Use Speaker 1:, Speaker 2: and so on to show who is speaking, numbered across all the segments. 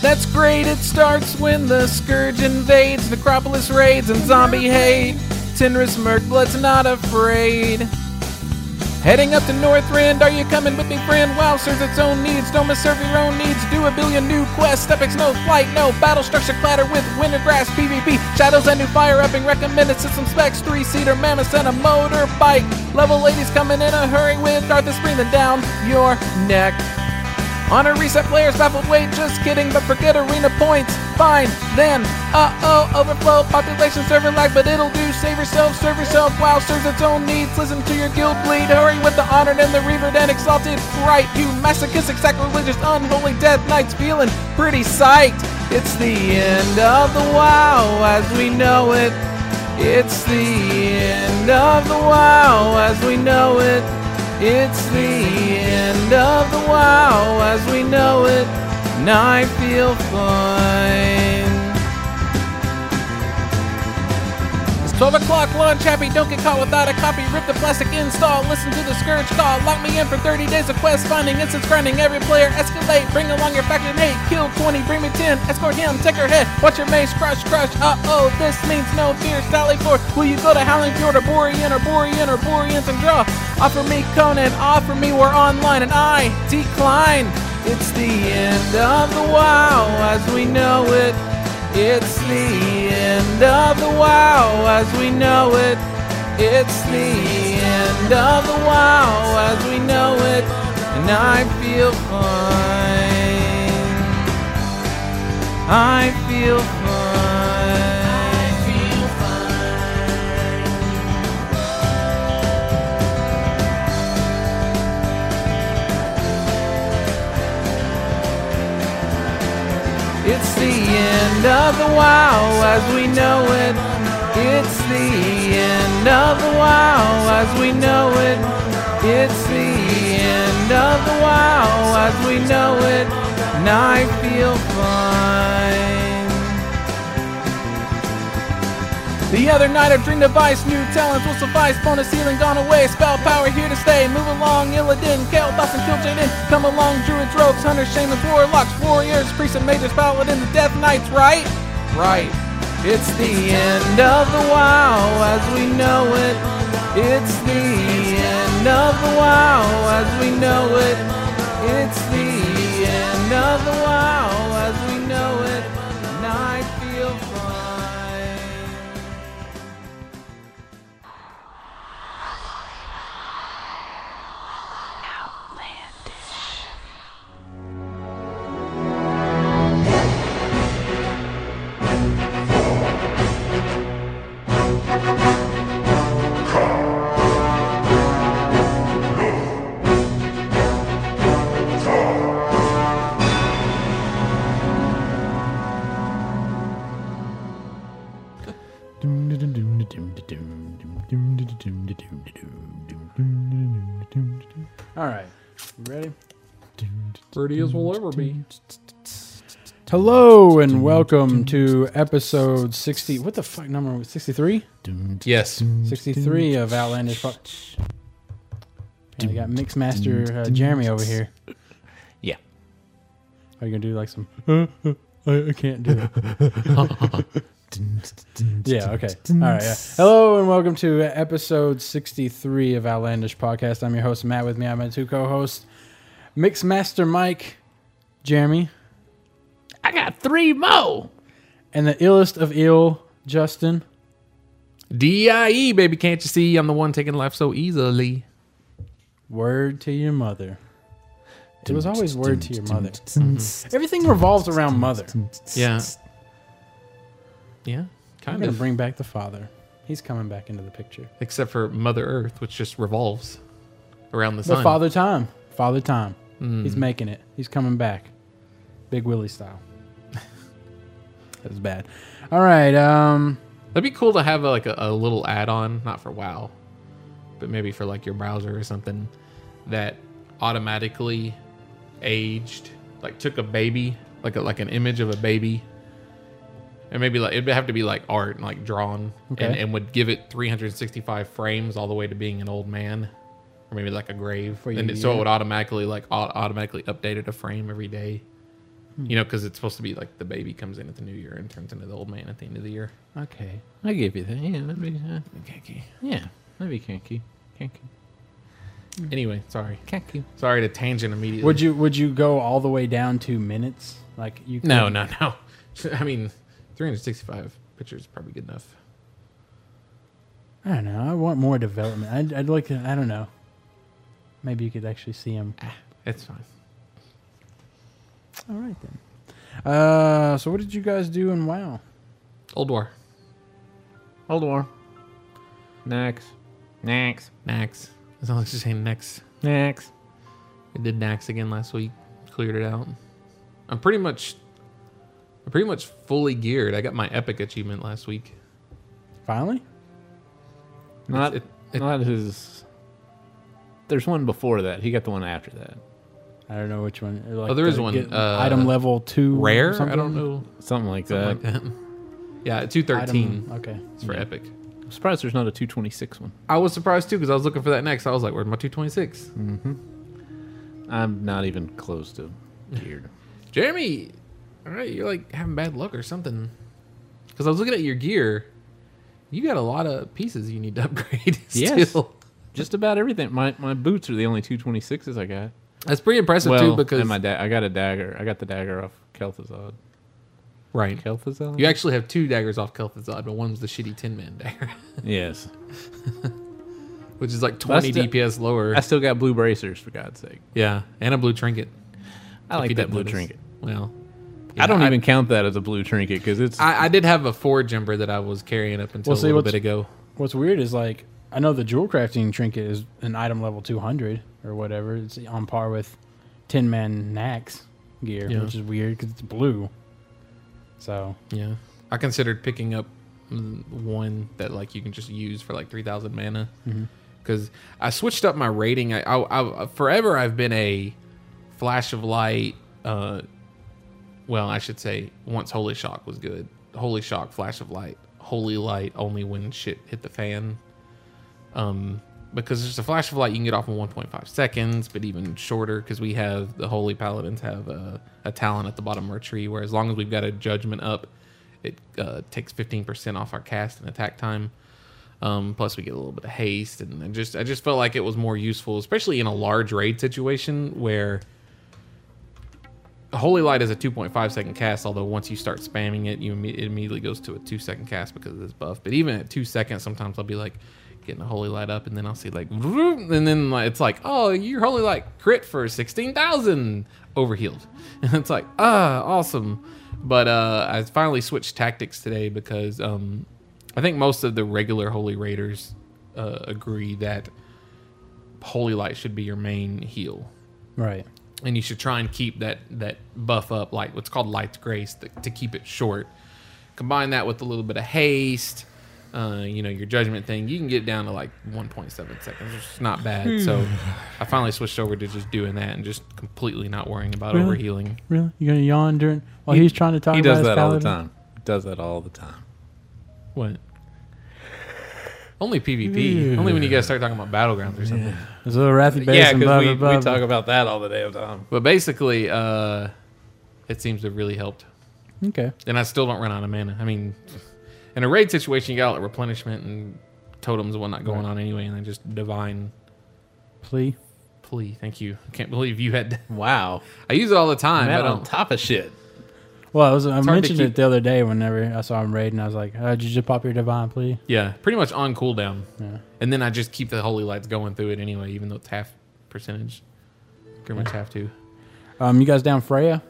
Speaker 1: That's great, it starts when the Scourge invades, Necropolis raids, and zombie hate. Tinris Merc Blood's not afraid. Heading up to Northrend, are you coming with me, friend? WoW serves its own needs, don't misserve your own needs. Do a billion new quests, epics, no flight, no battle structure clatter with wintergrass PvP. Shadows and new fire upping, recommended system specs, three seater mammoths and a motorbike. Level ladies coming in a hurry with Darth is breathing down your neck. Honor reset players baffled wait, just kidding, but forget arena points. Fine, then, uh-oh, overflow, population server lag, but it'll do. Save yourself, serve yourself, wow, serves its own needs. Listen to your guild bleed, hurry with the honored and the revered and exalted right. You masochistic, sacrilegious, unholy death knights feeling pretty psyched. It's the end of the wow as we know it. It's the end of the wow as we know it. It's the end of the wow as we know it, and I feel fine. It's 12 o'clock, launch happy, don't get caught without a copy. Rip the plastic install, listen to the scourge call. Lock me in for 30 days of quest finding, instance grinding. Every player escalate, bring along your faction 8, kill 20, bring me 10, escort him, take her head. Watch your mace crush, crush. Uh oh, this means no fear. Sally for will you go to Howling Fjord or Borean or Borean or Boreans and draw? Offer me Conan, offer me we're online, and I decline. It's the end of the wow as we know it. It's the end of the wow as we know it. It's the end of the wow as we know it. And I feel fine. I feel fine. It's the end of the wow as we know it. It's the end of the wow as we know it. It's the end of the wow as we know it. And I feel fine. The other night I dreamed device, new talents will suffice, bonus healing gone away, spell power here to stay, move along, Illidan, Kale, Dawson, Kill Jaden, come along, druids, rogues, hunters, shamans, warlocks, warriors, priests and mages, paladins, and death knights, right? Right. It's the end of the wow as we know it. It's the end of the wow as we know it. It's the end of the wow as we know it. And I feel fine.
Speaker 2: All right, you ready? Birdie as will ever be.
Speaker 3: Hello and welcome to episode 60. What the fuck number? was it? 63?
Speaker 4: Yes.
Speaker 3: 63 of Outlandish. Pro- Man, we got Mixmaster uh, Jeremy over here.
Speaker 4: Yeah.
Speaker 3: Are you going to do like some. I, I can't do it. Yeah, okay. All right. Yeah. Hello and welcome to episode 63 of Outlandish Podcast. I'm your host, Matt. With me, I'm my two co hosts, Mixmaster Mike, Jeremy,
Speaker 1: I got three mo.
Speaker 3: and the illest of ill, Justin.
Speaker 4: DIE, E, baby, can't you see? I'm the one taking life so easily.
Speaker 3: Word to your mother. It was always word to your mother. Everything revolves around mother.
Speaker 4: Mm-hmm. Yeah. Yeah,
Speaker 3: I'm
Speaker 4: kind
Speaker 3: going
Speaker 4: of.
Speaker 3: to bring back the father. He's coming back into the picture.
Speaker 4: Except for Mother Earth, which just revolves around the
Speaker 3: But
Speaker 4: sun.
Speaker 3: father time. Father time.
Speaker 4: Mm.
Speaker 3: He's making it. He's coming back. Big Willie style. that was bad. All right. Um,
Speaker 4: That'd be cool to have uh, like a, a little add-on, not for WoW, but maybe for like your browser or something that automatically aged, like took a baby, like a, like an image of a baby, and maybe like it'd have to be like art, and like drawn, and,
Speaker 3: Okay.
Speaker 4: and would give it 365 frames all the way to being an old man, or maybe like a grave,
Speaker 3: you
Speaker 4: and
Speaker 3: to
Speaker 4: it, so
Speaker 3: use.
Speaker 4: it would automatically like au- automatically update it a frame every day.
Speaker 3: Hmm.
Speaker 4: You know, because it's supposed to be like the baby comes in at the new year and turns into the old man at the end of the year.
Speaker 1: Okay, I give you that. Yeah, that'd be uh, yeah, that'd be kinky, kinky,
Speaker 4: Anyway, sorry,
Speaker 1: kinky.
Speaker 4: sorry to tangent immediately.
Speaker 3: Would you would you go all the way down to minutes? Like you?
Speaker 4: No,
Speaker 3: could-
Speaker 4: no, no. I mean, 365 pictures is probably good enough.
Speaker 3: I don't know. I want more development. I'd, I'd like. To, I don't know. Maybe you could actually see him.
Speaker 4: It's fine.
Speaker 3: All right then. Uh, so what did you guys do in WoW?
Speaker 4: Old War.
Speaker 1: Old War. Next, next,
Speaker 4: Nax. As long as you say Nax.
Speaker 1: next.
Speaker 4: We did Nax again last week. Cleared it out. I'm pretty much, I'm pretty much fully geared. I got my epic achievement last week.
Speaker 3: Finally.
Speaker 1: Not
Speaker 4: it- it-
Speaker 1: not his. There's one before that. He got the one after that.
Speaker 3: I don't know which one. Like
Speaker 4: Oh, there is
Speaker 3: the-
Speaker 4: one,
Speaker 3: get-
Speaker 4: uh,
Speaker 3: item level two.
Speaker 4: Rare?
Speaker 3: Something?
Speaker 4: I don't know.
Speaker 1: Something like
Speaker 4: Something
Speaker 1: that.
Speaker 4: like that. Yeah, 213.
Speaker 3: Item, okay.
Speaker 4: It's for epic.
Speaker 1: I'm surprised there's not a 226 one.
Speaker 4: I was surprised too because I was looking for that next. I was like, where'd my 226?
Speaker 1: Mm. I'm not even close to geared.
Speaker 4: Jeremy, all right, you're like having bad luck or something. Because I was looking at your gear, you got a lot of pieces you need to upgrade.
Speaker 1: Yes.
Speaker 4: still.
Speaker 1: Just about everything. My my boots are the only 226s I got.
Speaker 4: that's pretty impressive
Speaker 1: well,
Speaker 4: too. Because
Speaker 1: and my da- I got a dagger. I got the dagger off Kel'Thuzad.
Speaker 4: right,
Speaker 1: Kel'Thuzad?
Speaker 4: you actually have two daggers off Kel'Thuzad, but one's the shitty Tin Man dagger,
Speaker 1: yes.
Speaker 4: which is like 20
Speaker 1: the-
Speaker 4: DPS lower.
Speaker 1: I still got blue bracers for God's sake.
Speaker 4: yeah, and a blue trinket.
Speaker 1: I
Speaker 4: if
Speaker 1: like
Speaker 4: you
Speaker 1: that
Speaker 4: didn't
Speaker 1: blue
Speaker 4: notice.
Speaker 1: trinket.
Speaker 4: Well,
Speaker 1: I don't
Speaker 4: yeah,
Speaker 1: even count that as a blue trinket because it's
Speaker 4: I, I did have a four jumper that I was carrying up until
Speaker 3: Well, see,
Speaker 4: a little
Speaker 3: what's-
Speaker 4: bit ago.
Speaker 3: What's weird is like I know the jewel crafting trinket is an item level 200 or whatever. It's on par with Tin Man Nax gear,
Speaker 4: Yeah.
Speaker 3: which is weird because it's blue. So
Speaker 4: Yeah, I considered picking up mm, one that like you can just use for like three thousand mana, because I switched up my rating. I, I, I forever I've been a flash of light. Uh, well, I should say once Holy Shock was good. Holy Shock, flash of light, Holy Light only when shit hit the fan. Um, because there's a flash of light you can get off in 1.5 seconds, but even shorter because we have the holy paladins have a, a talent at the bottom of our tree where as long as we've got a judgment up, it uh, takes 15% off our cast and attack time. Um, plus we get a little bit of haste, and I just I just felt like it was more useful, especially in a large raid situation where Holy Light is a 2.5 second cast, although once you start spamming it, you imme- it immediately goes to a two second cast because of this buff. But even at two seconds, sometimes I'll be like getting a Holy Light up, and then I'll see like, vroom, and then like, it's like, oh, your Holy Light crit for 16,000 overhealed. And it's like, ah, awesome. But uh, I finally switched tactics today because um, I think most of the regular Holy Raiders uh, agree that Holy Light should be your main heal
Speaker 3: right,
Speaker 4: and you should try and keep that that buff up like what's called light's grace to, to keep it short combine that with a little bit of haste uh, you know your judgment thing you can get down to like 1.7 seconds which is not bad so i finally switched over to just doing that and just completely not worrying about
Speaker 3: Really?
Speaker 4: overhealing
Speaker 3: really, you gonna yawn during while
Speaker 1: He-
Speaker 3: he's trying to talk?
Speaker 1: he
Speaker 3: about
Speaker 1: does
Speaker 3: his
Speaker 1: that all the
Speaker 3: paladin?
Speaker 1: time. Does that all the time.
Speaker 4: what only pvp only when you guys start talking about battlegrounds or something
Speaker 3: There's a little wrathy base
Speaker 1: Yeah,
Speaker 3: and blah,
Speaker 1: because we,
Speaker 3: blah,
Speaker 1: we
Speaker 3: blah.
Speaker 1: talk about that all the damn time.
Speaker 4: but basically uh, it seems to have really helped
Speaker 3: Okay,
Speaker 4: And I still don't run out of mana. I mean, in a raid situation, you got like replenishment and totems and whatnot going on anyway, and then just divine
Speaker 3: plea.
Speaker 4: plea. Thank you. I can't believe you had.
Speaker 1: Wow,
Speaker 4: I use it all the time. I
Speaker 1: Matt on
Speaker 4: don't.
Speaker 1: top of shit.
Speaker 3: Well, I, was, I
Speaker 4: hard to
Speaker 3: mentioned
Speaker 4: keep-
Speaker 3: it the other day whenever I saw him raiding. I was like, oh, did you just pop your divine plea?
Speaker 4: Yeah, pretty much on cooldown. And then I just keep the holy lights going through it anyway, even though it's half percentage. Pretty much half to.
Speaker 3: Um, you guys down Freya?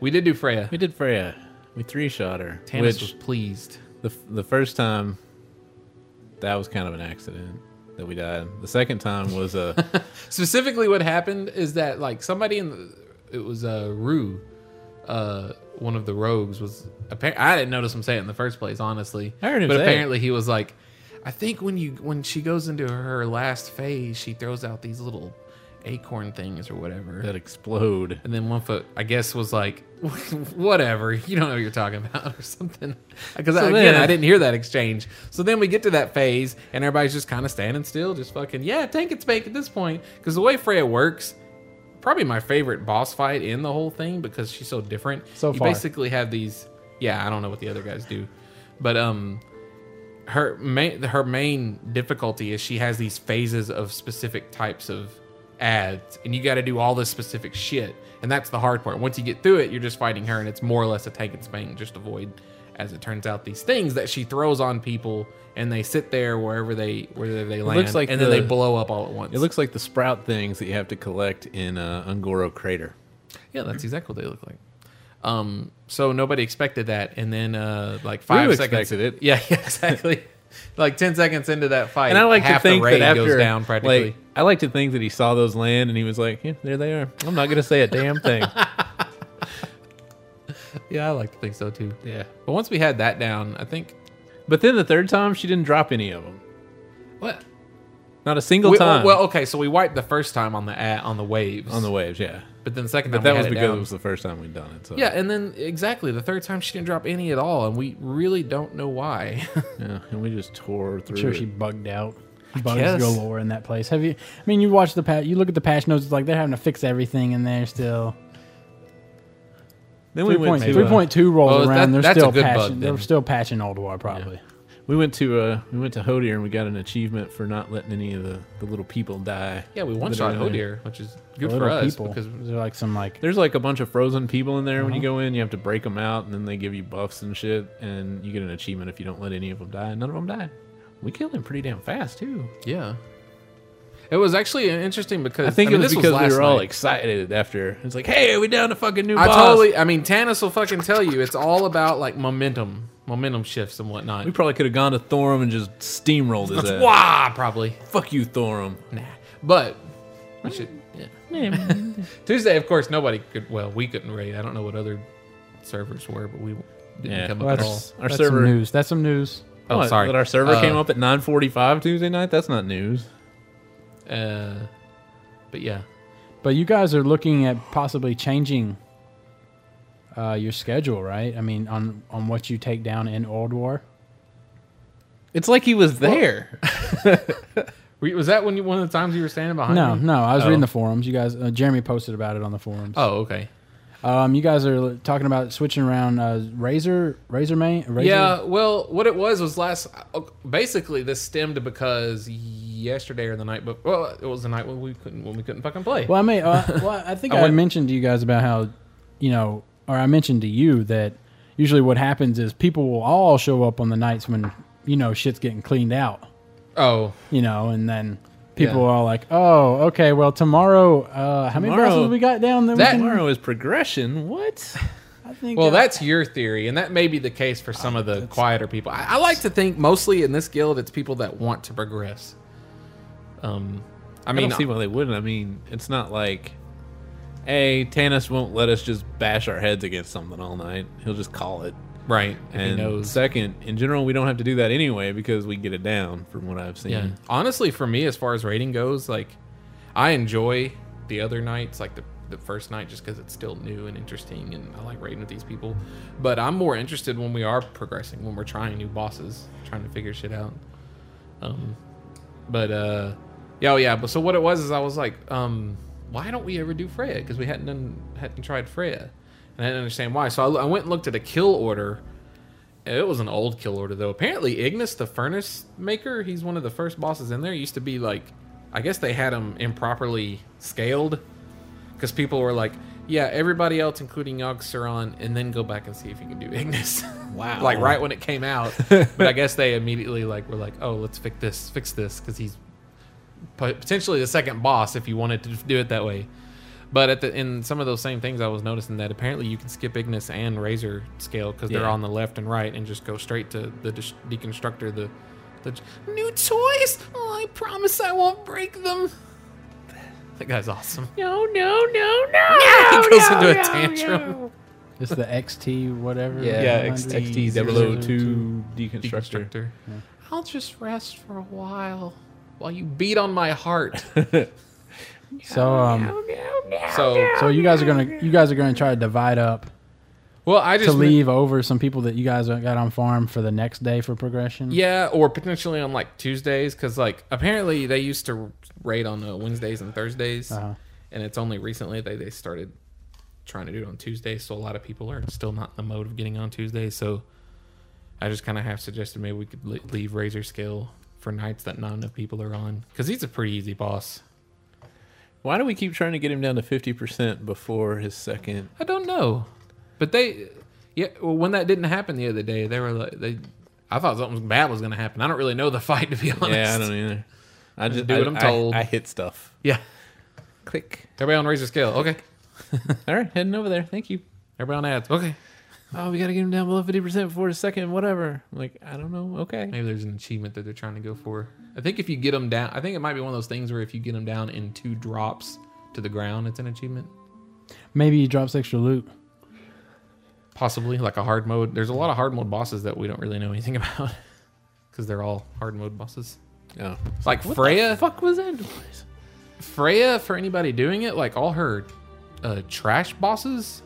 Speaker 4: We did do Freya.
Speaker 1: We did Freya. We three shot her,
Speaker 4: Tannis was
Speaker 1: which
Speaker 4: pleased.
Speaker 1: the the first time that was kind of an accident that we died. The second time was a
Speaker 4: specifically what happened is that like somebody in the, it was uh rue uh one of the rogues was appa- i didn't notice him say it in the first place honestly
Speaker 1: I heard him
Speaker 4: but
Speaker 1: say it.
Speaker 4: apparently he was like i think when you when she goes into her last phase she throws out these little acorn things or whatever
Speaker 1: that explode.
Speaker 4: and then one foot i guess was like whatever you don't know what you're talking about or something because
Speaker 1: So
Speaker 4: again
Speaker 1: then-
Speaker 4: i didn't hear that exchange so then we get to that phase and everybody's just kind of standing still just fucking yeah tank and spank at this point because the way freya works probably my favorite boss fight in the whole thing because she's so different.
Speaker 3: So
Speaker 4: you
Speaker 3: far.
Speaker 4: basically have these. Yeah, I don't know what the other guys do, but um, her main her main difficulty is she has these phases of specific types of ads, and you got to do all this specific shit, and that's the hard part. Once you get through it, you're just fighting her, and it's more or less a take and spank, just avoid. As it turns out, these things that she throws on people, and they sit there wherever they wherever they land,
Speaker 5: looks like
Speaker 4: and then they
Speaker 5: the-
Speaker 4: blow up all at once.
Speaker 5: It looks like the sprout things that you have to collect in uh, Ungoro Crater.
Speaker 4: Yeah, that's exactly what they look like. Um, so nobody expected that, and then uh, like five
Speaker 5: You
Speaker 4: seconds.
Speaker 5: expected it.
Speaker 4: Yeah, yeah, exactly. like ten seconds into that fight,
Speaker 5: And I like
Speaker 4: half
Speaker 5: to think
Speaker 4: the raid
Speaker 5: that after
Speaker 4: goes down practically.
Speaker 5: Like, I like to think that he saw those land and he was like, "Yeah, there they are. I'm not gonna say a damn thing."
Speaker 4: yeah, I like to think so too. Yeah, but once we had that down, I think
Speaker 5: but then the third time, she didn't drop any of them.
Speaker 4: what
Speaker 5: Not a single
Speaker 4: we,
Speaker 5: time.
Speaker 4: Well, okay, so we wiped the first time on the a- on the waves,
Speaker 5: on the waves, yeah.
Speaker 4: but then the second time
Speaker 5: But that
Speaker 4: we
Speaker 5: was
Speaker 4: had
Speaker 5: because
Speaker 4: it down.
Speaker 5: it was the first time we'd done it. So
Speaker 4: yeah, and then exactly the third time she didn't drop any at all, and we really don't know why.
Speaker 5: Yeah, and we just tore through.
Speaker 3: I'm sure
Speaker 5: it.
Speaker 3: she bugged out. Bugs
Speaker 4: guess.
Speaker 3: galore in that place. Have you? I mean, you watch the patch. You look at the patch notes. It's like they're having to fix everything in there still.
Speaker 5: then we
Speaker 3: Three
Speaker 5: went
Speaker 3: point
Speaker 5: to,
Speaker 3: three
Speaker 5: uh,
Speaker 3: point two rolls
Speaker 4: well, oh, that-
Speaker 3: around. they're
Speaker 4: that's a
Speaker 3: still
Speaker 4: good bug,
Speaker 3: patching. they're
Speaker 4: then.
Speaker 3: still patching old war probably.
Speaker 5: We went to uh, we went to Hodier and we got an achievement for not letting any of the, the little people die.
Speaker 4: yeah, we one
Speaker 5: that are
Speaker 4: shot
Speaker 5: in there.
Speaker 4: Hodir, which is good
Speaker 3: The
Speaker 4: for
Speaker 3: little
Speaker 4: us
Speaker 3: people.
Speaker 4: because
Speaker 3: they're like some like
Speaker 5: There's like a bunch of frozen people in there when
Speaker 4: Uh-huh.
Speaker 5: you go in. You have to break them out, and then they give you buffs and shit, and you get an achievement if you don't let any of them die. And none of them died. We killed him pretty damn fast too.
Speaker 4: Yeah. It was actually interesting because
Speaker 5: I think
Speaker 4: mean,
Speaker 5: it was
Speaker 4: this
Speaker 5: because
Speaker 4: last
Speaker 5: we were all
Speaker 4: night.
Speaker 5: excited after. It's like, hey, we down to fucking new
Speaker 4: I
Speaker 5: boss.
Speaker 4: totally. I mean, Tanis will fucking tell you it's all about like momentum, momentum shifts and whatnot.
Speaker 5: We probably could have gone to Thorum and just steamrolled his ass.
Speaker 4: Wah, probably.
Speaker 5: Fuck you, Thorum.
Speaker 4: Nah, but we should. Yeah. Tuesday, of course, nobody could. Well, we couldn't raid. I don't know what other servers were, but we didn't
Speaker 5: Yeah.
Speaker 4: come
Speaker 5: Well,
Speaker 4: up at all.
Speaker 3: that's,
Speaker 5: Our
Speaker 3: that's
Speaker 5: server-
Speaker 3: some news. That's some news.
Speaker 4: Oh,
Speaker 5: What,
Speaker 4: sorry.
Speaker 5: That our server
Speaker 4: Uh,
Speaker 5: came up at 9:45 Tuesday night. That's not news.
Speaker 4: Uh, but yeah,
Speaker 3: But you guys are looking at possibly changing uh, your schedule, right? I mean, on on what you take down in Old War.
Speaker 5: It's like he was there.
Speaker 4: Were you- was that when you, one of the times you were standing behind?
Speaker 3: No,
Speaker 4: me?
Speaker 3: no. I was
Speaker 4: Oh.
Speaker 3: reading the forums. You guys, uh, Jeremy posted about it on the forums.
Speaker 4: Oh, okay.
Speaker 3: Um, you guys are talking about switching around uh, Razor, Razor Main. Razor?
Speaker 4: Yeah, well, what it was was last. uh, Basically, this stemmed because yesterday or the night, but well, it was the night when we couldn't when we couldn't fucking play.
Speaker 3: Well, I mean, uh, well, I think
Speaker 4: I
Speaker 3: I,
Speaker 4: went-
Speaker 3: mentioned to you guys about how, you know, or I mentioned to you that usually what happens is people will all show up on the nights when you know shit's getting cleaned out,
Speaker 4: Oh,
Speaker 3: you know, and then people
Speaker 4: Yeah.
Speaker 3: are all like, "Oh, okay, well tomorrow, uh, how many
Speaker 5: Tomorrow-
Speaker 3: browsers we got down?" Then
Speaker 4: That-
Speaker 3: we can,
Speaker 5: Tomorrow is progression. What?
Speaker 3: I think,
Speaker 4: well,
Speaker 3: uh,
Speaker 4: that's your theory, and that may be the case for
Speaker 5: Ah,
Speaker 4: some of the quieter people. I, I like to think mostly in this guild, it's people that want to progress. Um, I
Speaker 5: I mean,
Speaker 4: mean,
Speaker 5: don't see why they wouldn't. I mean, it's not like, hey, Tanis won't let us just bash our heads against something all night. He'll just call it.
Speaker 4: right? if he
Speaker 5: And
Speaker 4: knows.
Speaker 5: second, in general, we don't have to do that anyway because we get it down from what I've seen.
Speaker 4: Yeah. Honestly, for me, as far as rating goes, like I enjoy the other nights, like the the first night, just because it's still new and interesting, and I like raiding with these people. But I'm more interested when we are progressing, when we're trying new bosses, trying to figure shit out. Um, but uh, yeah, oh yeah. But so what it was is I was like, um, why don't we ever do Freya? Because we hadn't done, hadn't tried Freya, and I didn't understand why. So I, I went and looked at a kill order. It was an old kill order though. Apparently, Ignis, the furnace maker, he's one of the first bosses in there. Used to be like, I guess they had him improperly scaled, because people were like, yeah, everybody else, including Yogg-Saron, and then go back and see if you can do Ignis.
Speaker 5: Wow.
Speaker 4: like right when it came out. but I guess they immediately like were like, oh, let's fix this, fix this, because he's po- potentially the second boss if you wanted to do it that way. But at the in some of those same things, I was noticing that apparently you can skip Ignis and Razor scale because they're
Speaker 5: Yeah.
Speaker 4: on the left and right, and just go straight to the dis- deconstructor. The, the j- new toys. Oh, I promise I won't break them. That guy's awesome.
Speaker 5: No, no, no, no.
Speaker 4: he goes into a tantrum.
Speaker 3: it's the XT whatever.
Speaker 4: Yeah.
Speaker 5: Yeah,
Speaker 3: 100.
Speaker 5: XT 002 deconstructor.
Speaker 4: Deconstructor. I'll just rest for a while while you beat on my heart.
Speaker 3: So, um,
Speaker 4: so,
Speaker 3: so you guys are gonna you guys are gonna try to divide up
Speaker 4: well, I just
Speaker 3: to leave over some people that you guys got on farm for the next day for progression.
Speaker 4: Yeah, or potentially on like Tuesdays, because like apparently they used to raid on uh, Wednesdays and Thursdays,
Speaker 3: Uh-huh.
Speaker 4: and it's only recently that they started trying to do it on Tuesday. So a lot of people are still not in the mode of getting on Tuesday. So I just kind of have suggested maybe we could le- leave Razor Scale for nights that not enough people are on because he's a pretty easy boss.
Speaker 5: Why do we keep trying to get him down to 50% before his second?
Speaker 4: I don't know, but they, yeah. Well, when that didn't happen the other day, they were like they. I thought something bad was going to happen. I don't really know the fight to be honest.
Speaker 5: Yeah, I don't either. I just
Speaker 4: do what
Speaker 5: I-
Speaker 4: I'm
Speaker 5: I-
Speaker 4: told.
Speaker 5: I hit stuff.
Speaker 4: Yeah.
Speaker 5: Click.
Speaker 4: Everybody on Razor Scale. Okay.
Speaker 5: All right, heading over there. Thank you.
Speaker 4: Everybody on ads. Okay.
Speaker 5: Oh, we gotta get him down below fifty percent before his second, whatever. I'm like, I don't know. Okay.
Speaker 4: Maybe there's an achievement that they're trying to go for. I think if you get them down, I think it might be one of those things where if you get them down in two drops to the ground, it's an achievement.
Speaker 3: Maybe he drops extra loot.
Speaker 4: Possibly like a hard mode. There's a lot of hard mode bosses that we don't really know anything about because they're all hard mode bosses.
Speaker 5: Oh,
Speaker 4: Like Freya,
Speaker 5: fuck was that noise?
Speaker 4: Freya for anybody doing it, like all her uh, trash bosses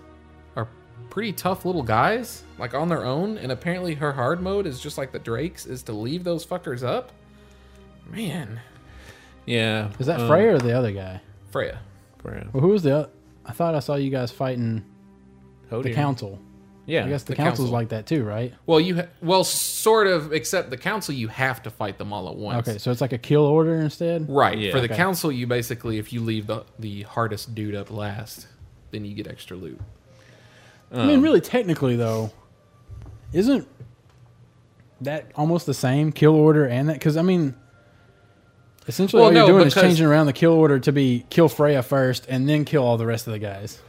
Speaker 4: are pretty tough little guys, like on their own. And apparently her hard mode is just like the Drake's, is to leave those fuckers up. Man,
Speaker 5: Yeah.
Speaker 3: Is that
Speaker 4: Uh,
Speaker 5: um,
Speaker 3: Freya or the other guy?
Speaker 4: Freya.
Speaker 5: Freya.
Speaker 3: Well, who was the? oth- I thought I saw you guys fighting
Speaker 5: Oh,
Speaker 3: the
Speaker 5: dear.
Speaker 3: council.
Speaker 5: Yeah.
Speaker 3: I guess the,
Speaker 4: the
Speaker 3: council's
Speaker 4: council.
Speaker 3: like that too, right?
Speaker 4: Well, you ha- well sort of, except the council you have to fight them all at once.
Speaker 3: Okay, so it's like a kill order instead.
Speaker 4: Right.
Speaker 5: Yeah.
Speaker 4: For the
Speaker 5: Okay.
Speaker 4: council, you basically if you leave the the hardest dude up last, then you get extra loot.
Speaker 3: I
Speaker 4: Um.
Speaker 3: mean, really, technically though, isn't that almost the same kill order and that? Because I mean, essentially
Speaker 4: Well,
Speaker 3: all you're
Speaker 4: no,
Speaker 3: doing is
Speaker 4: because-
Speaker 3: changing around the kill order to be kill Freya first and then kill all the rest of the guys.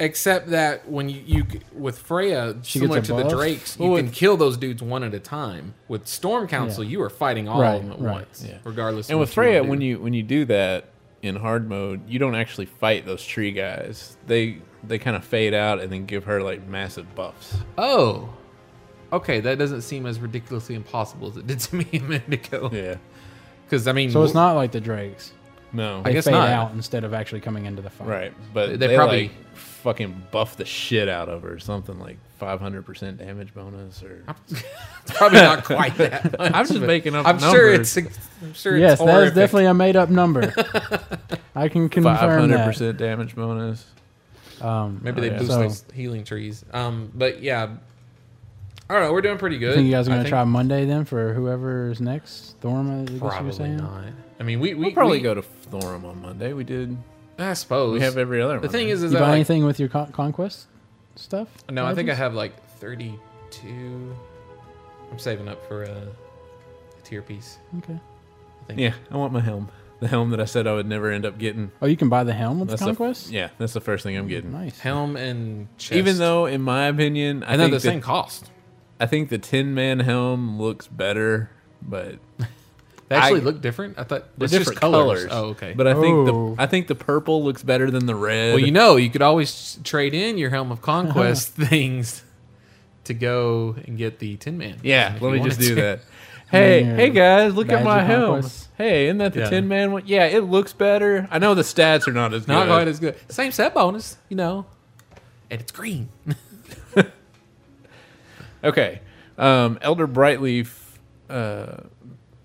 Speaker 4: Except that when you, you c- with Freya,
Speaker 3: She
Speaker 4: similar
Speaker 3: gets
Speaker 4: to
Speaker 3: a
Speaker 4: the
Speaker 3: buff?
Speaker 4: Drakes, you
Speaker 5: Well,
Speaker 4: can kill those dudes one at a time. With Storm Council, you are fighting all
Speaker 3: Right,
Speaker 4: of them at
Speaker 3: right.
Speaker 4: once,
Speaker 5: Yeah.
Speaker 4: regardless.
Speaker 5: And
Speaker 4: of
Speaker 5: with
Speaker 4: what
Speaker 5: Freya,
Speaker 4: wanna
Speaker 5: when
Speaker 4: do.
Speaker 5: you when you do that in hard mode, you don't actually fight those tree guys. They they kind of fade out and then give her like massive buffs.
Speaker 4: oh, okay, that doesn't seem as ridiculously impossible as it did to me a minute ago.
Speaker 5: Yeah.
Speaker 4: Because I mean,
Speaker 3: So it's not like the Drakes.
Speaker 5: No.
Speaker 3: They
Speaker 4: guess
Speaker 3: fade
Speaker 4: not.
Speaker 3: out instead of actually coming into the fight.
Speaker 5: Right. But
Speaker 4: They
Speaker 5: they,
Speaker 4: probably-
Speaker 5: probably fucking buff the shit out of her. Something like five hundred percent damage bonus or.
Speaker 4: it's probably not quite that. much,
Speaker 5: I'm just
Speaker 4: but
Speaker 5: making up
Speaker 4: I'm sure
Speaker 5: numbers.
Speaker 4: it's. I'm sure
Speaker 3: Yes,
Speaker 4: it's
Speaker 3: that is
Speaker 4: horrific.
Speaker 3: definitely a made up number. I can confirm that.
Speaker 5: 500% damage bonus.
Speaker 3: Um,
Speaker 4: Maybe they
Speaker 5: yeah.
Speaker 4: boost
Speaker 3: So-
Speaker 4: those healing trees. Um, but yeah, I don't know. We're doing pretty good.
Speaker 3: I think you guys are
Speaker 4: I
Speaker 3: going to
Speaker 4: think
Speaker 3: try Monday then for whoever's next. Thorm, I guess you were
Speaker 4: Probably
Speaker 3: saying.
Speaker 4: not. I mean, we we
Speaker 5: We'll probably
Speaker 4: we-
Speaker 5: go to Thorum on Monday. We did.
Speaker 4: I suppose
Speaker 5: We have every other.
Speaker 4: The thing
Speaker 5: Monday.
Speaker 4: is, is
Speaker 3: You
Speaker 4: that
Speaker 3: buy
Speaker 4: like,
Speaker 3: anything with your con- conquest stuff?
Speaker 4: no, I think I
Speaker 3: items?
Speaker 4: have like 32. I'm saving up for a tier piece.
Speaker 3: Okay.
Speaker 5: yeah, I want my helm. The helm that I said I would never end up getting.
Speaker 3: Oh, you can buy the helm with the
Speaker 5: That's
Speaker 3: conquest.
Speaker 5: The, yeah, that's the first thing I'm getting.
Speaker 3: Nice.
Speaker 4: Helm and chest.
Speaker 5: Even though, in my opinion, I
Speaker 4: and they're
Speaker 5: think
Speaker 4: the
Speaker 5: the,
Speaker 4: same cost.
Speaker 5: I think the Tin Man helm looks better, but
Speaker 4: They actually
Speaker 5: I-
Speaker 4: look different. I thought
Speaker 5: they're
Speaker 4: it's
Speaker 5: different
Speaker 4: just colors. Oh, okay.
Speaker 5: But I think
Speaker 3: Oh.
Speaker 5: the I think the purple looks better than the red.
Speaker 4: Well, you know, you could always trade in your Helm of Conquest things to go and get the Tin Man.
Speaker 5: Yeah,
Speaker 4: if you
Speaker 5: let me
Speaker 4: wanted
Speaker 5: just do
Speaker 4: to.
Speaker 5: that. Hey,
Speaker 3: Yeah.
Speaker 5: hey guys, look
Speaker 3: Badge
Speaker 5: at my
Speaker 3: of
Speaker 5: helm.
Speaker 3: conquest.
Speaker 5: Hey, isn't that the
Speaker 4: Yeah.
Speaker 5: Tin Man one? Yeah, it looks better. I know the stats are not as
Speaker 4: Not
Speaker 5: good.
Speaker 4: quite as good. Same set bonus, you know, and it's green.
Speaker 5: Okay. Um, Elder Brightleaf. Uh,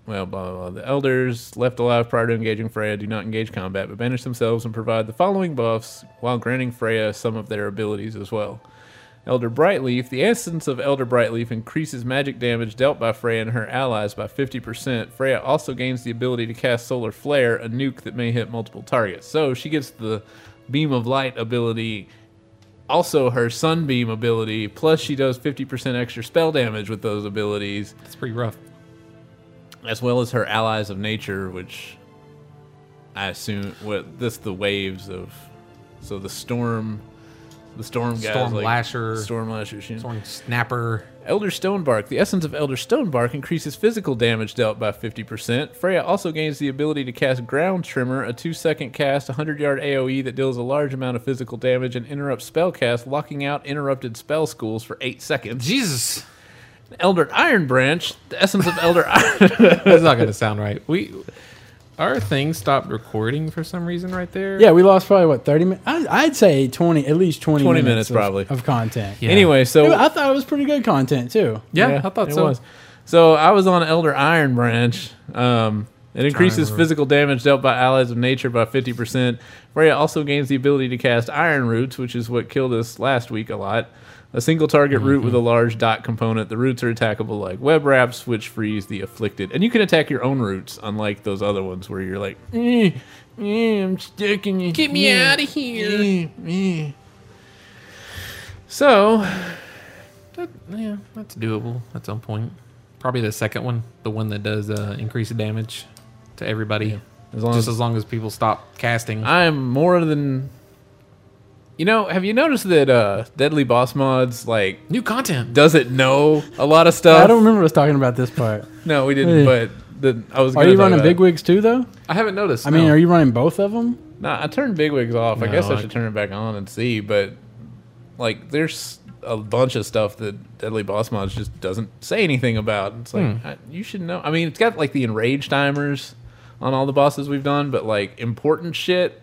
Speaker 5: well, blah, blah, blah. The elders left alive prior to engaging Freya do not engage combat, but banish themselves and provide the following buffs while granting Freya some of their abilities as well. Elder Brightleaf. The essence of Elder Brightleaf increases magic damage dealt by Freya and her allies by 50%. Freya also gains the ability to cast Solar Flare, a nuke that may hit multiple targets. So she gets the Beam of Light ability also her sunbeam ability plus she does 50% extra spell damage with those abilities
Speaker 4: It's pretty rough.
Speaker 5: as well as her allies of nature which i assume what this the waves of so the storm the storm guys
Speaker 4: Storm
Speaker 5: like-
Speaker 4: Lasher.
Speaker 5: storm lasher shit.
Speaker 4: Thorn Snapper.
Speaker 5: Elder Stonebark. The essence of Elder Stonebark increases physical damage dealt by 50%. Freya also gains the ability to cast Ground Tremor, a two second cast, 100 yard AoE that deals a large amount of physical damage and interrupts spell cast, locking out interrupted spell schools for 8 seconds.
Speaker 4: Jesus,
Speaker 5: Elder Iron Branch. The essence of Elder Iron.
Speaker 4: that's not gonna sound right. We our thing stopped recording for some reason right there.
Speaker 3: Yeah, we lost probably what thirty minutes. I'd say twenty, at least twenty.
Speaker 5: 20 minutes,
Speaker 3: minutes, of-
Speaker 5: probably.
Speaker 3: of content.
Speaker 4: Yeah.
Speaker 5: Anyway, so.
Speaker 3: Dude, I thought it was pretty good content too.
Speaker 4: yeah, I thought
Speaker 5: it
Speaker 4: so.
Speaker 5: was. So I was on Elder Iron Branch. Um, It increases
Speaker 4: Timer.
Speaker 5: physical damage dealt by allies of nature by 50%. Freya also gains the ability to cast iron roots, which is what killed us last week a lot. A single target root
Speaker 4: Mm-hmm.
Speaker 5: with a large dot component. The roots are attackable like web wraps, which frees the afflicted. And you can attack your own roots, unlike those other ones where you're like, eh, eh, I'm stuck in you.
Speaker 4: Get me outta here.
Speaker 5: eh, eh." So,
Speaker 4: That, yeah, that's doable at some point. Probably the second one, the one that does uh, increase damage to everybody.
Speaker 5: as long
Speaker 4: Just
Speaker 5: as
Speaker 4: as long as people stop casting.
Speaker 5: I'm more than. You know, have you noticed that uh, Deadly Boss Mods, like,
Speaker 4: New content.
Speaker 5: doesn't know a lot of stuff.
Speaker 3: I don't remember us talking about this part.
Speaker 5: No, we
Speaker 3: Yeah.
Speaker 5: didn't. But the, I was.
Speaker 3: Are
Speaker 5: gonna
Speaker 3: you
Speaker 5: talk
Speaker 3: running
Speaker 5: about it.
Speaker 3: bigwigs too, though?
Speaker 4: I haven't noticed.
Speaker 3: I mean,
Speaker 4: no.
Speaker 3: are you running both of them?
Speaker 5: Nah, I turned bigwigs off. I
Speaker 4: No,
Speaker 5: guess I,
Speaker 4: I-
Speaker 5: should turn it back on and see. But like, there's a bunch of stuff that Deadly Boss Mods just doesn't say anything about. It's like
Speaker 3: Hmm.
Speaker 5: I, you should know. I mean, it's got like the enrage timers on all the bosses we've done, but like important shit.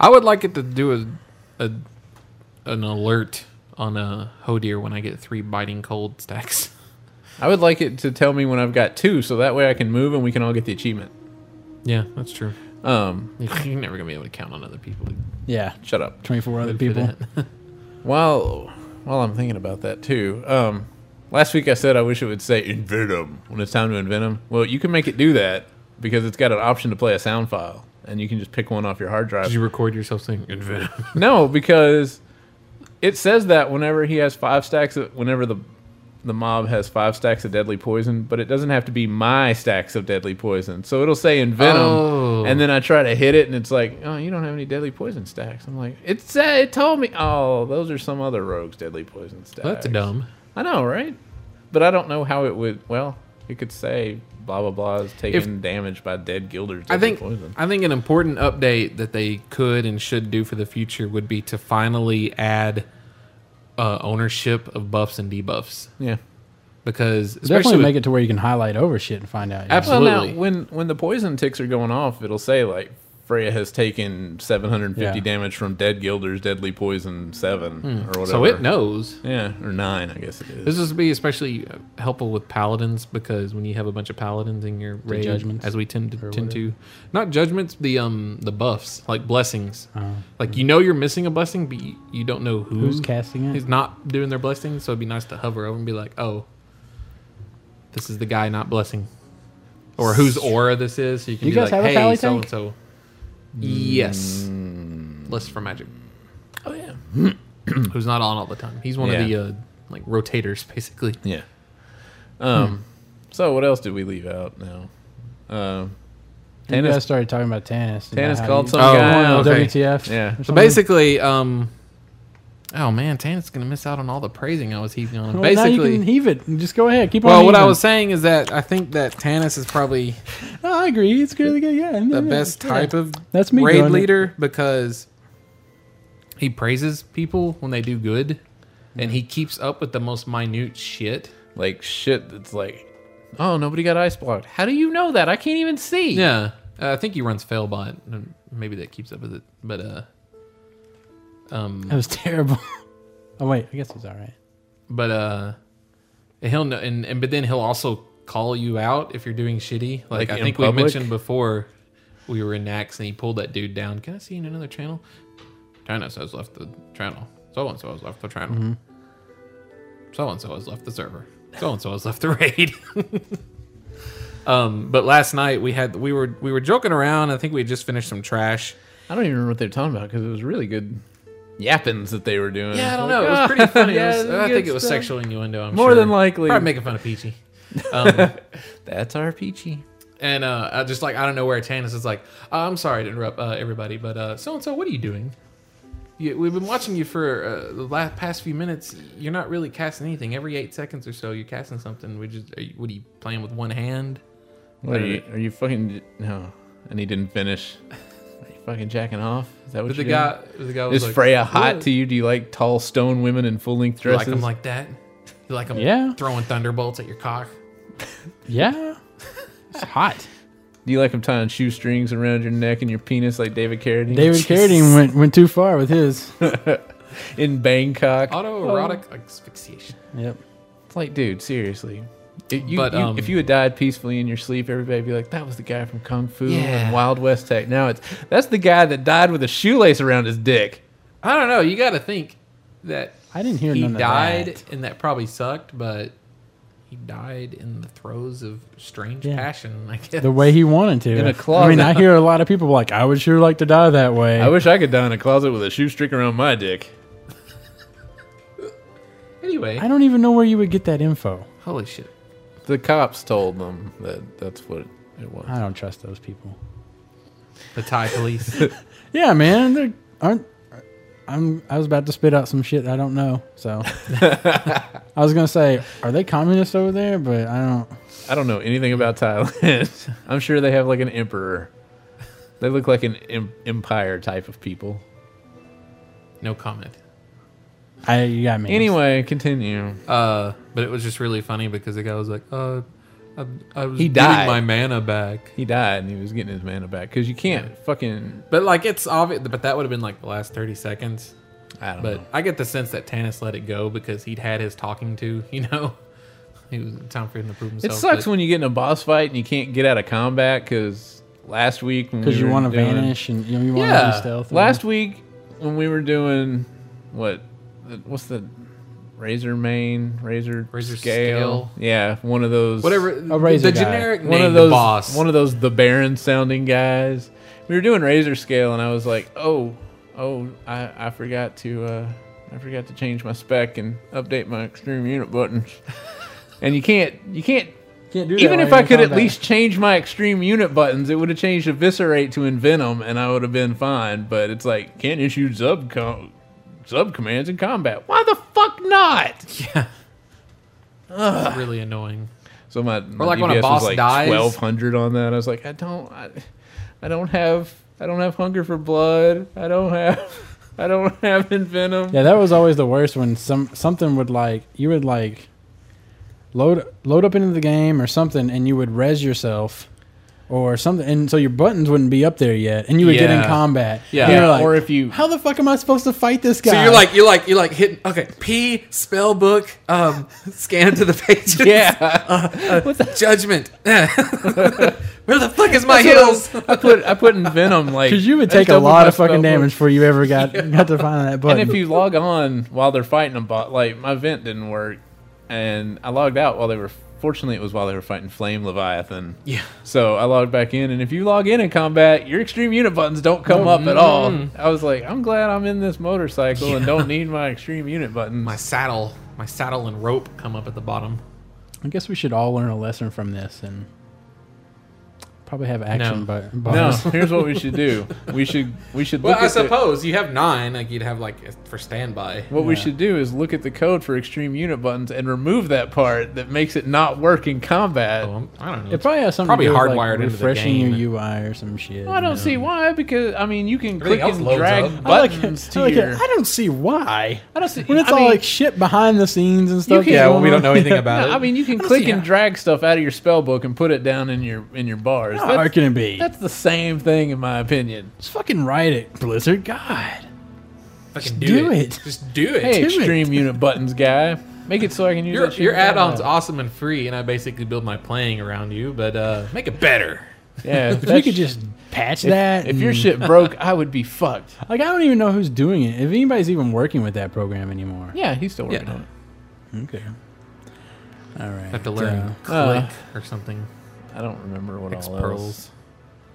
Speaker 4: I would like it to do a, a an alert on a Hodir when I get three biting cold stacks.
Speaker 5: I would like it to tell me when I've got two, so that way I can move and we can all get the achievement.
Speaker 4: Yeah, that's true.
Speaker 5: Um,
Speaker 4: You're never gonna be able to count on other people.
Speaker 3: Yeah,
Speaker 5: shut up.
Speaker 3: 24 other
Speaker 4: for
Speaker 3: people.
Speaker 4: that.
Speaker 5: While while I'm thinking about that too, um, last week I said I wish it would say Invenom when it's time to Invenom. Well, you can make it do that because it's got an option to play a sound file, and you can just pick one off your hard drive.
Speaker 4: Did you record yourself saying "Invenom"?
Speaker 5: no, because it says that whenever he has five stacks, of, whenever the the mob has five stacks of deadly poison, but it doesn't have to be my stacks of deadly poison. So it'll say Invenom,
Speaker 4: Oh.
Speaker 5: and then I try to hit it, and it's like, oh, you don't have any deadly poison stacks. I'm like, it said it told me, oh, those are some other rogue's deadly poison stacks.
Speaker 4: That's dumb.
Speaker 5: I know, right? But I don't know how it would. Well, it could say blah blah blah is taken damage by dead guilders.
Speaker 4: I
Speaker 5: deadly
Speaker 4: think
Speaker 5: poison.
Speaker 4: I think an important update that they could and should do for the future would be to finally add uh, ownership of buffs and debuffs
Speaker 5: Yeah.
Speaker 4: because especially
Speaker 3: Definitely
Speaker 4: with,
Speaker 3: make it to where you can highlight over shit and find out. you know?
Speaker 4: Absolutely.
Speaker 5: Well, now when when the poison ticks are going off, it'll say like Freya has taken 750
Speaker 3: Yeah.
Speaker 5: damage from dead guilders, deadly poison seven or whatever.
Speaker 4: Hmm. so it knows.
Speaker 5: Yeah, or nine, I guess it is.
Speaker 4: This would be especially uh, helpful with paladins because when you have a bunch of paladins in your raid,
Speaker 3: judgments?
Speaker 4: as we tend to tend to, not judgments, the um the buffs like blessings, like you know you're missing a blessing, but you, you don't know who
Speaker 3: Oh, Who's casting it?
Speaker 4: Is not doing their blessing, so it'd be nice to hover over and be like, oh, this is the guy not blessing, or whose aura this is. So you can
Speaker 3: You
Speaker 4: be
Speaker 3: guys
Speaker 4: like,
Speaker 3: have a
Speaker 4: hey,
Speaker 3: pally
Speaker 4: so
Speaker 3: tank? Mm.
Speaker 4: and so. Yes, less for magic.
Speaker 5: oh yeah,
Speaker 4: Who's not on all the time? He's one
Speaker 5: Yeah.
Speaker 4: of the uh, like rotators, basically.
Speaker 5: yeah.
Speaker 4: Hmm.
Speaker 5: Um, so what else did we leave out now? Um,
Speaker 3: You guys
Speaker 5: Tannis,
Speaker 3: started talking about Tannis. and
Speaker 5: Tannis
Speaker 3: how
Speaker 5: called
Speaker 3: you-
Speaker 5: some
Speaker 4: Oh,
Speaker 5: guy.
Speaker 4: okay.
Speaker 3: WTF.
Speaker 5: Yeah.
Speaker 3: or
Speaker 5: So
Speaker 4: So
Speaker 3: something?
Speaker 4: basically, um, oh man, Tan's gonna miss out on all the praising I was heaping on him.
Speaker 3: Well, now you can
Speaker 4: Basically,
Speaker 3: heave it. Just go ahead. Keep on.
Speaker 4: well, what I
Speaker 3: heaving.
Speaker 4: was saying is that I think that Tanis is probably
Speaker 3: No, I agree. It's really good. Yeah,
Speaker 4: the best type of
Speaker 3: That's me
Speaker 4: raid
Speaker 3: doing it.
Speaker 4: leader because he praises people when they do good, and he keeps up with the most minute shit.
Speaker 5: like shit. It's like, oh, nobody got ice blocked. How do you know that? I can't even see.
Speaker 4: Yeah, uh, I think he runs Failbot, and maybe that keeps up with it. But uh,
Speaker 3: That was terrible. oh wait, I guess it's all right.
Speaker 4: but uh and he'll know and, and but then he'll also call you out if you're doing shitty
Speaker 5: Like,
Speaker 4: like, i
Speaker 5: in
Speaker 4: think we
Speaker 5: public?
Speaker 4: mentioned before we were in nax and he pulled that dude down can i see you in another channel Tanos has left the channel so and so has left the channel so and so has left the server so and so has left the raid um but last night we had we were we were joking around i think we had just finished some trash
Speaker 5: I don't even remember what they were talking about because it was really good yappings that they were doing.
Speaker 4: Yeah, I don't
Speaker 5: Like,
Speaker 4: know. It
Speaker 5: "Ah,
Speaker 4: was pretty funny. It
Speaker 5: yeah,
Speaker 4: was-
Speaker 5: this is
Speaker 4: I think
Speaker 5: good
Speaker 4: it was
Speaker 5: stuff."
Speaker 4: sexual innuendo. I'm
Speaker 5: More
Speaker 4: sure.
Speaker 5: than likely.
Speaker 4: probably making fun of Peachy. Um,
Speaker 5: That's our peachy.
Speaker 4: and uh, I just like I don't know where Tannis is like. "Uh, I'm sorry to interrupt uh, everybody, but uh, so and so, what are you doing? You, we've been watching you for uh, the last past few minutes. You're not really casting anything. Every eight seconds or so, you're casting something. We just are you, what are you playing with one hand?
Speaker 5: What are you? Are you fucking no? And he didn't finish. Are you fucking jacking off? Is that what
Speaker 4: But
Speaker 5: you
Speaker 4: the guy, the guy was
Speaker 5: Is
Speaker 4: like,
Speaker 5: Freya hot
Speaker 4: "Ugh."
Speaker 5: to you? Do you like tall stone women in full length
Speaker 4: You like
Speaker 5: dresses?
Speaker 4: him like that? You like him?
Speaker 3: Yeah.
Speaker 4: Throwing thunderbolts at your cock.
Speaker 3: Yeah, it's hot.
Speaker 5: do you like him tying shoestrings around your neck and your penis like David Carradine?
Speaker 3: David Carradine went went too far with his.
Speaker 5: in Bangkok.
Speaker 4: Autoerotic asphyxiation.
Speaker 3: Yep.
Speaker 5: It's like, dude, seriously, It, you,
Speaker 4: But,
Speaker 5: you-
Speaker 4: um,
Speaker 5: if you had died peacefully in your sleep, everybody'd be like, "That was the guy from Kung Fu
Speaker 4: Yeah.
Speaker 5: and Wild West Tech." Now it's that's the guy that died with a shoelace around his dick.
Speaker 4: I don't know. You got to think that
Speaker 3: I didn't hear
Speaker 4: he
Speaker 3: none of
Speaker 4: died,
Speaker 3: that.
Speaker 4: and that probably sucked. But he died in the throes of strange
Speaker 3: Yeah.
Speaker 4: passion. I guess
Speaker 3: the way he wanted to.
Speaker 5: In a
Speaker 3: I mean,
Speaker 5: closet.
Speaker 3: I hear a lot of people like, I would sure like to die that way.
Speaker 5: I wish I could die in a closet with a shoestring around my dick.
Speaker 4: Anyway,
Speaker 3: I don't even know where you would get that info.
Speaker 4: holy shit.
Speaker 5: The cops told them that that's what it was.
Speaker 3: I don't trust those people.
Speaker 4: The Thai police.
Speaker 3: Yeah, man, they aren't. I'm. I was about to spit out some shit I don't know. So I was gonna say, are they communists over there? But I don't.
Speaker 5: I don't know anything about Thailand. I'm sure they have like an emperor. They look like an em- empire type of people.
Speaker 4: no comment.
Speaker 3: I you got me.
Speaker 5: Anyway, continue.
Speaker 4: Uh, but it was just really funny because the guy was like, "Uh, I, I was
Speaker 5: He
Speaker 4: getting
Speaker 5: died.
Speaker 4: my mana back."
Speaker 5: He died and he was getting his mana back because you can't fucking.
Speaker 4: But like, it's obvious. But that would have been like the last thirty seconds.
Speaker 5: I don't
Speaker 4: But
Speaker 5: know.
Speaker 4: I get the sense that Tannis let it go because he'd had his talking to. You know, it was time for him to prove
Speaker 5: It
Speaker 4: himself.
Speaker 5: sucks
Speaker 4: but-
Speaker 5: when you get in a boss fight and you can't get out of combat because last week when
Speaker 3: because
Speaker 5: we
Speaker 3: you
Speaker 5: were
Speaker 3: want to
Speaker 5: doing-
Speaker 3: vanish and you, know, you want to
Speaker 4: Yeah,
Speaker 3: be stealth.
Speaker 5: Last week when we were doing what? What's the razor main razor
Speaker 4: Razor scale?
Speaker 5: Yeah, one of those
Speaker 4: whatever
Speaker 3: A razor
Speaker 4: the
Speaker 3: guy.
Speaker 4: generic
Speaker 5: one
Speaker 4: name,
Speaker 5: of those
Speaker 4: the boss.
Speaker 5: one of those the baron sounding guys we were doing razor scale and i was like oh oh i i forgot to uh i forgot to change my spec and update my extreme unit buttons and you can't you can't
Speaker 3: Can't do that
Speaker 5: even
Speaker 3: while
Speaker 5: if
Speaker 3: you're
Speaker 5: I
Speaker 3: in
Speaker 5: could at
Speaker 3: combat.
Speaker 5: least change my extreme unit buttons, it would have changed eviscerate to envenom, and I would have been fine. But it's like can't issue sub com- sub commands in combat. Why the fuck not?
Speaker 4: It's really annoying.
Speaker 5: So my, my
Speaker 4: Or like when a
Speaker 5: DPS
Speaker 4: boss
Speaker 5: was like
Speaker 4: dies.
Speaker 5: twelve hundred on that. I was like, I don't, I, I don't have, I don't have hunger for blood. I don't have, I don't have envenom.
Speaker 3: Yeah, that was always the worst when some something would like you would like load load up into the game or something, and you would res yourself or something, and so your buttons wouldn't be up there yet, and you would get in
Speaker 4: Yeah.
Speaker 3: combat.
Speaker 4: Yeah.
Speaker 3: And you're
Speaker 5: Yeah,
Speaker 3: like,
Speaker 5: or if you-
Speaker 3: how the fuck am I supposed to fight this guy?
Speaker 1: So you're like you're like you're like hitting okay P spell book um scan to the pages
Speaker 5: Yeah,
Speaker 1: judgment where the fuck is my
Speaker 5: That's what
Speaker 1: heels
Speaker 5: I I put I put envenom like
Speaker 3: because you would
Speaker 5: I just
Speaker 3: take a
Speaker 5: opened
Speaker 3: lot
Speaker 5: my
Speaker 3: of fucking
Speaker 5: spellbook.
Speaker 3: damage before you ever got got to find that button.
Speaker 5: And if you log on while they're fighting a bot, like my vent didn't work, and I logged out while they were. Fortunately, it was while they were fighting Flame Leviathan.
Speaker 4: Yeah.
Speaker 5: So I logged back in, and if you log in in combat, your extreme unit buttons don't come up at all.
Speaker 4: Mm-hmm.
Speaker 5: I was like, I'm glad I'm in this motorcycle and don't need my extreme unit buttons.
Speaker 4: My saddle, my saddle and rope come up at the bottom.
Speaker 3: I guess we should all learn a lesson from this and probably have action.
Speaker 4: No.
Speaker 3: But
Speaker 5: no, here's what we should do. We should we should
Speaker 4: Well,
Speaker 5: look
Speaker 4: I
Speaker 5: at the-
Speaker 4: suppose you have nine. Like you'd have like for standby.
Speaker 5: what we should do is look at the code for extreme unit buttons and remove that part that makes it not work in combat.
Speaker 4: So, I'm- I don't know.
Speaker 3: It probably has something
Speaker 4: Probably
Speaker 3: to do with,
Speaker 4: hardwired
Speaker 3: like,
Speaker 4: into the
Speaker 3: refreshing
Speaker 4: game.
Speaker 3: your UI or some shit.
Speaker 5: I don't
Speaker 3: you know?
Speaker 5: see why because I mean you can click
Speaker 4: else
Speaker 5: and
Speaker 4: loads
Speaker 5: drag
Speaker 4: up.
Speaker 3: I like-
Speaker 5: buttons
Speaker 3: I like
Speaker 5: to
Speaker 3: it.
Speaker 5: your.
Speaker 3: I don't see why.
Speaker 5: I don't see.
Speaker 3: When it's
Speaker 5: I
Speaker 3: all
Speaker 5: mean,
Speaker 3: like shit behind the scenes and stuff. that's
Speaker 5: can- Yeah,
Speaker 3: going
Speaker 5: well, we
Speaker 3: on.
Speaker 5: don't
Speaker 4: know anything
Speaker 5: no,
Speaker 4: about it.
Speaker 5: I mean you can
Speaker 3: don't
Speaker 5: click
Speaker 3: see
Speaker 5: and
Speaker 3: how-
Speaker 5: drag stuff out of your spell book and put it down in your in your bars.
Speaker 3: How
Speaker 5: That's,
Speaker 3: hard can it be?
Speaker 5: that's the same thing in my opinion.
Speaker 3: Just fucking write it, Blizzard. God.
Speaker 4: Fucking
Speaker 3: do it.
Speaker 4: Just do it.
Speaker 5: Hey,
Speaker 3: Damn it.
Speaker 5: extreme unit buttons guy, make it so I can use
Speaker 4: your
Speaker 5: that shit
Speaker 4: your
Speaker 5: in combat.
Speaker 4: add-on's awesome and free, and I basically build my playing around you, but uh, make it better.
Speaker 5: Yeah,
Speaker 3: If you could just patch that. mm.
Speaker 5: If your
Speaker 3: and-
Speaker 5: shit broke, I would be fucked.
Speaker 3: like, I don't even know who's doing it. If anybody's even working with that program anymore.
Speaker 5: Yeah, he's still working
Speaker 4: Yeah.
Speaker 5: on it.
Speaker 3: Okay. All right.
Speaker 4: I have to learn
Speaker 3: uh,
Speaker 4: click
Speaker 5: Uh,
Speaker 4: or something.
Speaker 5: I don't remember what
Speaker 4: X
Speaker 5: all
Speaker 4: pearls.
Speaker 5: else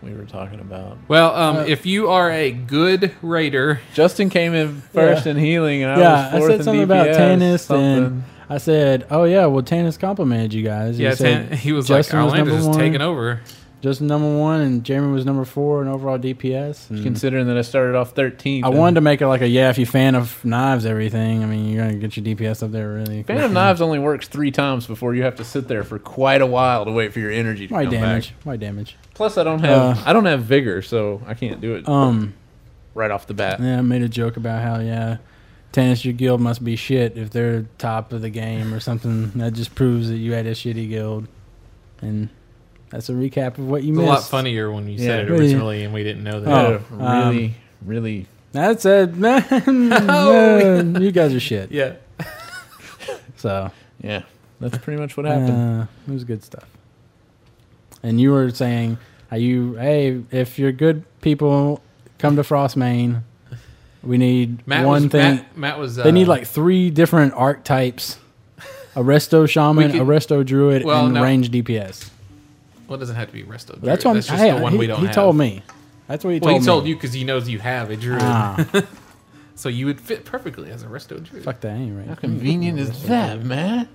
Speaker 5: we were talking about.
Speaker 4: Well,
Speaker 3: Uh,
Speaker 4: um, if you are a good raider,
Speaker 5: Justin came in first in healing, and I
Speaker 3: yeah, I
Speaker 5: was fourth
Speaker 3: said something
Speaker 5: in
Speaker 3: about
Speaker 5: DPS,
Speaker 3: Tannis,
Speaker 5: something.
Speaker 3: and I said, "Oh yeah, well Tannis complimented you guys."
Speaker 4: yeah,
Speaker 3: said
Speaker 4: Tan- he was
Speaker 3: Justin
Speaker 4: like,
Speaker 3: was
Speaker 4: Outlander's
Speaker 3: number
Speaker 4: is
Speaker 3: one.
Speaker 4: taking over.
Speaker 3: Justin number one, and Jeremy was number four in overall DPS. and-
Speaker 5: Mm-hmm. considering that I started off 13th.
Speaker 3: I wanted to make it like a yeah, if you fan of knives, everything. I mean, you're gonna get your DPS up there really.
Speaker 5: Fan of Knives only works three times before you have to sit there for quite a while to wait for your energy to
Speaker 3: Why
Speaker 5: come
Speaker 3: damage?
Speaker 5: back.
Speaker 3: Why damage?
Speaker 5: Plus, I don't have
Speaker 3: Uh,
Speaker 5: I don't have vigor, so I can't do it
Speaker 3: Um,
Speaker 5: right off the bat.
Speaker 3: yeah, I made a joke about how yeah, tennis your guild must be shit if they're top of the game or something. That just proves that you had a shitty guild, and that's a recap of what you
Speaker 4: It's a
Speaker 3: missed.
Speaker 4: lot funnier when you
Speaker 5: Yeah,
Speaker 4: said it
Speaker 3: really.
Speaker 4: originally, and we didn't know that.
Speaker 5: I had
Speaker 3: Oh,
Speaker 5: a really, really.
Speaker 3: That's it,
Speaker 5: Oh.
Speaker 3: man. you guys are shit.
Speaker 4: Yeah,
Speaker 3: So
Speaker 5: Yeah. That's pretty much what happened.
Speaker 3: Uh, it was good stuff. And you were saying, "Are you? Hey, if you're good people, come to Frostmain. We need
Speaker 4: Matt
Speaker 3: one
Speaker 4: was,
Speaker 3: thing.
Speaker 4: Matt, Matt was. Uh,
Speaker 3: they need like three different archetypes: Arresto Shaman,
Speaker 4: could-
Speaker 3: Arresto Druid,
Speaker 4: Well,
Speaker 3: and
Speaker 4: no.
Speaker 3: Range DPS.
Speaker 4: Well, it doesn't have to be resto. Druid.
Speaker 3: That's what I'm,
Speaker 4: That's just
Speaker 3: hey,
Speaker 4: the one
Speaker 3: he,
Speaker 4: we don't
Speaker 3: he
Speaker 4: have.
Speaker 3: told me. That's what he
Speaker 4: Well,
Speaker 3: told
Speaker 4: he
Speaker 3: me.
Speaker 4: told you because he knows you have a druid,
Speaker 3: Ah,
Speaker 4: so you would fit perfectly as a resto druid.
Speaker 3: fuck that. Anyway,
Speaker 5: How convenient is that, man?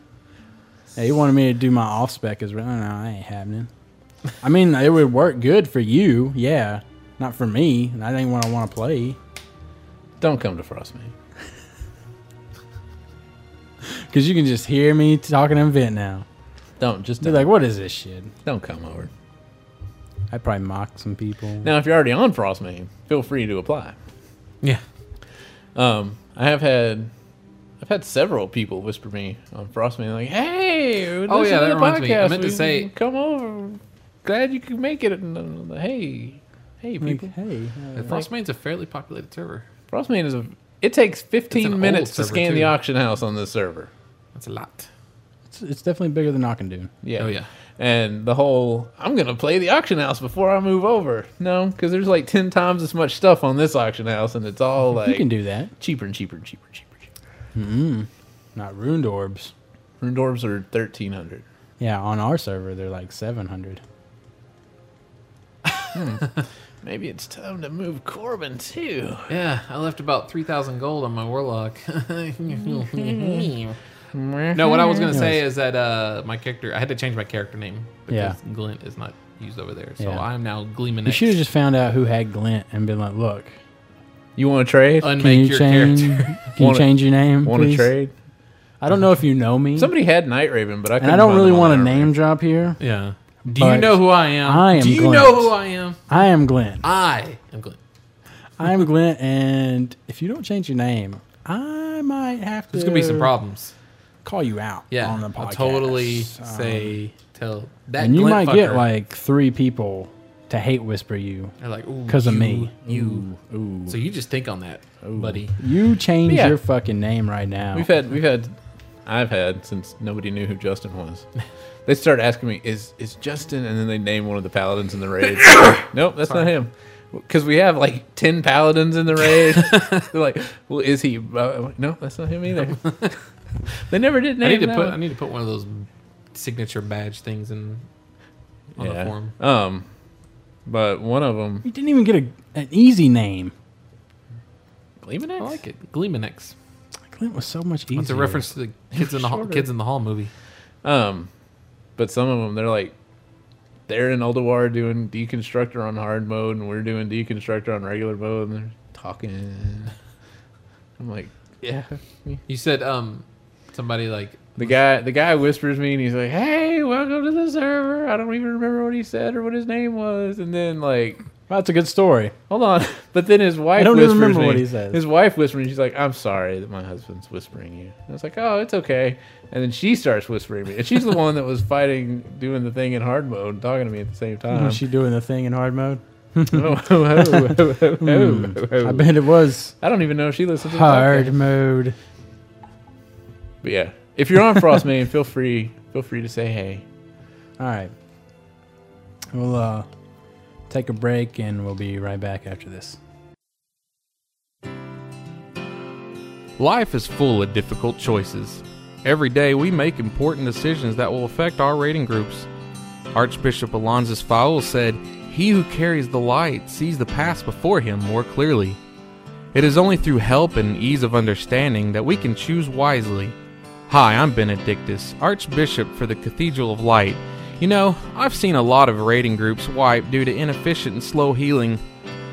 Speaker 3: yeah, he wanted me to do my off spec as well. No, no, ain't happening. I mean, it would work good for you, yeah. Not for me. And I ain't what I want to play.
Speaker 5: Don't come to Frostman.
Speaker 3: Because you can just hear me talking in vent now.
Speaker 5: Don't just
Speaker 3: They're
Speaker 5: don't,
Speaker 3: like, what is this shit?
Speaker 5: don't come over.
Speaker 3: I probably mock some people.
Speaker 5: Now, if you're already on Frostman, feel free to apply.
Speaker 4: Yeah.
Speaker 5: Um, I have had, I've had several people whisper me on Frostman like, "Hey,
Speaker 4: Oh,
Speaker 5: listen
Speaker 4: yeah,
Speaker 5: to
Speaker 4: that
Speaker 5: the
Speaker 4: reminds me. I
Speaker 5: podcast.
Speaker 4: meant to
Speaker 5: We-
Speaker 4: say-
Speaker 5: come over. Glad you could make it." And I'm like, hey, hey,
Speaker 3: Like,
Speaker 5: people.
Speaker 3: hey, uh,
Speaker 4: Frostmane's a fairly populated server.
Speaker 5: Frostman is a. It takes 15
Speaker 4: old
Speaker 5: minutes to
Speaker 4: server,
Speaker 5: scan
Speaker 4: too.
Speaker 5: the auction house on this server.
Speaker 4: That's a lot.
Speaker 3: it's, it's definitely bigger than Knockin' Doom.
Speaker 5: Yeah.
Speaker 4: Oh, yeah.
Speaker 5: And the whole I'm gonna play the auction house before I move over. No, because there's like ten times as much stuff on this auction house, and it's all like
Speaker 3: You can do that.
Speaker 5: cheaper and cheaper and cheaper and cheaper. and cheaper.
Speaker 3: Not ruined orbs.
Speaker 5: Rune dwarves are thirteen hundred.
Speaker 3: Yeah, on our server, they're like 700.
Speaker 5: Maybe it's time to move Corbin too.
Speaker 4: Yeah, I left about 3,000 gold on my warlock. no, what I was going to say is that uh, my character, I had to change my character name because Glint is not used over there. So
Speaker 3: Yeah.
Speaker 4: I'm now Gleeman
Speaker 3: You
Speaker 4: X.
Speaker 3: should have just found out who had Glint and been like, look,
Speaker 5: You want to trade?
Speaker 4: unmake
Speaker 3: can you
Speaker 4: your
Speaker 3: change
Speaker 4: character.
Speaker 3: Can you
Speaker 5: Wanna-
Speaker 3: change your name?
Speaker 5: want to
Speaker 3: please?
Speaker 5: trade?
Speaker 3: I don't know if you know me.
Speaker 5: Somebody had Night Raven, but I
Speaker 3: and
Speaker 5: couldn't
Speaker 3: I don't
Speaker 5: find
Speaker 3: really
Speaker 5: them on
Speaker 3: want to
Speaker 5: Night Raven.
Speaker 3: name drop here.
Speaker 4: yeah. Do
Speaker 3: But
Speaker 4: you know who I am?
Speaker 3: I am
Speaker 4: Do you
Speaker 3: Glint.
Speaker 4: know who I am?
Speaker 3: I am Glint.
Speaker 4: I am Glint.
Speaker 3: I am Glint, and if you don't change your name, I might have to
Speaker 4: There's going to be some problems.
Speaker 3: call you out
Speaker 4: Yeah.
Speaker 3: on the podcast.
Speaker 4: I'll totally
Speaker 3: Um,
Speaker 4: say, tell that
Speaker 3: and you
Speaker 4: Glint
Speaker 3: might get
Speaker 4: fucker.
Speaker 3: like three people to hate whisper you
Speaker 4: They're like, "Ooh,
Speaker 3: 'cause of
Speaker 4: you-
Speaker 3: me.
Speaker 4: You.
Speaker 3: Ooh.
Speaker 4: So you just think on that, buddy.
Speaker 3: You change
Speaker 5: Yeah.
Speaker 3: your fucking name right now.
Speaker 5: We've had we've had I've had since nobody knew who Justin was. They started asking me, "Is is Justin?" And then they name one of the paladins in the raid. nope, that's not him. Because we have like ten paladins in the raid. They're like, "Well, is he?" Uh, no, that's not him either. they never did
Speaker 4: I
Speaker 5: name
Speaker 4: need to
Speaker 5: that
Speaker 4: put I
Speaker 5: one.
Speaker 4: need to put one of those signature badge things in on the form.
Speaker 5: Um, but one of them,
Speaker 3: you didn't even get a, an easy name.
Speaker 5: Gleeman
Speaker 4: I
Speaker 5: Axe?
Speaker 4: like it. Gleeman X.
Speaker 3: Glint was so much easier.
Speaker 4: That's a reference to the kids in the hall,
Speaker 5: Shorter.
Speaker 4: kids in the hall movie.
Speaker 5: Um, but some of them, they're like, they're in Alduar doing deconstructor on hard mode, and we're doing deconstructor on regular mode, and they're talking. I'm like, yeah.
Speaker 4: You said um somebody like
Speaker 5: The guy, the guy whispers me, and he's like, "Hey, welcome to the server." I don't even remember what he said or what his name was, and then like.
Speaker 3: Well, that's a good story.
Speaker 5: Hold on, but then his wife.
Speaker 3: I don't even
Speaker 5: whispers
Speaker 3: remember
Speaker 5: me-
Speaker 3: what he says.
Speaker 5: His wife whispers, she's like, "I'm sorry that my husband's whispering you." And I was like, "Oh, it's okay." And then she starts whispering me, and she's the one that was fighting, doing the thing in hard mode, and talking to me at the same time.
Speaker 3: was Oh, she doing the thing in hard mode?
Speaker 5: Oh, oh, oh, oh, oh,
Speaker 3: Hmm.
Speaker 5: oh, oh.
Speaker 3: I bet it was
Speaker 5: I don't even know if she listens to the
Speaker 3: hard
Speaker 5: podcast.
Speaker 3: mode.
Speaker 5: But yeah, if you're on Frostman, feel free, feel free to say hey.
Speaker 3: All right. We'll uh, take a break and we'll be right back after this.
Speaker 4: Life is full of difficult choices. Every day we make important decisions that will affect our rating groups. Archbishop Alonzus Fowl said, He who carries the light sees the past before him more clearly. It is only through help and ease of understanding that we can choose wisely. Hi, I'm Benedictus, Archbishop for the Cathedral of Light. You know, I've seen a lot of rating groups wipe due to inefficient and slow healing.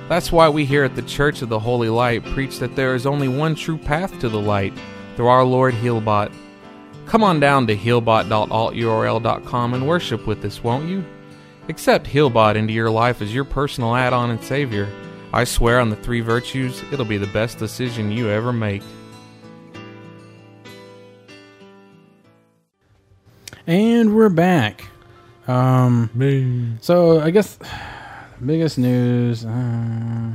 Speaker 4: That's why we here at the Church of the Holy Light preach that there is only one true path to the light through our Lord Healbot. Come on down to healbot.alturl.com and worship with us, won't you? Accept Healbot into your life as your personal add on and savior. I swear on the three virtues, it'll be the best decision you ever make.
Speaker 3: And we're back. Um, So I guess the biggest news uh,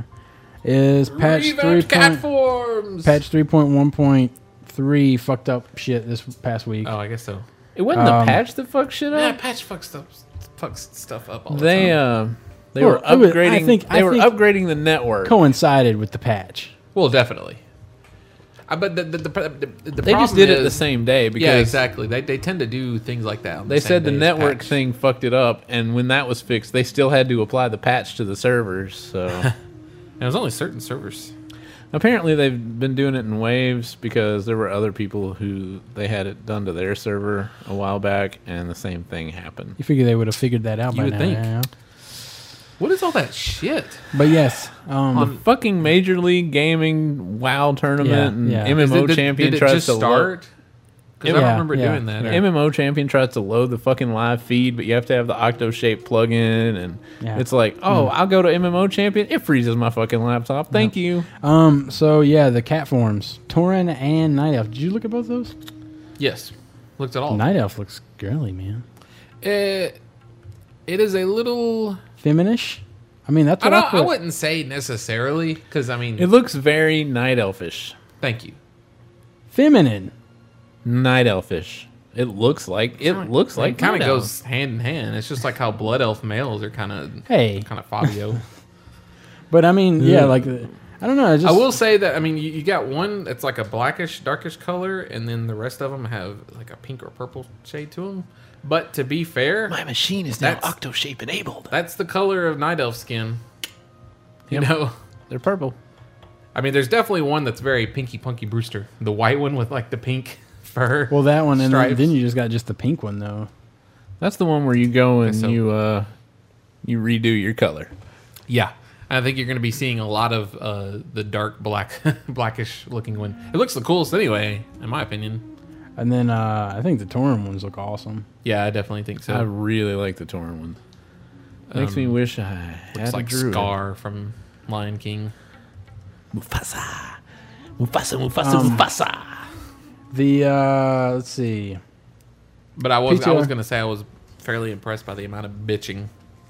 Speaker 3: is patch three point,
Speaker 4: forms!
Speaker 3: patch three point one point three fucked up shit this past week.
Speaker 4: Oh, I guess so.
Speaker 5: It wasn't
Speaker 3: Um,
Speaker 5: the patch that fucked shit
Speaker 4: Yeah,
Speaker 5: up.
Speaker 4: patch fucks stuff fucks stuff up all the
Speaker 5: they
Speaker 4: time.
Speaker 5: um they
Speaker 3: Well,
Speaker 5: were
Speaker 3: it was- I
Speaker 5: upgrading.
Speaker 3: think-
Speaker 5: they
Speaker 3: I
Speaker 5: were
Speaker 3: think-
Speaker 5: upgrading the network.
Speaker 3: coincided with the patch.
Speaker 4: Well, definitely. I but the the the, the, the
Speaker 5: They just
Speaker 4: problem
Speaker 5: did it the
Speaker 4: is-
Speaker 5: same day because
Speaker 4: Yeah, exactly. They they tend to do things like that. on
Speaker 5: they
Speaker 4: same
Speaker 5: said the
Speaker 4: day as
Speaker 5: network
Speaker 4: patch.
Speaker 5: thing fucked it up, and when that was fixed, they still had to apply the patch to the servers. So
Speaker 4: And there's only certain servers.
Speaker 5: apparently they've been doing it in waves because there were other people who they had it done to their server a while back, and the same thing happened.
Speaker 3: You figure they would have figured that out
Speaker 4: You
Speaker 3: by
Speaker 4: would
Speaker 3: now.
Speaker 4: think.
Speaker 3: yeah.
Speaker 4: What is all that shit?
Speaker 3: But yes, um,
Speaker 5: The fucking Major League Gaming WoW tournament
Speaker 3: Yeah,
Speaker 5: and
Speaker 3: yeah.
Speaker 4: Is it-
Speaker 5: MMO
Speaker 4: did-
Speaker 5: champion
Speaker 4: did it
Speaker 5: tries
Speaker 4: just
Speaker 5: to lo-
Speaker 4: start. Because I don't
Speaker 3: Yeah,
Speaker 4: remember
Speaker 3: yeah,
Speaker 4: doing that.
Speaker 3: yeah.
Speaker 5: MMO champion tries to load the fucking live feed, but you have to have the octo shape plugin, and
Speaker 3: Yeah.
Speaker 5: it's like,
Speaker 4: Hmm.
Speaker 5: oh, I'll go to MMO champion. It freezes my fucking laptop. Thank you.
Speaker 3: um, so yeah, the cat forms, Torin and Night Elf. Did you look at both those?
Speaker 4: Yes, looked at all.
Speaker 3: Night Elf looks girly, man.
Speaker 4: It, it is a little.
Speaker 3: Feminish. I mean, that's
Speaker 4: I
Speaker 3: what I,
Speaker 4: don't. I
Speaker 3: put.
Speaker 4: wouldn't say necessarily because I mean,
Speaker 5: It looks very night elfish.
Speaker 4: thank you.
Speaker 3: Feminine.
Speaker 5: Night elfish. It looks like it looks like
Speaker 4: It kind
Speaker 5: night
Speaker 4: of
Speaker 5: elf.
Speaker 4: goes hand in hand. It's just like how blood elf males are kind of
Speaker 3: Hey.
Speaker 4: kind of Fabio.
Speaker 3: But I mean, yeah, like the- I don't know. I just
Speaker 4: I will say that I mean, you, you got one that's like a blackish, darkish color, and then the rest of them have like a pink or purple shade to them. But to be fair,
Speaker 5: My machine is
Speaker 4: now That's-
Speaker 5: octo shape enabled.
Speaker 4: that's the color of night elf skin. You
Speaker 5: Yep.
Speaker 4: know.
Speaker 5: They're purple.
Speaker 4: I mean, there's definitely one that's very Pinky Punky Brewster, the white one with like the pink fur.
Speaker 3: Well, that one, and then,
Speaker 4: stripes.
Speaker 3: then you just got just the pink one though.
Speaker 5: That's the one where you go and
Speaker 4: Guess so.
Speaker 5: you uh you redo your color.
Speaker 4: yeah. I think you're going to be seeing a lot of uh, the dark black, blackish looking one. It looks the coolest anyway, in my opinion.
Speaker 3: And then uh, I think the Torin ones look awesome.
Speaker 4: Yeah, I definitely think so.
Speaker 5: I really like the torn one. Makes me wish I had
Speaker 4: it's
Speaker 5: a
Speaker 4: Um, like
Speaker 5: druid.
Speaker 4: Scar from Lion King.
Speaker 5: Mufasa. Mufasa, Mufasa,
Speaker 3: Um,
Speaker 5: Mufasa.
Speaker 3: The uh, let's see,
Speaker 4: But I was I
Speaker 3: PTR.
Speaker 4: was going to say I was fairly impressed by the amount of bitching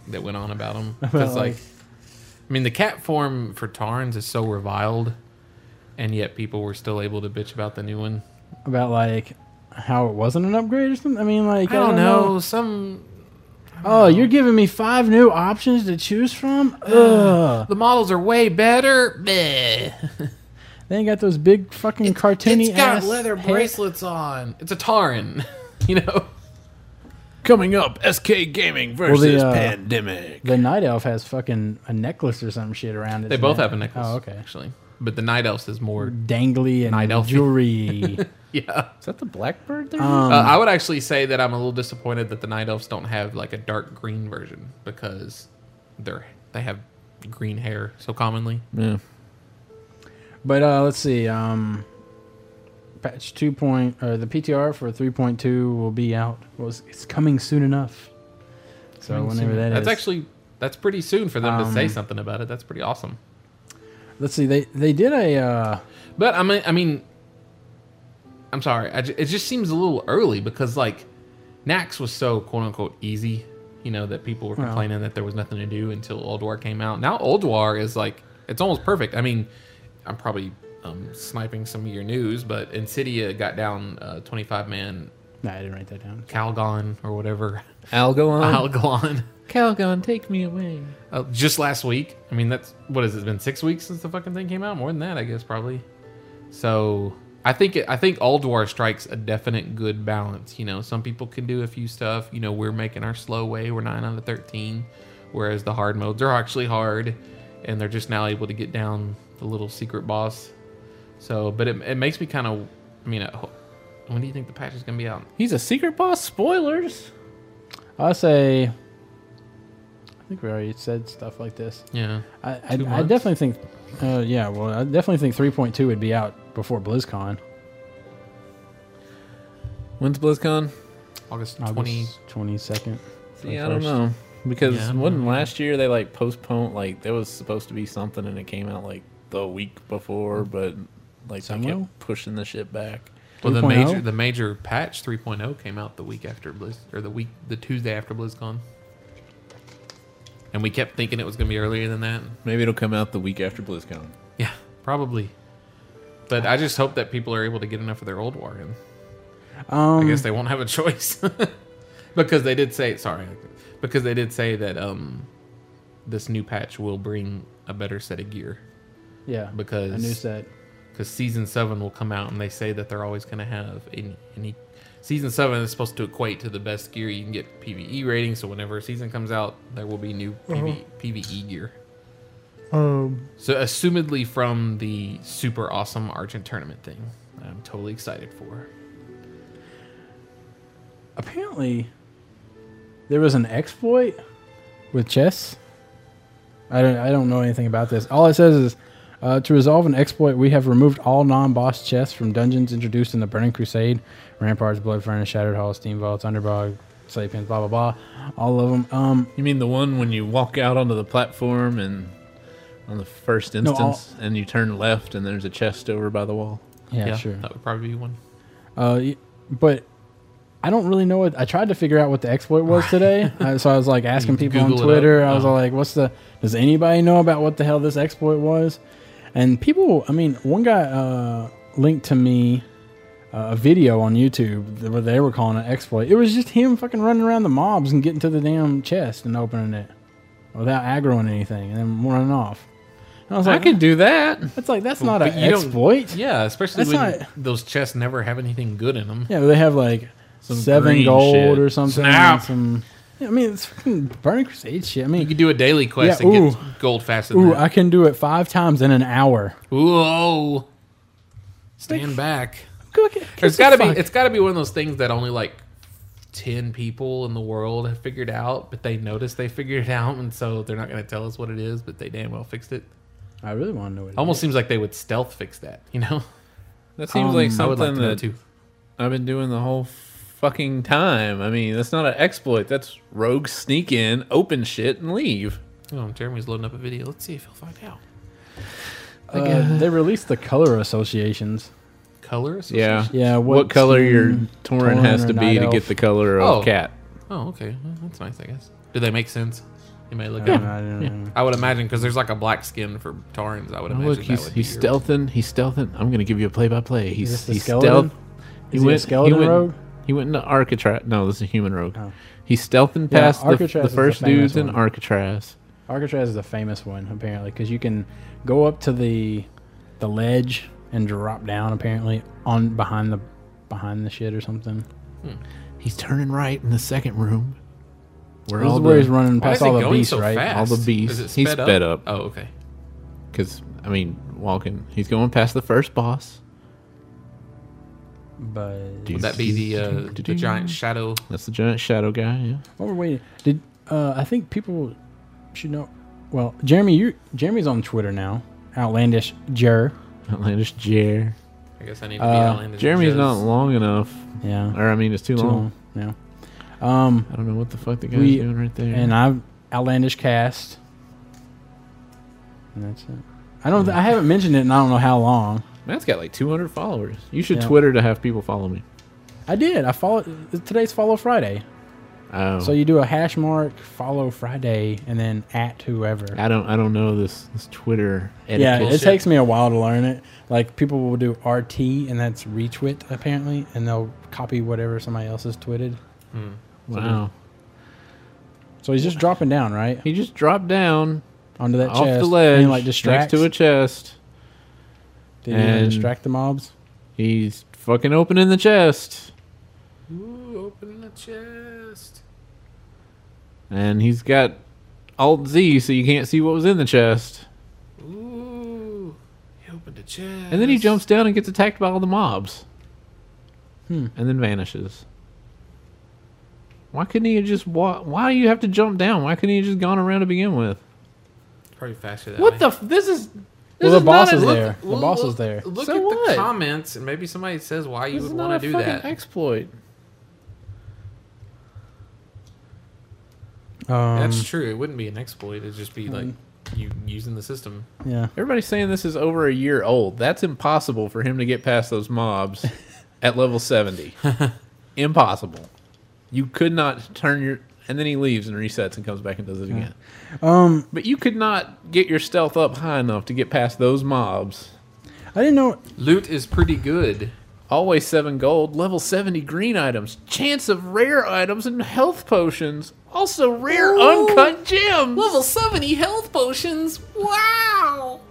Speaker 4: that went on about him. Because like,
Speaker 3: like-
Speaker 4: I mean, the cat form for Tarns is so reviled, and yet people were still able to bitch about the new one.
Speaker 3: about like how it wasn't an upgrade or something. I mean, like
Speaker 4: I don't know. Some
Speaker 3: Oh, you're giving me five new options to choose from. Ugh,
Speaker 4: the models are way better. Bleh.
Speaker 3: they ain't got those big fucking cartoony.
Speaker 4: It's got
Speaker 3: ass
Speaker 4: leather
Speaker 3: hair-
Speaker 4: bracelets on. It's a Taran, you know.
Speaker 5: Coming up, SK Gaming versus
Speaker 3: uh,
Speaker 5: Pandemic.
Speaker 3: The night elf has fucking a necklace or some shit around it.
Speaker 4: They both have a necklace.
Speaker 3: Oh, okay. Mm.
Speaker 4: Actually, but the night elves is more.
Speaker 3: Dangly and
Speaker 4: Night elf.
Speaker 3: jewelry.
Speaker 4: Yeah,
Speaker 5: Is that the Blackbird there?
Speaker 3: um,
Speaker 4: uh, I would actually say that I'm a little disappointed that the night elves don't have like a dark green version because they're they have green hair so commonly.
Speaker 5: yeah.
Speaker 3: But uh, let's see. Um, patch two point or the PTR for three point two will be out. Well, it's, it's coming soon enough. So whenever that is, Um,
Speaker 4: that's actually that's pretty soon for them to say something about it. That's pretty awesome.
Speaker 3: Let's see. They they did a. Uh,
Speaker 4: But I mean, I mean, I'm sorry. I ju- it just seems a little early because like Nax was so quote unquote easy, you know, that people were complaining that there was nothing to do until Old War came out. Now Old War is like it's almost perfect. I mean, I'm probably um, sniping some of your news, but Insidia got down uh, 25 man
Speaker 3: no, I didn't write that down.
Speaker 4: Calgon or whatever
Speaker 5: Algalon.
Speaker 4: Algon.
Speaker 5: Oh. Calgon, take me away.
Speaker 4: Uh, just last week. I mean, that's what has it been six weeks since the fucking thing came out? More than that, I guess, probably. So I think it, I think Alduar strikes a definite good balance. You know, some people can do a few stuff. You know, we're making our slow way. We're nine out of thirteen, whereas the hard modes are actually hard, and they're just now able to get down the little secret boss. So, but it, it makes me kind of. I mean, uh, when do you think the patch is gonna be out?
Speaker 5: He's a secret boss. Spoilers.
Speaker 3: I'll say. I think we already said stuff like this.
Speaker 4: Yeah,
Speaker 3: I I,
Speaker 4: Two
Speaker 3: I
Speaker 4: months?
Speaker 3: definitely think. Uh, yeah, well, I definitely think three point two would be out before BlizzCon.
Speaker 5: When's BlizzCon?
Speaker 4: August twenty.
Speaker 3: August twenty second.
Speaker 5: See, I don't know. Because
Speaker 4: Yeah, I don't
Speaker 5: wasn't last year they like postponed, like, there was supposed to be something and it came out like the week before, but like they
Speaker 3: Somewhere?
Speaker 5: kept pushing the shit back.
Speaker 4: Well, the
Speaker 3: 3.0?
Speaker 4: major the major patch 3.0 came out the week after Blizz or the week the Tuesday after BlizzCon, and we kept thinking it was going to be earlier than that.
Speaker 5: Maybe it'll come out the week after BlizzCon.
Speaker 4: Yeah, probably. But I just hope that people are able to get enough of their old war in.
Speaker 3: Um,
Speaker 4: I guess they won't have a choice because they did say sorry because they did say that um this new patch will bring a better set of gear
Speaker 3: Yeah,
Speaker 4: because
Speaker 3: a new set.
Speaker 4: because season seven will come out and they say that they're always going to have any, any season seven is supposed to equate to the best gear you can get PVE rating. So whenever a season comes out, there will be new
Speaker 3: Uh-huh.
Speaker 4: PV, PVE E gear.
Speaker 2: Um,
Speaker 4: So assumedly from the super awesome Argent tournament thing, I'm totally excited for.
Speaker 3: Apparently, there was an exploit with chess. I don't. I don't know anything about this. All it says is. Uh, to resolve an exploit, we have removed all non-boss chests from dungeons introduced in the Burning Crusade, Ramparts, Blood Furnace, Shattered Hall, Steam Vaults, Underbog, Slay Pins, blah blah blah, all of them. Um,
Speaker 5: You mean the one when you walk out onto the platform and on the first
Speaker 3: No, I'll-
Speaker 5: instance and you turn left and there's a chest over by the wall?
Speaker 3: yeah, sure.
Speaker 4: That would probably be one.
Speaker 3: Uh, y- but I don't really know what I tried to figure out what the exploit was today. Uh, so I was like asking
Speaker 4: You
Speaker 3: people
Speaker 4: Google it
Speaker 3: on Twitter.
Speaker 4: up.
Speaker 3: I was
Speaker 4: Oh.
Speaker 3: like, "What's the? Does anybody know about what the hell this exploit was?" And people, I mean, one guy uh, linked to me uh, a video on YouTube that- where they were calling it exploit. It was just him fucking running around the mobs and getting to the damn chest and opening it without aggroing anything and then running off. And I was
Speaker 5: I
Speaker 3: like,
Speaker 5: could do that.
Speaker 3: "That's like that's not an
Speaker 4: But you don't-
Speaker 3: exploit."
Speaker 4: Yeah, especially
Speaker 3: That's
Speaker 4: when
Speaker 3: not-
Speaker 4: those chests never have anything good in them.
Speaker 3: Yeah, but they have like seven
Speaker 5: green
Speaker 3: gold
Speaker 5: shit.
Speaker 3: or something.
Speaker 4: Snap.
Speaker 3: and Some, Yeah, I mean, it's fucking Burning Crusade shit. I
Speaker 4: You
Speaker 3: mean,
Speaker 4: could do a daily quest
Speaker 3: Yeah,
Speaker 4: and
Speaker 3: ooh.
Speaker 4: get gold faster than
Speaker 3: ooh, I
Speaker 4: that.
Speaker 3: can do it five times in an hour.
Speaker 4: Whoa! Stand back.
Speaker 3: Cook it.
Speaker 4: It's got to be. It's got to be one of those things that only like ten people in the world have figured out, but they noticed they figured it out, and so they're not going to tell us what it is. But they damn well fixed it.
Speaker 3: I really want to know what. it
Speaker 4: Almost seems like they would stealth fix that. You know,
Speaker 5: That seems like
Speaker 4: Um, I
Speaker 5: something
Speaker 4: would like to know
Speaker 5: that
Speaker 4: too.
Speaker 5: I've been doing the whole fucking time. I mean, that's not an exploit. That's rogue sneak in, open shit, and leave.
Speaker 4: Oh, Jeremy's loading up a video. Let's see if he'll find out.
Speaker 3: is. Uh, they released the color associations.
Speaker 4: Color.
Speaker 5: Yeah.
Speaker 4: association?
Speaker 3: Yeah,
Speaker 5: What, color your
Speaker 3: skin-
Speaker 5: torrent
Speaker 3: Tauren
Speaker 5: has
Speaker 3: or
Speaker 5: to
Speaker 3: night
Speaker 5: be to
Speaker 3: elf?
Speaker 5: get the color of
Speaker 4: Oh.
Speaker 5: cat.
Speaker 4: Oh, okay. Well, that's nice, I guess. Do they make sense? You may
Speaker 3: I
Speaker 4: look.
Speaker 3: don't
Speaker 4: up.
Speaker 3: know, I don't know.
Speaker 4: I would imagine because there's like a black skin for Tarns. I would imagine
Speaker 5: look,
Speaker 4: that
Speaker 5: he's,
Speaker 4: would be
Speaker 5: he's
Speaker 4: your-
Speaker 5: stealthing. He's stealthing. I'm going to give you a play by play.
Speaker 3: Is
Speaker 5: He's,
Speaker 3: this the
Speaker 5: he's
Speaker 3: skeleton?
Speaker 5: stealth.
Speaker 3: Is he a skeleton
Speaker 5: went,
Speaker 3: rogue?
Speaker 5: He went into Arcatraz. No, this is a human rogue.
Speaker 3: Oh.
Speaker 5: He's stealthing
Speaker 3: Yeah,
Speaker 5: past the,
Speaker 3: Arcatraz
Speaker 5: the
Speaker 3: is the
Speaker 5: first
Speaker 3: famous
Speaker 5: dudes in
Speaker 3: one.
Speaker 5: Arcatraz.
Speaker 3: Alcatraz is a famous one apparently because you can go up to the the ledge and drop down apparently on behind the behind the shit or something.
Speaker 5: He's turning right in the second room. Where
Speaker 3: This is
Speaker 5: all
Speaker 3: where he's
Speaker 5: the
Speaker 3: running
Speaker 4: Why is
Speaker 3: past
Speaker 4: it
Speaker 3: all the
Speaker 4: going
Speaker 3: beasts,
Speaker 4: so
Speaker 3: right?
Speaker 4: fast?
Speaker 5: All the beasts.
Speaker 4: Is it
Speaker 5: He's sped up.
Speaker 4: Oh, okay.
Speaker 5: because I mean walking. He's going past the first boss.
Speaker 3: But
Speaker 5: Dude.
Speaker 4: Would that be the uh, the giant shadow?
Speaker 5: That's the giant shadow guy. Yeah.
Speaker 3: While we're waiting, did uh, I think people should know? Well, Jeremy, you Jeremy's on Twitter now. Outlandish Jer.
Speaker 5: Outlandish Jer.
Speaker 4: I guess I need to
Speaker 3: Uh,
Speaker 4: be Outlandish.
Speaker 5: Jeremy's
Speaker 4: Jez.
Speaker 5: not long enough,
Speaker 3: Yeah,
Speaker 5: or I mean, it's too,
Speaker 3: too
Speaker 5: long.
Speaker 3: long now. Um,
Speaker 5: I don't know what the fuck the guy's
Speaker 3: We-
Speaker 5: doing right there.
Speaker 3: and I've Outlandish cast. And that's it. I don't. Th- I haven't mentioned it, in I don't know how long.
Speaker 5: Matt's got like 200 followers. You should
Speaker 3: Yeah.
Speaker 5: Twitter to have people follow me.
Speaker 3: I did. I follow today's Follow Friday.
Speaker 5: Oh,
Speaker 3: So you do a hash mark Follow Friday, and then at whoever.
Speaker 5: I don't, I don't know this this Twitter.
Speaker 3: Yeah,
Speaker 5: Etiquette.
Speaker 3: it takes me a while to learn it. Like people will do RT, and that's retweet apparently, and they'll copy whatever somebody else has tweeted.
Speaker 5: wow.
Speaker 3: So he's just dropping down right
Speaker 5: He just dropped down
Speaker 3: onto that
Speaker 5: off
Speaker 3: chest,
Speaker 5: the ledge,
Speaker 3: and he, like distracts.
Speaker 5: next to a chest.
Speaker 3: Did he even
Speaker 5: and-
Speaker 3: distract the mobs?
Speaker 5: He's fucking opening the chest,
Speaker 4: Ooh, open the chest.
Speaker 5: and he's got Alt Z, so you can't see what was in the chest.
Speaker 4: Ooh, he opened the chest.
Speaker 5: And then he jumps down and gets attacked by all the mobs. And then vanishes. Why couldn't he have just wa- Why do you have to jump down? Why couldn't he have just gone around to begin with?
Speaker 4: Probably faster. That
Speaker 5: What
Speaker 4: way.
Speaker 5: the? F- this is.
Speaker 3: Well,
Speaker 5: This
Speaker 3: the
Speaker 5: is not
Speaker 3: boss
Speaker 5: a-
Speaker 3: is
Speaker 5: look-
Speaker 3: there. The
Speaker 4: Well,
Speaker 3: boss
Speaker 4: look-
Speaker 3: is there.
Speaker 4: Look
Speaker 5: So
Speaker 4: at the
Speaker 5: what?
Speaker 4: comments, and maybe somebody says why you
Speaker 5: This is
Speaker 4: would
Speaker 5: not
Speaker 4: want
Speaker 5: a
Speaker 4: to do
Speaker 5: fucking
Speaker 4: that.
Speaker 5: exploit.
Speaker 3: Um,
Speaker 4: That's true. It wouldn't be an exploit. It'd just be like you using the system.
Speaker 3: yeah.
Speaker 5: Everybody's saying this is over a year old. That's impossible for him to get past those mobs at level 70. impossible. You could not turn your. And then he leaves and resets and comes back and does it again.
Speaker 3: Um,
Speaker 5: But you could not get your stealth up high enough to get past those mobs.
Speaker 3: I didn't know.
Speaker 4: Loot is pretty good.
Speaker 5: Always 7 gold, level 70 green items, chance of rare items and health potions. Also rare uncut gems.
Speaker 4: Level 70 health potions. Wow.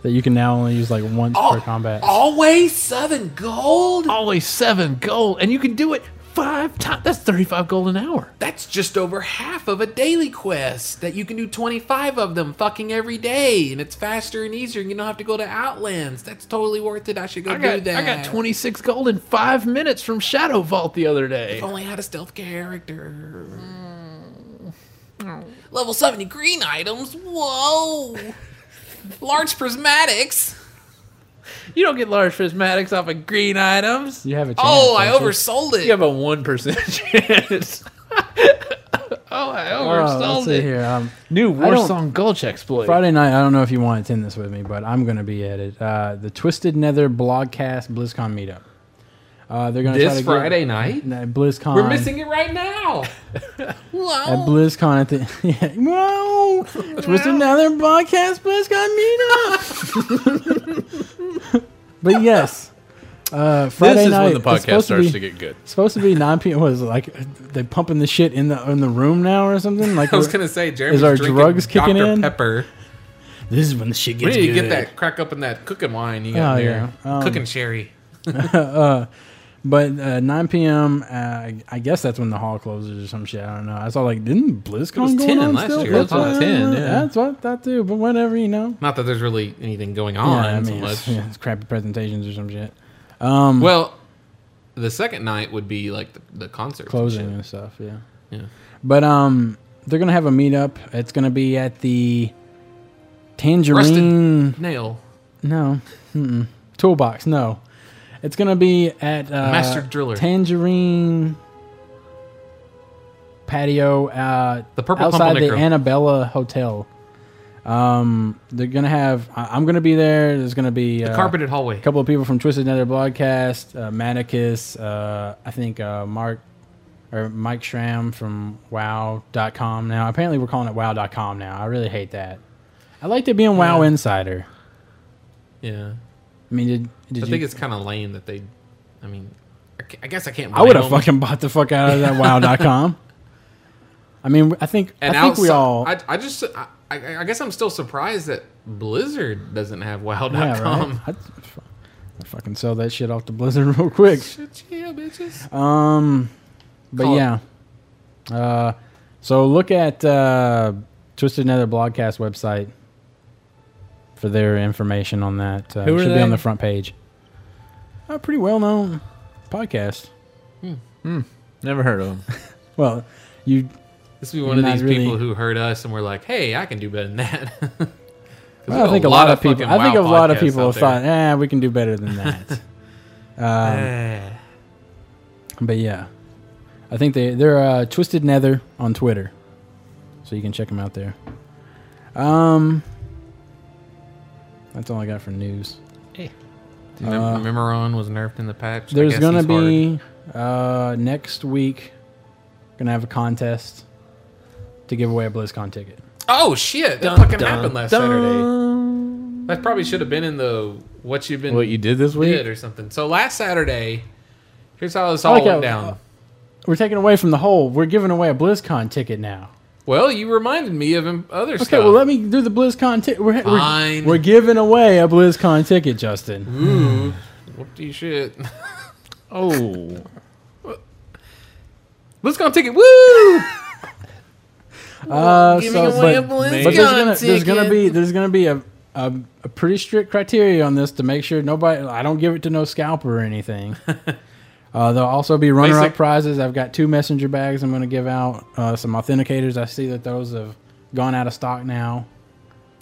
Speaker 3: that you can now only use like once
Speaker 5: Oh!
Speaker 3: per combat.
Speaker 4: Oh, Always 7 gold?
Speaker 5: Always 7 gold and you can do it 5 times. That's 35 gold an hour.
Speaker 4: That's just over half of a daily quest that you can do 25 of them fucking every day. And it's faster and easier. And you don't have to go to Outlands. That's totally worth it. I should go
Speaker 5: I
Speaker 4: do
Speaker 5: got,
Speaker 4: that.
Speaker 5: I got 26 gold in 5 minutes from Shadow Vault the other day.
Speaker 4: If only I had a stealth character. Hmm. Oh. Level 70 green items? Whoa. Large prismatics?
Speaker 5: You don't get large prismatics off of green items.
Speaker 3: You have a chance.
Speaker 4: Oh, I
Speaker 3: don't you?
Speaker 4: oversold it.
Speaker 5: You have a 1% chance. oh, I
Speaker 3: Oh,
Speaker 5: oversold
Speaker 3: let's see
Speaker 5: it.
Speaker 3: here. Um,
Speaker 5: New
Speaker 3: I
Speaker 5: War
Speaker 3: don't-
Speaker 5: Song Gold Checks play.
Speaker 3: Friday night. I don't know if you want to attend this with me, but I'm going to be at it. Uh, the Twisted Nether Blogcast BlizzCon meetup. Uh, they're going to try
Speaker 4: This
Speaker 3: to
Speaker 4: Friday night?
Speaker 3: Get, No, BlizzCon.
Speaker 4: We're missing it right now.
Speaker 3: at BlizzCon at the yeah. Whoa! Twisted Nether Blogcast BlizzCon meetup. but yes, uh, Friday
Speaker 5: this is
Speaker 3: night.
Speaker 5: when the
Speaker 3: it's
Speaker 5: podcast
Speaker 3: supposed
Speaker 5: starts
Speaker 3: be-
Speaker 5: to get good.
Speaker 3: Supposed to be 9 p.m. Was it like they pumping the shit in the in the room now or something? Like
Speaker 4: I was
Speaker 3: we're-
Speaker 4: gonna say, Jeremy's
Speaker 3: our
Speaker 4: drinking
Speaker 3: drugs kicking
Speaker 4: Dr.
Speaker 3: in?
Speaker 4: Pepper.
Speaker 3: this is when the shit
Speaker 4: We
Speaker 3: gets
Speaker 4: need to
Speaker 3: good.
Speaker 4: get that crack up in that cooking wine you got
Speaker 3: Oh,
Speaker 4: there.
Speaker 3: yeah. Um,
Speaker 4: cooking sherry.
Speaker 3: But uh, 9 p.m. Uh, I guess that's when the hall closes or some shit. I don't know. I saw like didn't BlizzCon
Speaker 4: was
Speaker 3: go
Speaker 4: 10
Speaker 3: on
Speaker 4: last
Speaker 3: still?
Speaker 4: year. It was
Speaker 3: That's what-
Speaker 5: 10, yeah.
Speaker 3: That's what I thought too. But whatever, you know.
Speaker 4: Not that there's really anything going
Speaker 3: Yeah,
Speaker 4: on
Speaker 3: I
Speaker 4: so
Speaker 3: mean,
Speaker 4: much.
Speaker 3: it's, yeah, Um, it's crappy presentations or some shit.
Speaker 4: Well, the second night would be like the, the concert
Speaker 3: closing and stuff. Yeah.
Speaker 4: Yeah.
Speaker 3: But um, they're gonna have a meetup. It's gonna be at the
Speaker 4: Rusted
Speaker 3: Tangerine.
Speaker 4: nail
Speaker 3: No. Mm-mm. Toolbox. No. It's gonna be at uh,
Speaker 4: Master Driller.
Speaker 3: Tangerine patio. Uh,
Speaker 4: The Purple
Speaker 3: outside the
Speaker 4: Pumpernickel.
Speaker 3: Annabella Hotel. Um, they're gonna have. I- I'm gonna be there. There's gonna be uh,
Speaker 4: carpeted hallway.
Speaker 3: a couple of people from Twisted Nether Broadcast, uh, Manicus, uh, I think uh, Mark or Mike Schramm from WoW.com. Now, apparently, we're calling it WoW.com now. I really hate that. I liked it being WoW Insider.
Speaker 4: yeah,
Speaker 3: I mean, did, did
Speaker 4: I
Speaker 3: you?
Speaker 4: think it's kind of lame that they. I mean, I, ca- I guess I can't.
Speaker 3: I would have
Speaker 4: blame 'em.
Speaker 3: fucking bought the fuck out of that WoW.com. I mean, I think I
Speaker 4: And
Speaker 3: think we
Speaker 4: outside-
Speaker 3: all.
Speaker 4: I, I just. I, I I guess I'm still surprised that Blizzard doesn't have Wow.com.
Speaker 3: yeah, right? I'd, I'd fucking sell that shit off to Blizzard real quick.
Speaker 4: Shit, yeah, bitches.
Speaker 3: Um, but
Speaker 4: Call it-
Speaker 3: yeah. Uh, so look at uh, Twisted Nether Blogcast website for their information on that. Uh,
Speaker 5: Who
Speaker 3: it
Speaker 5: are
Speaker 3: should be on
Speaker 5: they?
Speaker 3: the front page. A pretty well known podcast.
Speaker 5: Never heard of them.
Speaker 3: Well, you
Speaker 4: This would be one
Speaker 3: You're
Speaker 4: of these
Speaker 3: not really-
Speaker 4: people who heard us and were like, "Hey, I can do better than that." 'Cause
Speaker 3: well,
Speaker 4: there's
Speaker 3: I think a lot, of
Speaker 4: fucking
Speaker 3: people. I think a
Speaker 4: WoW
Speaker 3: lot of
Speaker 4: podcasts
Speaker 3: people
Speaker 4: out
Speaker 3: have thought, "Ah, we can do better than that." um,
Speaker 4: there.
Speaker 3: but yeah, I think they they're uh, Twisted Nether on Twitter, so you can check them out there. Um, that's all I got for news.
Speaker 4: Mem-
Speaker 5: Uh,
Speaker 4: Memeron was nerfed in the patch. I
Speaker 3: There's
Speaker 4: guess
Speaker 3: gonna
Speaker 4: he's
Speaker 3: be
Speaker 4: hard.
Speaker 3: uh, next week. Gonna have a contest to give away a BlizzCon ticket.
Speaker 4: Oh shit! That fucking happened last Saturday. That probably should have been in the what you've been
Speaker 5: What you did this
Speaker 4: did
Speaker 5: week?
Speaker 4: or something. So last Saturday, here's how this
Speaker 3: I
Speaker 4: all
Speaker 3: like
Speaker 4: went
Speaker 3: how-
Speaker 4: down.
Speaker 3: We're taking away from the whole. We're giving away a BlizzCon ticket now.
Speaker 4: well, you reminded me of im- other
Speaker 3: Okay,
Speaker 4: stuff.
Speaker 3: well let me do the BlizzCon ticket. We're, we're
Speaker 4: Fine.
Speaker 3: we're giving away a BlizzCon ticket, Justin.
Speaker 4: Ooh, what do you shit?
Speaker 5: Oh.
Speaker 4: Let's go ticket. Woo!
Speaker 3: Uh,
Speaker 4: Giving
Speaker 3: so,
Speaker 4: away
Speaker 3: but-
Speaker 4: a BlizzCon
Speaker 3: But there's gonna, there's gonna
Speaker 4: ticket.
Speaker 3: be there's gonna be a, a a pretty strict criteria on this to make sure nobody. I don't give it to no scalper or anything. uh, there'll also be runner up
Speaker 4: Basic-
Speaker 3: prizes. I've got two messenger bags I'm gonna give out. Uh, some authenticators. I see that those have gone out of stock now.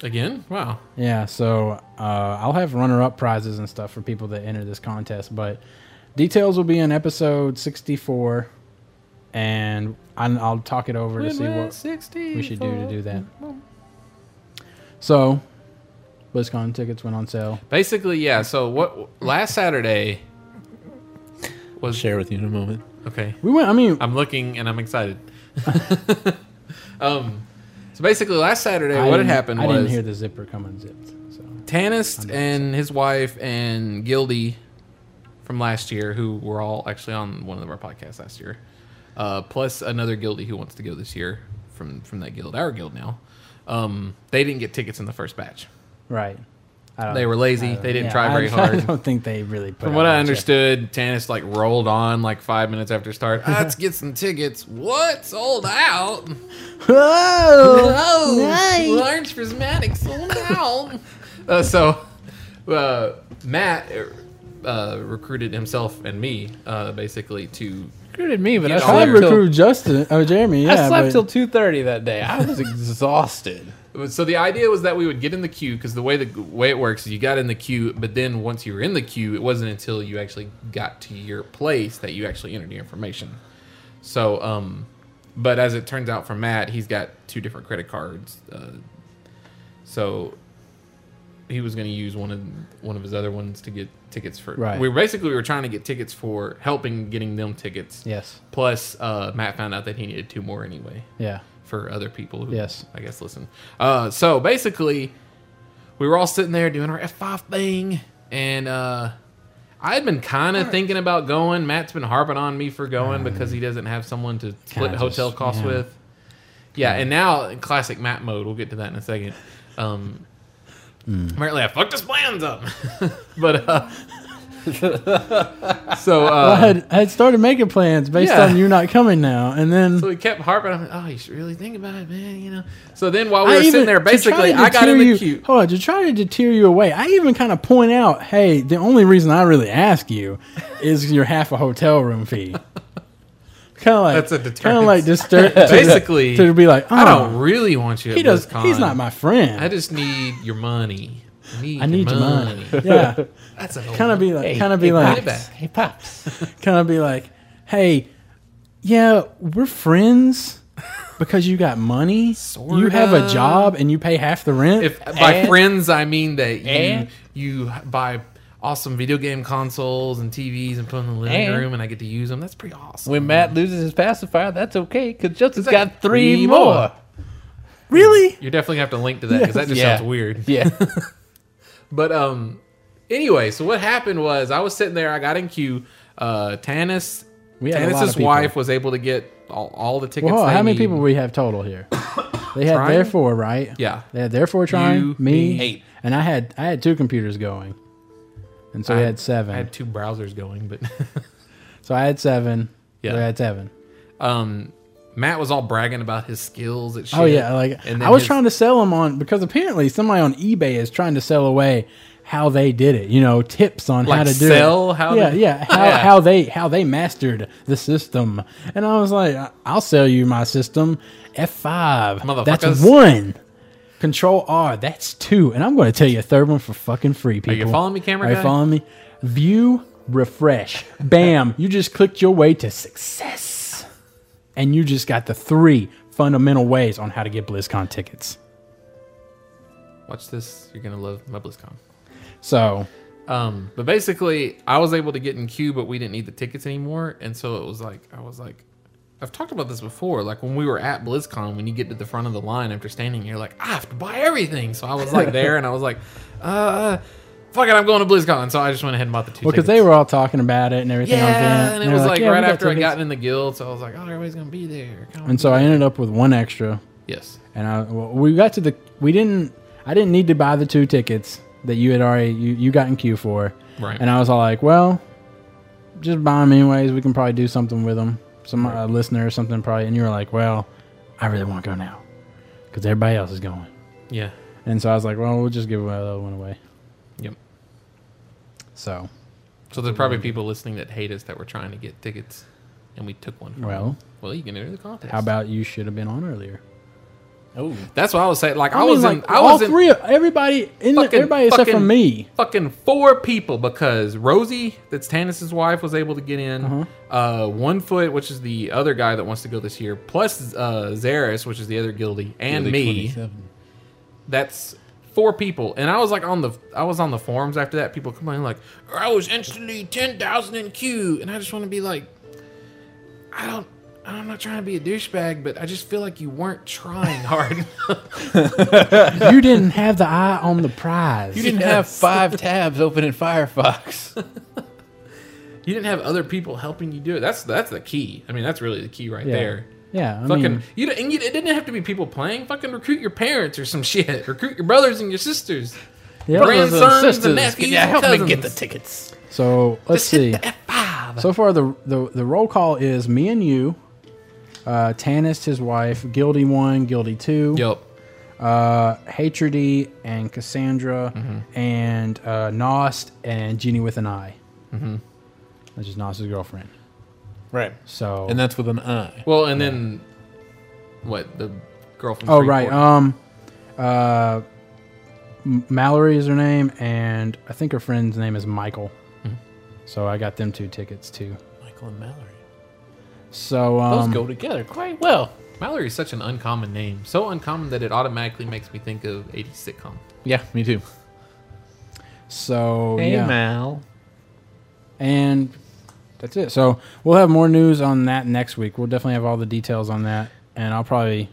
Speaker 4: Again? Wow.
Speaker 3: Yeah, so uh, I'll have runner up prizes and stuff for people that enter this contest. But details will be in episode 64, and I'm, I'll talk it over to see what we should do to do that.
Speaker 5: Hmm.
Speaker 3: So, BlizzCon tickets went on sale.
Speaker 4: Basically, yeah. So what? Last Saturday was
Speaker 5: Share with you in a moment.
Speaker 4: okay.
Speaker 3: We went. I mean,
Speaker 4: I'm looking and I'm excited. um, so basically, last Saturday,
Speaker 3: I
Speaker 4: what had
Speaker 3: didn't-
Speaker 4: happened
Speaker 3: I
Speaker 4: was
Speaker 3: didn't hear the zipper come unzipped. So
Speaker 4: Tannis and his wife and Gildy from last year who were all actually on one of our podcasts last year, uh, plus another guildie who wants to go this year from from that guild, our guild now. Um, they didn't get tickets in the first batch.
Speaker 3: Right. I don't,
Speaker 4: They were lazy. They didn't try
Speaker 3: I-
Speaker 4: very
Speaker 3: I
Speaker 4: hard.
Speaker 3: don't think they really put
Speaker 4: From
Speaker 3: out
Speaker 4: what I
Speaker 3: much effort.
Speaker 4: understood, Tannis like rolled on like five minutes after start. Let's get some tickets. What sold out?
Speaker 3: Whoa!
Speaker 4: Oh,
Speaker 3: Nice.
Speaker 4: large prismatic sold out. uh, so, uh, Matt uh, recruited himself and me uh, basically to.
Speaker 5: Recruited me, but I
Speaker 4: Get
Speaker 3: I
Speaker 5: slept,
Speaker 4: on.
Speaker 5: till,
Speaker 3: recruit Justin. Oh, Jeremy. Yeah,
Speaker 5: I slept
Speaker 3: but-
Speaker 5: till two thirty that day. I was exhausted.
Speaker 4: So the idea was that we would get in the queue because the way the way it works is you got in the queue, but then once you were in the queue, it wasn't until you actually got to your place that you actually entered your information. So, um, but as it turns out for Matt, he's got two different credit cards. Uh, so he was going to use one of one of his other ones to get tickets for.
Speaker 3: Right.
Speaker 4: We basically we were trying to get tickets for helping getting them tickets.
Speaker 3: Yes.
Speaker 4: Plus, uh, Matt found out that he needed two more anyway
Speaker 3: Yeah.
Speaker 4: for other people who
Speaker 3: Yes.
Speaker 4: I guess listen. Uh, so basically we were all sitting there doing our F5 thing and uh I had been kind of thinking about going. Matt's been harping on me for going because he doesn't have someone to split
Speaker 3: Mm. Kinda
Speaker 4: hotel
Speaker 3: just-
Speaker 4: costs
Speaker 3: yeah.
Speaker 4: with. Yeah, and now in classic Matt mode, we'll get to that in a second. Um
Speaker 3: Mm.
Speaker 4: Apparently, I fucked his plans up, but uh, so
Speaker 3: I
Speaker 4: uh,
Speaker 3: had, I had started making plans based
Speaker 4: Yeah.
Speaker 3: on you not coming now, and then
Speaker 4: So we kept harping on, oh, you should really think about it, man. You know. So then while we
Speaker 3: I
Speaker 4: were sitting
Speaker 3: even-
Speaker 4: there,
Speaker 3: to try
Speaker 4: basically,
Speaker 3: to
Speaker 4: I got
Speaker 3: deter
Speaker 4: in the
Speaker 3: you-
Speaker 4: queue.
Speaker 3: Hold on, to try to deter you away, I even kind of point out, hey, the only reason I really ask you is your half a hotel room fee. kind of like
Speaker 4: That's a
Speaker 3: Kind of
Speaker 4: deterrence.
Speaker 3: like disturb.
Speaker 4: Basically,
Speaker 3: to be like, oh,
Speaker 4: I don't really want you. At
Speaker 3: he does.
Speaker 4: BlizzCon.
Speaker 3: He's not my friend.
Speaker 4: I just need your money. I need,
Speaker 3: I need your money. yeah,
Speaker 4: That's a
Speaker 3: kind of be like, kind of be
Speaker 5: hey,
Speaker 3: like,
Speaker 4: Pops.
Speaker 5: Hey, pops.
Speaker 3: kind of be like, hey, yeah, we're friends because you got money, you have a
Speaker 4: Sorta.
Speaker 3: job, and you pay half the rent.
Speaker 4: If by
Speaker 5: And-
Speaker 4: friends I mean that you
Speaker 5: and-
Speaker 4: you buy awesome video game consoles and TVs and put them in the living
Speaker 5: And-
Speaker 4: room and I get to use them. That's pretty awesome.
Speaker 5: When Matt loses his pacifier, that's okay because Justin's
Speaker 4: He's got
Speaker 5: got three,
Speaker 4: three
Speaker 5: more.
Speaker 4: more.
Speaker 3: really,
Speaker 4: You're definitely gonna have to link to that because that just
Speaker 5: Yeah.
Speaker 4: sounds weird.
Speaker 5: Yeah,
Speaker 4: But um, anyway, so what happened was I was sitting there. I got in queue. Uh, Tannis,
Speaker 3: had a lot of
Speaker 4: Tannis's
Speaker 3: people.
Speaker 4: wife was able to get all, all the tickets.
Speaker 3: Well,
Speaker 4: they
Speaker 3: how many
Speaker 4: need.
Speaker 3: people we have total here? They had
Speaker 4: Trying?
Speaker 3: therefore, right?
Speaker 4: Yeah.
Speaker 3: They had therefore trying
Speaker 4: You,
Speaker 3: me,
Speaker 4: me,
Speaker 5: eight.
Speaker 3: and I had I had two computers going, and so we
Speaker 4: I-
Speaker 3: had seven.
Speaker 4: I had two browsers going, but
Speaker 3: so I had seven.
Speaker 4: Yeah.
Speaker 3: so I had seven.
Speaker 4: um, Matt was all bragging about his skills at shit.
Speaker 3: Oh yeah, like
Speaker 4: And then
Speaker 3: I was
Speaker 4: his-
Speaker 3: trying to sell them on because apparently somebody on eBay is trying to sell away how they did it. You know, tips on how
Speaker 4: Like,
Speaker 3: to do
Speaker 4: sell
Speaker 3: it.
Speaker 4: how
Speaker 3: yeah,
Speaker 4: to-
Speaker 3: yeah, how,
Speaker 4: Yeah.
Speaker 3: how they how they mastered the system. And I was like, "I- I'll sell you my system. F five. That's
Speaker 4: Motherfuckers.
Speaker 3: one. Control R. That's two. And I'm going to tell you a third one for fucking free. People,
Speaker 4: following me, camera
Speaker 3: Are you
Speaker 4: guy?
Speaker 3: following me? View, refresh. Bam! you just clicked your way to success and you just got the three fundamental ways on how to get BlizzCon tickets.
Speaker 4: Watch this. You're gonna love my BlizzCon.
Speaker 3: So
Speaker 4: Um, but basically, I was able to get in queue, but we didn't need the tickets anymore, and so it was like I was like, I've talked about this before. Like when we were at BlizzCon, when you get to the front of the line after standing, you're like, I have to buy everything. So I was like there, and I was like, uh, fuck it, I'm going to BlizzCon. So I just went ahead and bought the two.
Speaker 3: well, because
Speaker 4: tickets.
Speaker 3: they were all talking about it and everything. like
Speaker 4: yeah,
Speaker 3: that,
Speaker 4: and
Speaker 3: they
Speaker 4: it
Speaker 3: were
Speaker 4: was like,
Speaker 3: "Yeah, we
Speaker 4: right
Speaker 3: got
Speaker 4: after I
Speaker 3: tickets."
Speaker 4: got in the guild, so I was like, oh, everybody's gonna be there. Come on.
Speaker 3: And so I ended up with one extra,
Speaker 4: yes,
Speaker 3: and I well, we got to the we didn't I didn't need to buy the two tickets that you had already you, you got in queue for,
Speaker 4: Right.
Speaker 3: And I was all like, well, just buy them anyways. We can probably do something with them. Some uh, listener or something probably. And you were like, well, I really want to go now because everybody else is going.
Speaker 4: yeah,
Speaker 3: And so I was like, well, we'll just give the other one away.
Speaker 4: yep.
Speaker 3: So
Speaker 4: So there's probably people listening that hate us that were trying to get tickets, and we took one. From
Speaker 3: Well.
Speaker 4: them. well, you can enter the contest.
Speaker 3: How about you should have been on earlier?
Speaker 5: Oh,
Speaker 4: That's what I was saying. Like I,
Speaker 3: I,
Speaker 4: was
Speaker 3: mean,
Speaker 4: in,
Speaker 3: like,
Speaker 4: I
Speaker 3: all
Speaker 4: was in
Speaker 3: three of everybody in the,
Speaker 4: fucking-
Speaker 3: everybody except for
Speaker 4: fucking-
Speaker 3: me.
Speaker 4: fucking four people because Rosie, that's Tannis's wife, was able to get in. uh
Speaker 3: Uh-huh.
Speaker 4: one foot, which is the other guy that wants to go this year, plus uh, Zaris, which is the other guildie, and me. That's four people, and I was like on the I was on the forums after that. People complaining like I was instantly ten thousand in queue, and I just want to be like, I don't. I'm not trying to be a douchebag, but I just feel like you weren't trying hard.
Speaker 3: you didn't have the eye on the prize.
Speaker 5: You didn't have five tabs open in Firefox.
Speaker 4: You didn't have other people helping you do it. That's that's the key. I mean, that's really the key right
Speaker 3: Yeah.
Speaker 4: there.
Speaker 3: Yeah, I
Speaker 4: Fucking,
Speaker 3: mean,
Speaker 4: you don't- and you, it didn't have to be people playing. Fucking recruit your parents or some shit. Recruit your brothers and your sisters,
Speaker 3: yeah.
Speaker 4: grandsons and nephews.
Speaker 5: Yeah,
Speaker 4: and
Speaker 5: help
Speaker 4: cousins.
Speaker 5: me get the tickets.
Speaker 3: So let's
Speaker 4: Just hit
Speaker 3: see.
Speaker 4: the F five.
Speaker 3: So far, the, the the roll call is me and you, uh, Tannis, his wife, Guilty One, Guilty Two,
Speaker 4: Yup.
Speaker 3: uh, Hatredy, and Cassandra,
Speaker 5: Mm-hmm.
Speaker 3: and uh, Nost, and Genie with an I. Mm-hmm. That's just Nost's girlfriend.
Speaker 5: Right.
Speaker 3: So
Speaker 5: And that's with an I.
Speaker 4: Well, and then what? The girl from
Speaker 3: oh right,
Speaker 4: Freeport.
Speaker 3: um, uh, M- Mallory is her name, and I think her friend's name is Michael.
Speaker 5: Mm-hmm.
Speaker 3: So I got them two tickets too.
Speaker 5: Michael and Mallory.
Speaker 3: So
Speaker 5: Those
Speaker 3: um,
Speaker 5: go together quite well.
Speaker 4: Mallory is such an uncommon name. So uncommon that it automatically makes me think of 80s sitcom.
Speaker 5: Yeah, me too.
Speaker 3: so
Speaker 5: Hey,
Speaker 3: yeah.
Speaker 5: Mal.
Speaker 3: And that's it. So we'll have more news on that next week. We'll definitely have all the details on that. And I'll probably,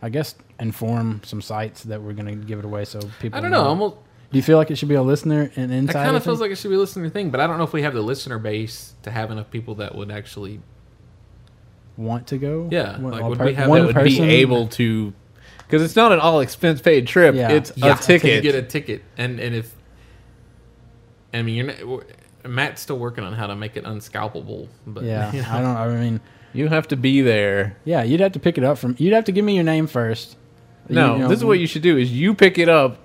Speaker 3: I guess, inform some sites that we're going to give it away so people.
Speaker 4: I don't know. Almost.
Speaker 3: Do you feel like it should be a listener and
Speaker 4: That
Speaker 3: inside?
Speaker 4: kind of feels like it should be a listener thing, but I don't know if we have the listener base to have enough people that would actually.
Speaker 3: want to go.
Speaker 4: Yeah,
Speaker 3: One-
Speaker 4: like,
Speaker 3: all
Speaker 4: would we have-
Speaker 5: That
Speaker 4: One
Speaker 5: would be able to. Because it's not an all expense paid trip.
Speaker 3: Yeah.
Speaker 5: It's
Speaker 3: Yeah,
Speaker 5: a
Speaker 4: to
Speaker 5: ticket.
Speaker 4: get a ticket, and and if. I mean, you're not. w- Matt's still working on how to make it unscalpable, but
Speaker 3: Yeah,
Speaker 4: you know.
Speaker 3: I don't. I mean,
Speaker 5: you have to be there.
Speaker 3: yeah, you'd have to pick it up from. You'd have to give me your name first. You-
Speaker 5: No,
Speaker 3: you know,
Speaker 5: this is what you should do: is you pick it up.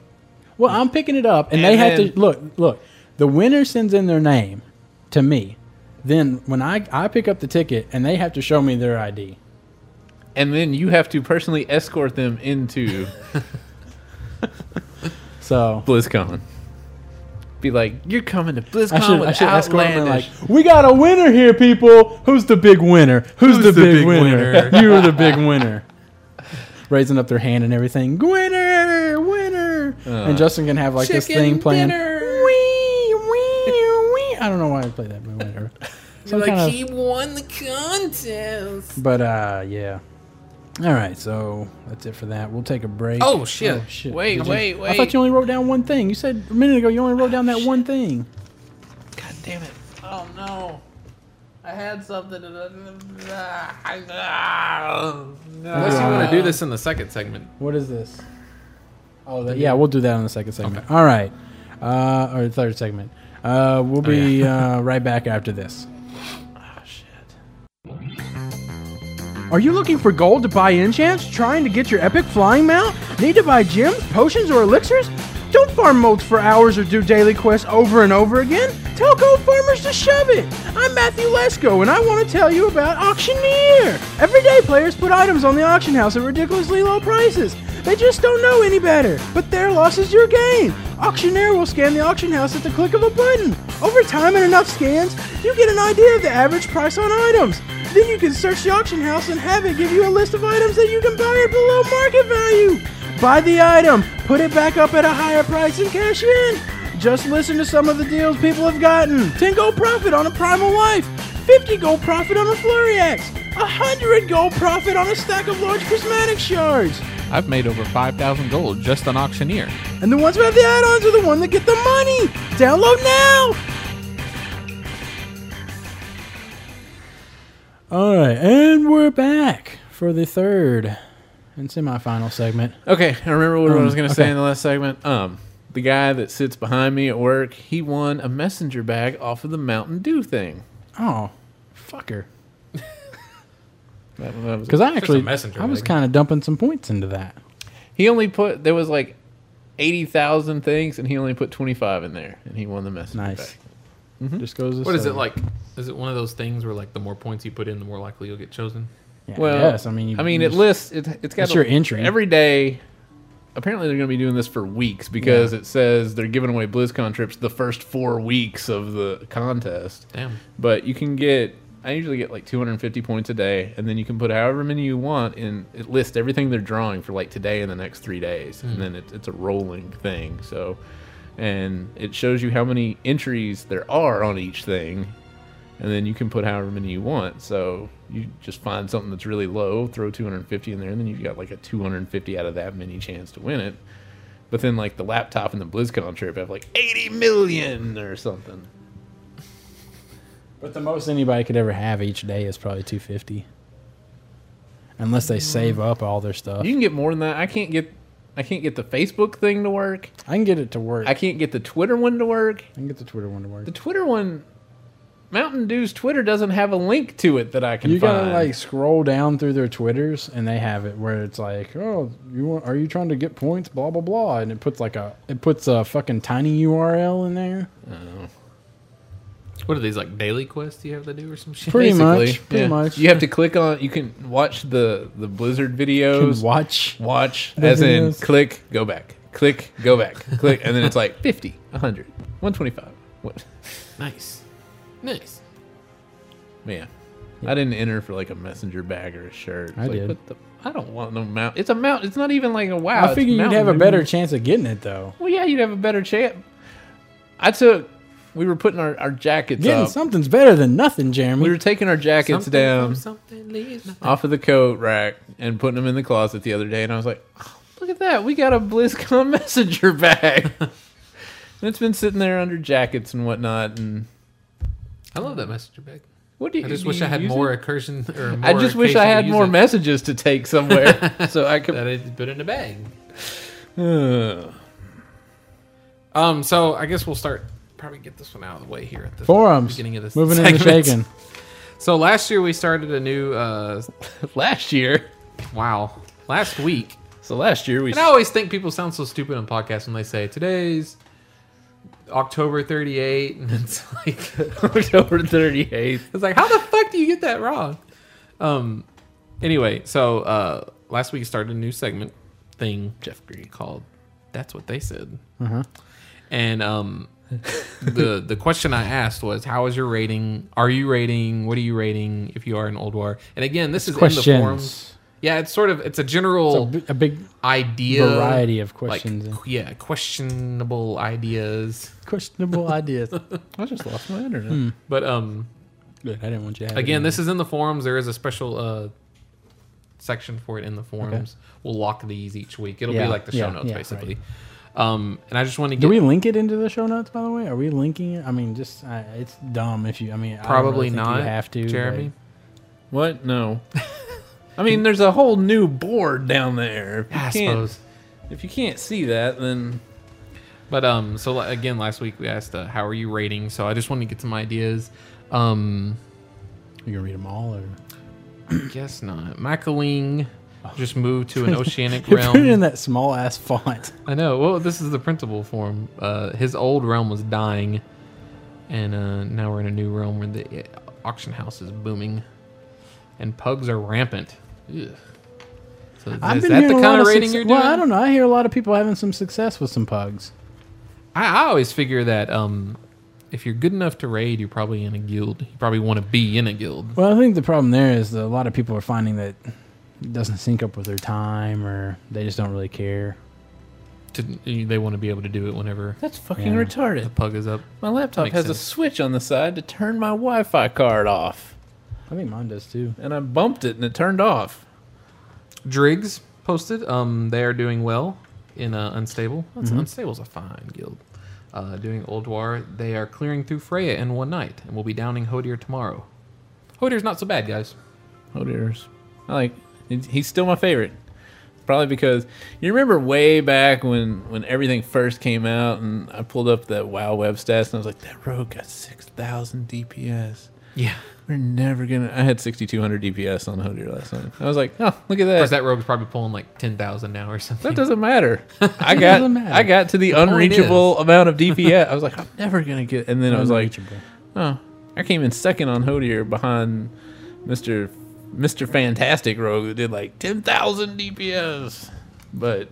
Speaker 3: Well, I'm picking it up, and,
Speaker 5: And
Speaker 3: they have
Speaker 5: then-
Speaker 3: to look. Look, the winner sends in their name to me. Then when I I pick up the ticket, and they have to show me their ID.
Speaker 5: and then you have to personally escort them into
Speaker 3: So
Speaker 5: BlizzCon. Be like, you're coming to BlizzCon
Speaker 3: I should
Speaker 5: with
Speaker 3: I should escort them like
Speaker 5: Outlandish.
Speaker 3: we got a winner here, people. Who's the big winner? Who's, the, big, winner?
Speaker 4: winner?"
Speaker 3: You're the big winner. Raising up their hand and everything. Winner, winner. and Justin can have like this
Speaker 4: Chicken
Speaker 3: thing playing.
Speaker 4: dinner.
Speaker 3: Wee, wee, wee. I don't know why I play that, but whatever. Some
Speaker 4: like
Speaker 3: kind of-
Speaker 4: he won the contest.
Speaker 3: But uh, yeah. All right, so that's it for that. We'll take a break.
Speaker 4: Oh shit!
Speaker 5: Wait,
Speaker 3: Did you-
Speaker 5: wait,
Speaker 3: I thought
Speaker 5: wait.
Speaker 3: you only wrote down one thing. You said a minute ago you only wrote down that one thing.
Speaker 5: God damn it.
Speaker 4: Oh no! I had something. Unless you want to do this in the second segment.
Speaker 3: What is this? Oh, that, yeah, we'll do that in the second segment. All right, uh, or the third segment. Uh, we'll be uh, right back after this. Are you looking for gold to buy enchants? Trying to get your epic flying mount? Need to buy gems, potions, or elixirs? Don't farm molds for hours or do daily quests over and over again. Tell gold farmers to shove it. I'm Matthew Lesko, and I want to tell you about Auctioneer. Everyday players put items on the auction house at ridiculously low prices. They just don't know any better, but their loss is your gain. Auctioneer will scan the auction house at the click of a button. Over time and enough scans, you get an idea of the average price on items. Then you can search the auction house and have it give you a list of items that you can buy at below market value. Buy the item, put it back up at a higher price, and cash in. Just listen to some of the deals people have gotten 10 gold profit on a Primal Life, 50 gold profit on a Floriax, 100 gold profit on a stack of large prismatic shards.
Speaker 4: I've made over five thousand gold just on auctioneer.
Speaker 3: And the ones who have the add ons are the ones that get the money. Download now! All right, and we're back for the third and semifinal segment.
Speaker 5: Okay, I remember what I was going to say
Speaker 3: okay.
Speaker 5: in the last segment. Um, the guy that sits behind me at work, he won a messenger bag off of the Mountain Dew thing.
Speaker 3: Oh, fucker.
Speaker 5: That, that was
Speaker 3: Because I
Speaker 4: just a
Speaker 3: actually,
Speaker 4: messenger,
Speaker 3: I was
Speaker 4: like-
Speaker 3: kind of dumping some points into that.
Speaker 5: He only put there was like eighty thousand things, and he only put twenty five in there, and he won the message.
Speaker 3: Nice.
Speaker 5: back.
Speaker 3: Just goes. to
Speaker 4: What is
Speaker 3: show
Speaker 4: it
Speaker 3: you.
Speaker 4: like? Is it one of those things where like the more points you put in, the more likely you'll get chosen?
Speaker 3: Yeah,
Speaker 5: Well,
Speaker 3: yes, I mean, you,
Speaker 5: I mean,
Speaker 3: you
Speaker 5: it lists it, it's got
Speaker 3: That's
Speaker 5: a-
Speaker 3: your entry.
Speaker 5: every day. Apparently, they're going to be doing this for weeks because it says they're giving away BlizzCon trips the first four weeks of the contest.
Speaker 4: Damn.
Speaker 5: But you can get, I usually get like 250 points a day, and then you can put however many you want, and it lists everything they're drawing for like today and the next three days, and then it, it's a rolling thing. So, and it shows you how many entries there are on each thing, and then you can put however many you want. So you just find something that's really low, throw 250 in there, and then you've got like a 250 out of that many chance to win it. But then, like the laptop and the BlizzCon trip have like 80 million or something.
Speaker 3: But the most anybody could ever have each day is probably 250. Unless they save up all their stuff.
Speaker 5: You can get more than that. I can't get I can't get the Facebook thing to work.
Speaker 3: I can get it to work.
Speaker 5: I
Speaker 3: I
Speaker 5: can't get the Twitter one to work.
Speaker 3: can get the Twitter one to work.
Speaker 5: The Twitter one Mountain Dew's Twitter doesn't have a link to it that I can
Speaker 3: You
Speaker 5: find.
Speaker 3: gotta like scroll down through their Twitters, and they have it where it's like, "Oh, you want, are you trying to get points?" Blah blah blah, and it puts like a it puts a fucking tiny URL in there.
Speaker 4: What are these like daily quests you have to do or some shit?
Speaker 3: Pretty
Speaker 5: Basically,
Speaker 3: much, pretty
Speaker 5: yeah.
Speaker 3: much.
Speaker 5: You have to click on you can watch the the Blizzard
Speaker 3: You
Speaker 5: videos.
Speaker 3: can watch.
Speaker 5: watch as in
Speaker 3: videos.
Speaker 5: click go back click go back click and then it's like 50 100 125 what
Speaker 4: Nice, nice.
Speaker 5: man i didn't enter for like a messenger bag or a shirt It's
Speaker 3: I
Speaker 5: like,
Speaker 3: did.
Speaker 5: what the, i don't want no mount it's a mount it's not even like a wow
Speaker 3: I
Speaker 5: it's
Speaker 3: figure you'd
Speaker 5: Mountain
Speaker 3: have a
Speaker 5: Dew.
Speaker 3: better chance of getting it though.
Speaker 5: well yeah you'd have a better chance i took we were putting our, our jackets
Speaker 3: Getting
Speaker 5: up
Speaker 3: something's better than nothing, Jeremy.
Speaker 5: we were taking our jackets
Speaker 4: Something
Speaker 5: down
Speaker 4: from Something leaves nothing.
Speaker 5: off of the coat rack and putting them in the closet the other day, and I was like, oh, "Look at that! We got a BlizzCon messenger bag." and it's been sitting there under jackets and whatnot. And
Speaker 4: I love that messenger bag.
Speaker 5: what do you?
Speaker 4: I just
Speaker 5: do
Speaker 4: wish
Speaker 5: you
Speaker 4: I had
Speaker 5: use
Speaker 4: more
Speaker 5: it?
Speaker 4: incursion or more
Speaker 5: I just wish
Speaker 4: occasion
Speaker 5: I
Speaker 4: to
Speaker 5: had
Speaker 4: use
Speaker 5: more
Speaker 4: it
Speaker 5: messages to take somewhere, so I could.
Speaker 4: that I put in a bag.
Speaker 5: Uh,
Speaker 4: Um, so I guess we'll start probably get this one out of the way here at the
Speaker 3: Forums.
Speaker 4: beginning of this
Speaker 3: Moving
Speaker 4: segment.
Speaker 3: into shaking.
Speaker 4: So last year we started a new. uh
Speaker 5: last year,
Speaker 4: Wow, last week.
Speaker 5: so last year we.
Speaker 4: And I always think people sound so stupid on podcasts when they say today's October 38, and it's like
Speaker 5: October thirty eighth.
Speaker 4: it's like how the fuck do you get that wrong? Um. Anyway, so uh, last week started a new segment thing Jeff Green called "That's What They Said,"
Speaker 3: Mm-hmm.
Speaker 4: and um, the the question I asked was, "How is your rating? Are you rating? What are you rating? If you are an old war?" And again, this is in the forums.
Speaker 3: Questions.
Speaker 4: Yeah, it's sort of it's a
Speaker 3: It's a
Speaker 4: general
Speaker 3: bi- a big
Speaker 4: idea
Speaker 3: variety of
Speaker 4: like,
Speaker 3: questions.
Speaker 4: qu- yeah, questionable ideas.
Speaker 3: questionable ideas.
Speaker 5: I just lost my internet.
Speaker 4: But um,
Speaker 3: Good. I didn't want you to have it
Speaker 4: again,
Speaker 3: in
Speaker 4: this is in the forums. There is a special uh, section for it in the forums. We'll lock these each week. It'll
Speaker 3: Yeah,
Speaker 4: be like the show
Speaker 3: yeah,
Speaker 4: notes
Speaker 3: yeah,
Speaker 4: basically. Um, and I just want to
Speaker 3: there.
Speaker 4: get
Speaker 3: Do we link it into the show notes? By the way, are we linking it? I mean, just I, it's dumb if you. I mean, I don't really
Speaker 4: probably
Speaker 3: think
Speaker 4: not
Speaker 3: You have to,
Speaker 4: Jeremy.
Speaker 5: What? No. I mean, there's a whole new board down there. If you
Speaker 4: I
Speaker 5: can't-
Speaker 4: suppose.
Speaker 5: If you can't see that, then
Speaker 4: But um, so li- again, last week we asked, uh, "How are you rating?" So I just wanted to get some ideas. Um,
Speaker 3: But you gonna read them all or
Speaker 4: guess not. Macaling just moved to an oceanic
Speaker 3: you put it Oh. in
Speaker 4: realm.
Speaker 3: that small ass font?
Speaker 4: I know. Well, this is the printable form. Uh, his old realm was dying, and uh, now we're in a new realm where the uh, auction house is booming, and pugs are rampant. Ugh. So is
Speaker 3: I've been
Speaker 4: that the
Speaker 3: hearing a
Speaker 4: kind
Speaker 3: lot
Speaker 4: of
Speaker 3: of
Speaker 4: rating
Speaker 3: succe-
Speaker 4: you're doing?
Speaker 3: Well, I don't know. I hear a lot of people having some success with some pugs.
Speaker 4: I, I always figure that um, if you're good enough to raid, you're probably in a guild. You probably want to be in a guild.
Speaker 3: Well, I think the problem there is that a lot of people are finding that it doesn't sync up with their time, or they just don't really care.
Speaker 4: To, they want to be able to do it whenever
Speaker 5: that's fucking
Speaker 3: Yeah.
Speaker 5: retarded.
Speaker 4: the pug is up.
Speaker 5: My laptop
Speaker 4: Makes
Speaker 5: has
Speaker 4: sense.
Speaker 5: a switch on the side to turn my Wi-Fi card off,
Speaker 3: I think mine does too.
Speaker 5: and I bumped it and it turned off.
Speaker 4: Driggs posted. Um, they are doing well in uh, Unstable. That's,
Speaker 5: Mm-hmm.
Speaker 4: Unstable's a fine guild. Uh, doing Old War. They are clearing through Freya in one night, and will be downing Hodir tomorrow. Hodir's not so bad, guys.
Speaker 5: Oh dears. I like. He's still my favorite. Probably because you remember way back when when everything first came out, and I pulled up that WoW web stats, and I was like, that rogue got six thousand DPS.
Speaker 4: Yeah.
Speaker 5: We're never gonna. I had sixty two hundred DPS on Hodir last night. I was like, oh, look at
Speaker 4: Of
Speaker 5: that.
Speaker 4: course, that rogue's probably pulling like ten thousand now or something.
Speaker 5: That doesn't matter. I got
Speaker 3: doesn't matter.
Speaker 5: I got to the,
Speaker 4: point
Speaker 5: unreachable amount of DPS. I was like, I'm never gonna get. And then I was like,
Speaker 3: Unreachable.
Speaker 5: oh, I came in second on Hodier behind Mister Mister Fantastic Rogue who did like ten thousand DPS. But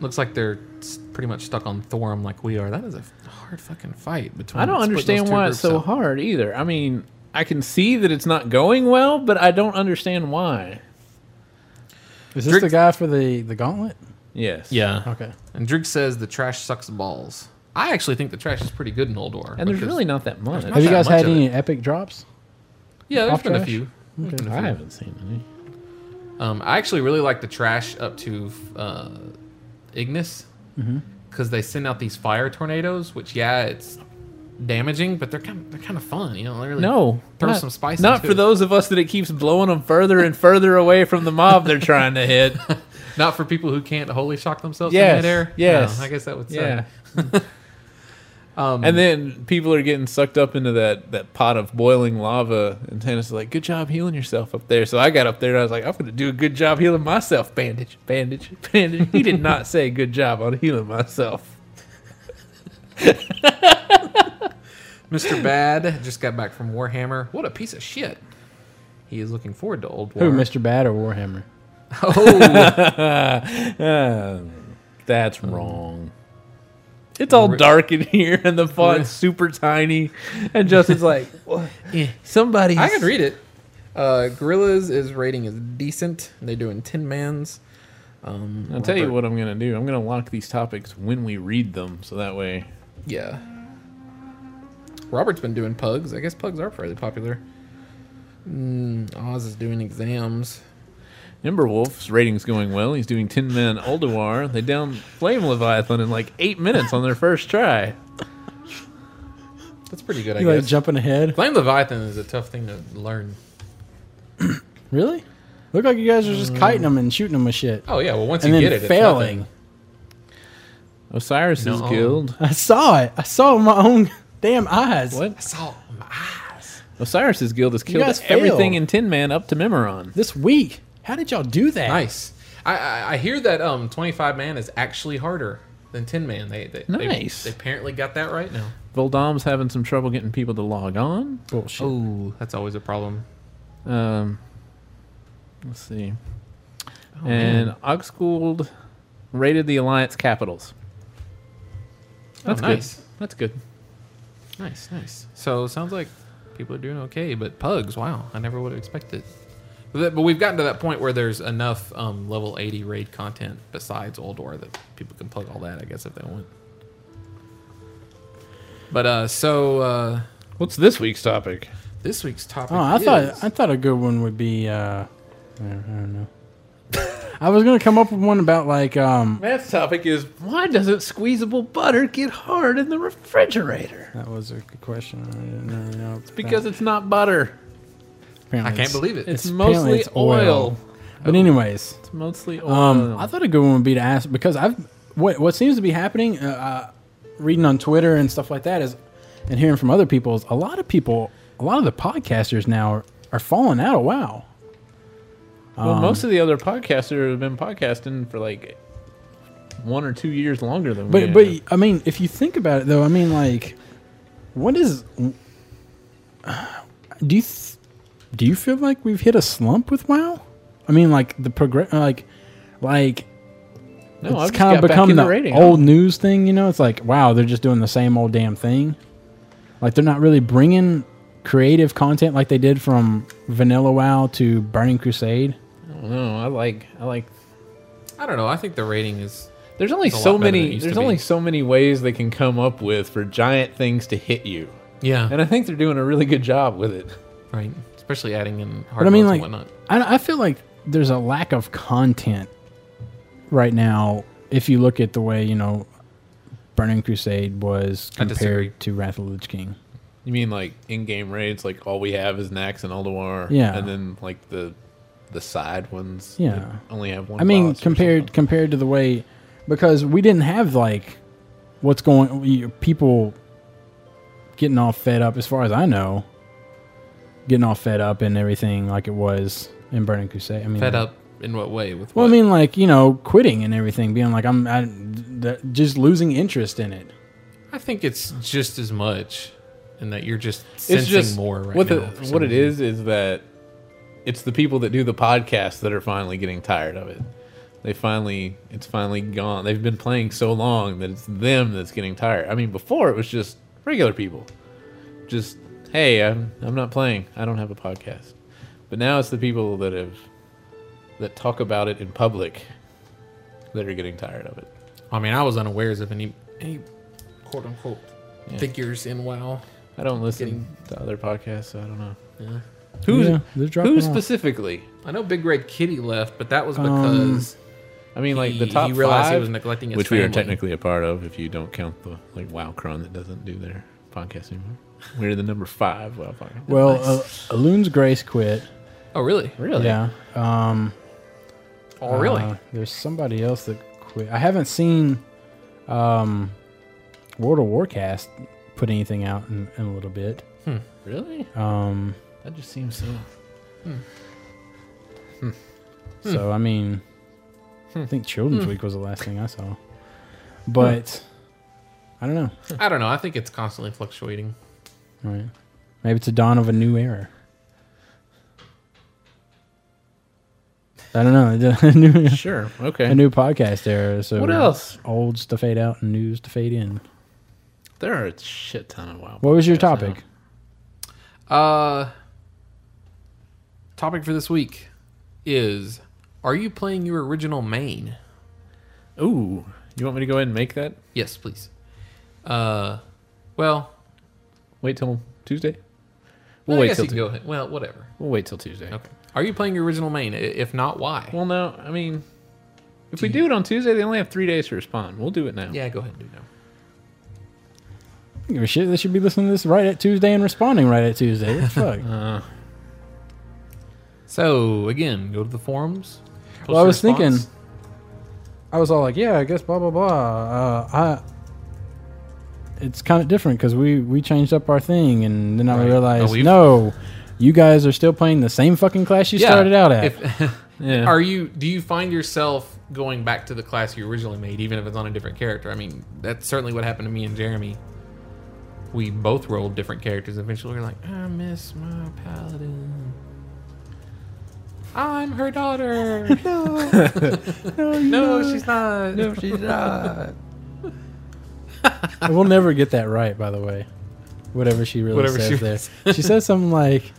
Speaker 4: Looks like they're s- pretty much stuck on Thorum like we are. That is a f- hard fucking fight between.
Speaker 5: I don't
Speaker 4: splitting Hmm, those
Speaker 5: understand
Speaker 4: two
Speaker 5: why it's
Speaker 4: groups
Speaker 5: so
Speaker 4: up.
Speaker 5: hard either. I mean, I can see that it's not going well, but I don't understand why.
Speaker 3: Is this
Speaker 4: Drink-
Speaker 3: the guy for the the gauntlet?
Speaker 5: Yes.
Speaker 4: Yeah.
Speaker 3: Okay.
Speaker 4: And Driggs says the trash sucks balls. I actually think the trash is pretty good in Old War.
Speaker 5: And there's
Speaker 4: because-
Speaker 5: really not that much.
Speaker 4: not
Speaker 3: Have you
Speaker 4: that
Speaker 3: guys
Speaker 4: much
Speaker 3: had
Speaker 4: of
Speaker 3: any epic drops?
Speaker 4: yeah, there's
Speaker 3: off
Speaker 4: been a
Speaker 3: trash?
Speaker 4: few. There's been a
Speaker 5: I
Speaker 4: few.
Speaker 5: haven't seen any.
Speaker 4: Um, I actually really like the trash up to uh,
Speaker 5: Mm-hmm.
Speaker 4: Ignis because they send out these fire tornadoes, which yeah, it's damaging, but they're kind of, they're kind of fun. You know, they're really
Speaker 5: No,
Speaker 4: Throw
Speaker 5: not-
Speaker 4: some spice
Speaker 5: Not
Speaker 4: into
Speaker 5: for
Speaker 4: it.
Speaker 5: those of us that it keeps blowing them further and further away from the mob they're trying to hit.
Speaker 4: Not for people who can't holy shock themselves
Speaker 5: Yes,
Speaker 4: in midair.
Speaker 5: yes.
Speaker 4: No, I guess that would
Speaker 5: yeah,
Speaker 4: say. Um,
Speaker 5: and then people are getting sucked up into that that pot of boiling lava, and Tannis is like, "Good job healing yourself up there." So I got up there and I was like, "I'm going to do a good job healing myself." Bandage, bandage, bandage. he did not say good job on healing myself.
Speaker 4: Mr. Bad just got back from Warhammer. What a piece of shit. He is looking forward to old war.
Speaker 3: Who, Mr. Bad or Warhammer?
Speaker 4: Oh,
Speaker 5: Uh, that's wrong. Mm. It's all dark in here, and the font's super tiny. And Justin's like, "What? somebody."
Speaker 4: I can read it. Uh, Gorillas is rating is decent. They're doing Tin Man's. Um,
Speaker 5: I'll tell you
Speaker 4: Robert-
Speaker 5: what I'm gonna do. I'm gonna lock these topics when we read them, so that way.
Speaker 4: Yeah. Robert's been doing pugs. I guess pugs are fairly popular. Mm, Oz is doing exams.
Speaker 5: Emberwolf's rating's going well. He's doing Tin Man Alduar. They down Flame Leviathan in like eight minutes on their first try.
Speaker 4: That's pretty good, I
Speaker 3: You like
Speaker 4: guess.
Speaker 3: jumping ahead?
Speaker 4: Flame Leviathan is a tough thing to learn.
Speaker 3: Really? Look like you guys are just kiting them and shooting them with shit.
Speaker 4: Oh yeah, well once
Speaker 3: and
Speaker 4: you
Speaker 3: then
Speaker 4: get it,
Speaker 3: failing.
Speaker 5: Osiris's
Speaker 4: No.
Speaker 5: guild.
Speaker 3: I saw it. I saw it with my own damn eyes.
Speaker 5: What?
Speaker 4: It's nothing. I saw my eyes.
Speaker 5: Osiris's guild has killed
Speaker 3: guys failed.
Speaker 5: everything in Tin Man up to Memoron.
Speaker 3: This week. How did y'all do that?
Speaker 4: Nice. I, I I hear that um 25 man is actually harder than 10 man. They they, they-
Speaker 5: Nice.
Speaker 4: They, apparently got that right now.
Speaker 5: Voldom's having some trouble getting people to log on.
Speaker 3: Bullshit.
Speaker 4: Oh, that's always a problem.
Speaker 5: Um, let's see. and Oxgold rated the Alliance capitals. That's
Speaker 4: nice.
Speaker 5: good. That's good.
Speaker 4: Nice, nice. So sounds like people are doing okay, but pugs, wow, I never would have expected. But, that- but we've gotten to that point where there's enough um, level 80 raid content besides Oldor that people can plug all that, I guess, if they want. But uh, so uh,
Speaker 5: What's this week's topic?
Speaker 4: this week's topic.
Speaker 3: Oh, I
Speaker 4: is,
Speaker 3: thought I thought a good one would be uh I don't I don't know. I was gonna come up with one about like um
Speaker 5: Matt's topic is why doesn't squeezable butter get hard in the refrigerator?
Speaker 3: that was a good question. I didn't know, you know, it's
Speaker 5: Because it's not butter.
Speaker 4: I can't believe it.
Speaker 5: It's,
Speaker 3: It's apparently
Speaker 5: mostly
Speaker 3: it's
Speaker 5: oil.
Speaker 3: oil. But anyways,
Speaker 5: It's mostly oil.
Speaker 3: Um, I thought a good one would be to ask because I've what what seems to be happening, uh, uh, reading on Twitter and stuff like that is, and hearing from other people is a lot of people, a lot of the podcasters now are, are falling out. Wow,
Speaker 5: well,
Speaker 4: um,
Speaker 5: most of the other podcasters have been podcasting for like one or two years longer than we
Speaker 3: but
Speaker 5: have.
Speaker 3: but I mean, if you think about it though, I mean, like, what is? Do you th- do you feel like we've hit a slump with WoW? I mean, like the progress, like like
Speaker 5: no, I've
Speaker 3: it's
Speaker 5: just
Speaker 3: kind of
Speaker 5: got back
Speaker 3: become
Speaker 5: in
Speaker 3: the
Speaker 5: rating.
Speaker 3: old news thing, you know. It's like, wow, they're just doing the same old damn thing. Like they're not really bringing creative content like they did from Vanilla WoW to Burning Crusade.
Speaker 5: No, I like I like.
Speaker 4: I don't know. I think the rating is.
Speaker 5: There's only
Speaker 4: It's a lot
Speaker 5: so
Speaker 4: better than it
Speaker 5: many.
Speaker 4: used to
Speaker 5: There's only
Speaker 4: be.
Speaker 5: so many ways they can come up with for giant things to hit you,
Speaker 4: Yeah.
Speaker 5: and I think they're doing a really good job with it.
Speaker 4: right. Especially adding in hard
Speaker 3: But I mean,
Speaker 4: modes
Speaker 3: like,
Speaker 4: and whatnot.
Speaker 3: I, I feel like there's a lack of content right now. If you look at the way you know Burning Crusade was
Speaker 4: I disagree.
Speaker 3: compared to Wrath of the Lich King,
Speaker 5: You mean like in-game raids? Like all we have is Nax and Alduar,
Speaker 3: Yeah.
Speaker 5: and then like the the side ones,
Speaker 3: Yeah.
Speaker 5: that only have one.
Speaker 3: I mean,
Speaker 5: boss or
Speaker 3: compared
Speaker 5: something.
Speaker 3: compared to the way because we didn't have like what's going you- people getting all fed up as far as I know, getting all fed up and everything like it was in Burning Crusade. I mean,
Speaker 4: Fed up in what way? With
Speaker 3: Well, I
Speaker 4: what?
Speaker 3: mean, like you know, quitting and everything, being like I'm I, th- just losing interest in it.
Speaker 4: I think it's just as much, in that you're just sensing
Speaker 5: it's just
Speaker 4: more right
Speaker 5: what
Speaker 4: now.
Speaker 5: the,
Speaker 4: for some
Speaker 5: what it
Speaker 4: reason.
Speaker 5: is is that it's the people that do the podcast that are finally getting tired of it. They finally, it's finally gone. They've been playing so long that it's them that's getting tired. I mean, before it was just regular people, just hey, I'm I'm not playing. I don't have a podcast. But now it's the people that have that talk about it in public that are getting tired of it.
Speaker 4: I mean, I was unaware of any any quote unquote figures in WoW.
Speaker 5: I don't listen to other podcasts, so I don't know.
Speaker 4: Yeah.
Speaker 5: Who's
Speaker 3: Yeah, they're dropping
Speaker 5: who
Speaker 3: off.
Speaker 5: specifically?
Speaker 4: I know Big Red Kitty left, but that was because
Speaker 5: Um, I mean, like the
Speaker 4: he-
Speaker 5: top
Speaker 4: he realized
Speaker 5: five,
Speaker 4: he was neglecting his
Speaker 5: which we are
Speaker 4: family.
Speaker 5: technically a part of, if you don't count the like WoW Cron that doesn't do their podcast anymore. We're the number five WoW podcast.
Speaker 3: Well, uh, Alun's Grace quit.
Speaker 4: Oh, really?
Speaker 5: Really?
Speaker 3: Yeah. Um,
Speaker 4: Oh, really?
Speaker 3: uh, there's somebody else that quit. I haven't seen um, World of Warcast put anything out in, in a little bit.
Speaker 5: Hmm. Really?
Speaker 3: Um,
Speaker 5: That just seems so. hmm.
Speaker 3: So I mean,
Speaker 5: Hmm.
Speaker 3: I think Children's Week was the last thing I saw, but I don't know.
Speaker 4: I don't know. I think it's constantly fluctuating.
Speaker 3: Right? Maybe it's a dawn of a new era. I don't know. A new,
Speaker 5: Sure. Okay.
Speaker 3: a new podcast era. So
Speaker 5: What else?
Speaker 3: Olds to fade out and news to fade in.
Speaker 5: There are a shit ton of WoW.
Speaker 3: What was your
Speaker 5: podcasts now.
Speaker 3: topic?
Speaker 4: Uh, topic for this week is: Are you playing your original main?
Speaker 5: Ooh, you want me to go ahead and make that?
Speaker 4: Yes, please. Uh, well,
Speaker 5: Wait till Tuesday.
Speaker 4: no,
Speaker 5: We'll
Speaker 4: I
Speaker 5: wait
Speaker 4: guess
Speaker 5: till
Speaker 4: you can
Speaker 5: Tu-
Speaker 4: go ahead. Well, whatever.
Speaker 5: We'll wait till Tuesday.
Speaker 4: Okay. Are you playing your original main? I- If not, why?
Speaker 5: Well, no, I mean, if we do it on Tuesday, they only have three days to respond. We'll do it now.
Speaker 4: yeah, go ahead and do now.
Speaker 3: I don't Give a shit. They should be listening to this right at Tuesday and responding right at Tuesday. What the fuck?
Speaker 4: Uh, So again, go to the forums. post
Speaker 3: Well, I
Speaker 4: your
Speaker 3: was thinking-
Speaker 4: response.
Speaker 3: I was all like, yeah, I guess blah blah blah. Uh, I. It's kind of different because we we changed up our thing, and then I
Speaker 4: Right.
Speaker 3: realized
Speaker 4: No, we've-
Speaker 3: no, you guys are still playing the same fucking class you
Speaker 4: Yeah,
Speaker 3: started out at.
Speaker 4: if-
Speaker 5: Yeah.
Speaker 4: Are you? Do you find yourself going back to the class you originally made, even if it's on a different character? I mean, that's certainly what happened to me and Jeremy. We both rolled different characters. Eventually, we we're like, I miss my paladin. I'm her daughter. no, no, she's not. No, she's not.
Speaker 3: And we'll never get that right, by the way. Whatever she really
Speaker 4: Whatever
Speaker 3: says
Speaker 4: she
Speaker 3: there, she says something like,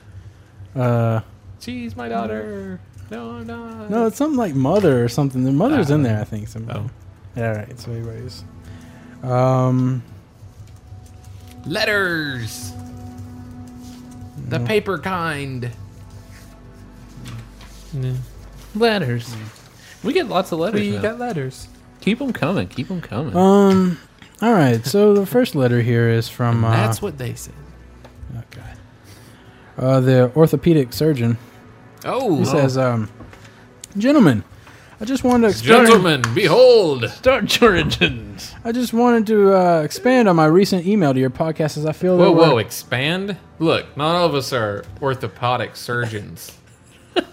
Speaker 3: uh,
Speaker 4: she's my daughter. No, I'm not.
Speaker 3: no, it's something like mother or something. The mother's in there, I think. Somehow.
Speaker 4: Oh.
Speaker 3: All right. So, anyways, um,
Speaker 4: letters. The paper kind.
Speaker 5: Letters. We get lots of letters.
Speaker 4: Mm. We
Speaker 5: now.
Speaker 4: got letters.
Speaker 5: Keep them coming. Keep them coming.
Speaker 3: um, all right. So the first letter here is from uh,
Speaker 4: That's what they said.
Speaker 3: Okay. Uh, the orthopedic surgeon.
Speaker 4: Oh,
Speaker 3: He says, um, "Gentlemen, I just wanted to expand.
Speaker 4: gentlemen, behold!
Speaker 5: Start your engines.
Speaker 3: I just wanted to uh, expand on my recent email to your podcast, as I feel that
Speaker 4: Whoa,
Speaker 3: we're-
Speaker 4: whoa, expand! Look, not all of us are orthopedic surgeons.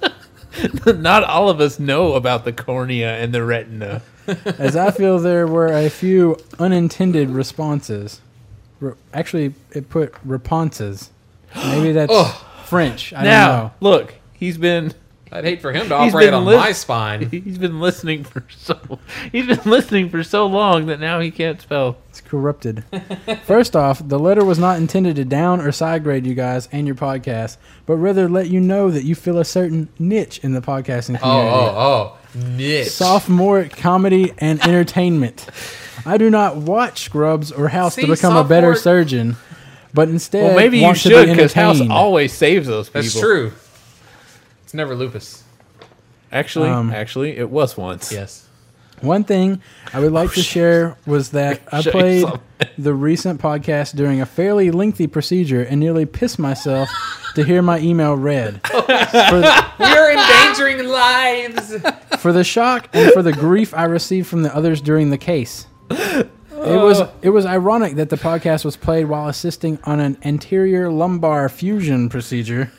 Speaker 5: Not all of us know about the cornea and the retina.
Speaker 3: as I feel there were a few unintended responses. Re- actually, it put responses. Maybe that's
Speaker 4: Ugh.
Speaker 3: French. I
Speaker 5: now, look, he's been
Speaker 4: I'd hate for him to
Speaker 5: He's
Speaker 4: operate
Speaker 5: been
Speaker 4: on
Speaker 5: lis-
Speaker 4: my spine.
Speaker 5: he's been listening for so he's been listening for so long that now he can't spell.
Speaker 3: It's corrupted. First off, the letter was not intended to down or side grade you guys and your podcast, but rather let you know that you fill a certain niche in the podcasting community.
Speaker 4: Oh, oh, oh, niche.
Speaker 3: Sophomoric comedy and entertainment. I do not watch Scrubs or House
Speaker 4: See,
Speaker 3: to become a better
Speaker 4: sophomore-
Speaker 3: surgeon, but instead
Speaker 5: Well, maybe you
Speaker 3: want to
Speaker 5: should
Speaker 3: be
Speaker 5: because House
Speaker 3: entertained.
Speaker 5: always saves those people.
Speaker 4: That's true. It's never lupus.
Speaker 5: Actually,
Speaker 3: Um,
Speaker 5: actually, it was once.
Speaker 4: Yes.
Speaker 3: One thing I would like to share was that I
Speaker 5: Show you
Speaker 3: played
Speaker 5: something.
Speaker 3: the recent podcast during a fairly lengthy procedure and nearly pissed myself to hear my email read. For the-
Speaker 4: We are endangering lives.
Speaker 3: for the shock and for the grief I received from the others during the case. It was it was ironic that the podcast was played while assisting on an anterior lumbar fusion procedure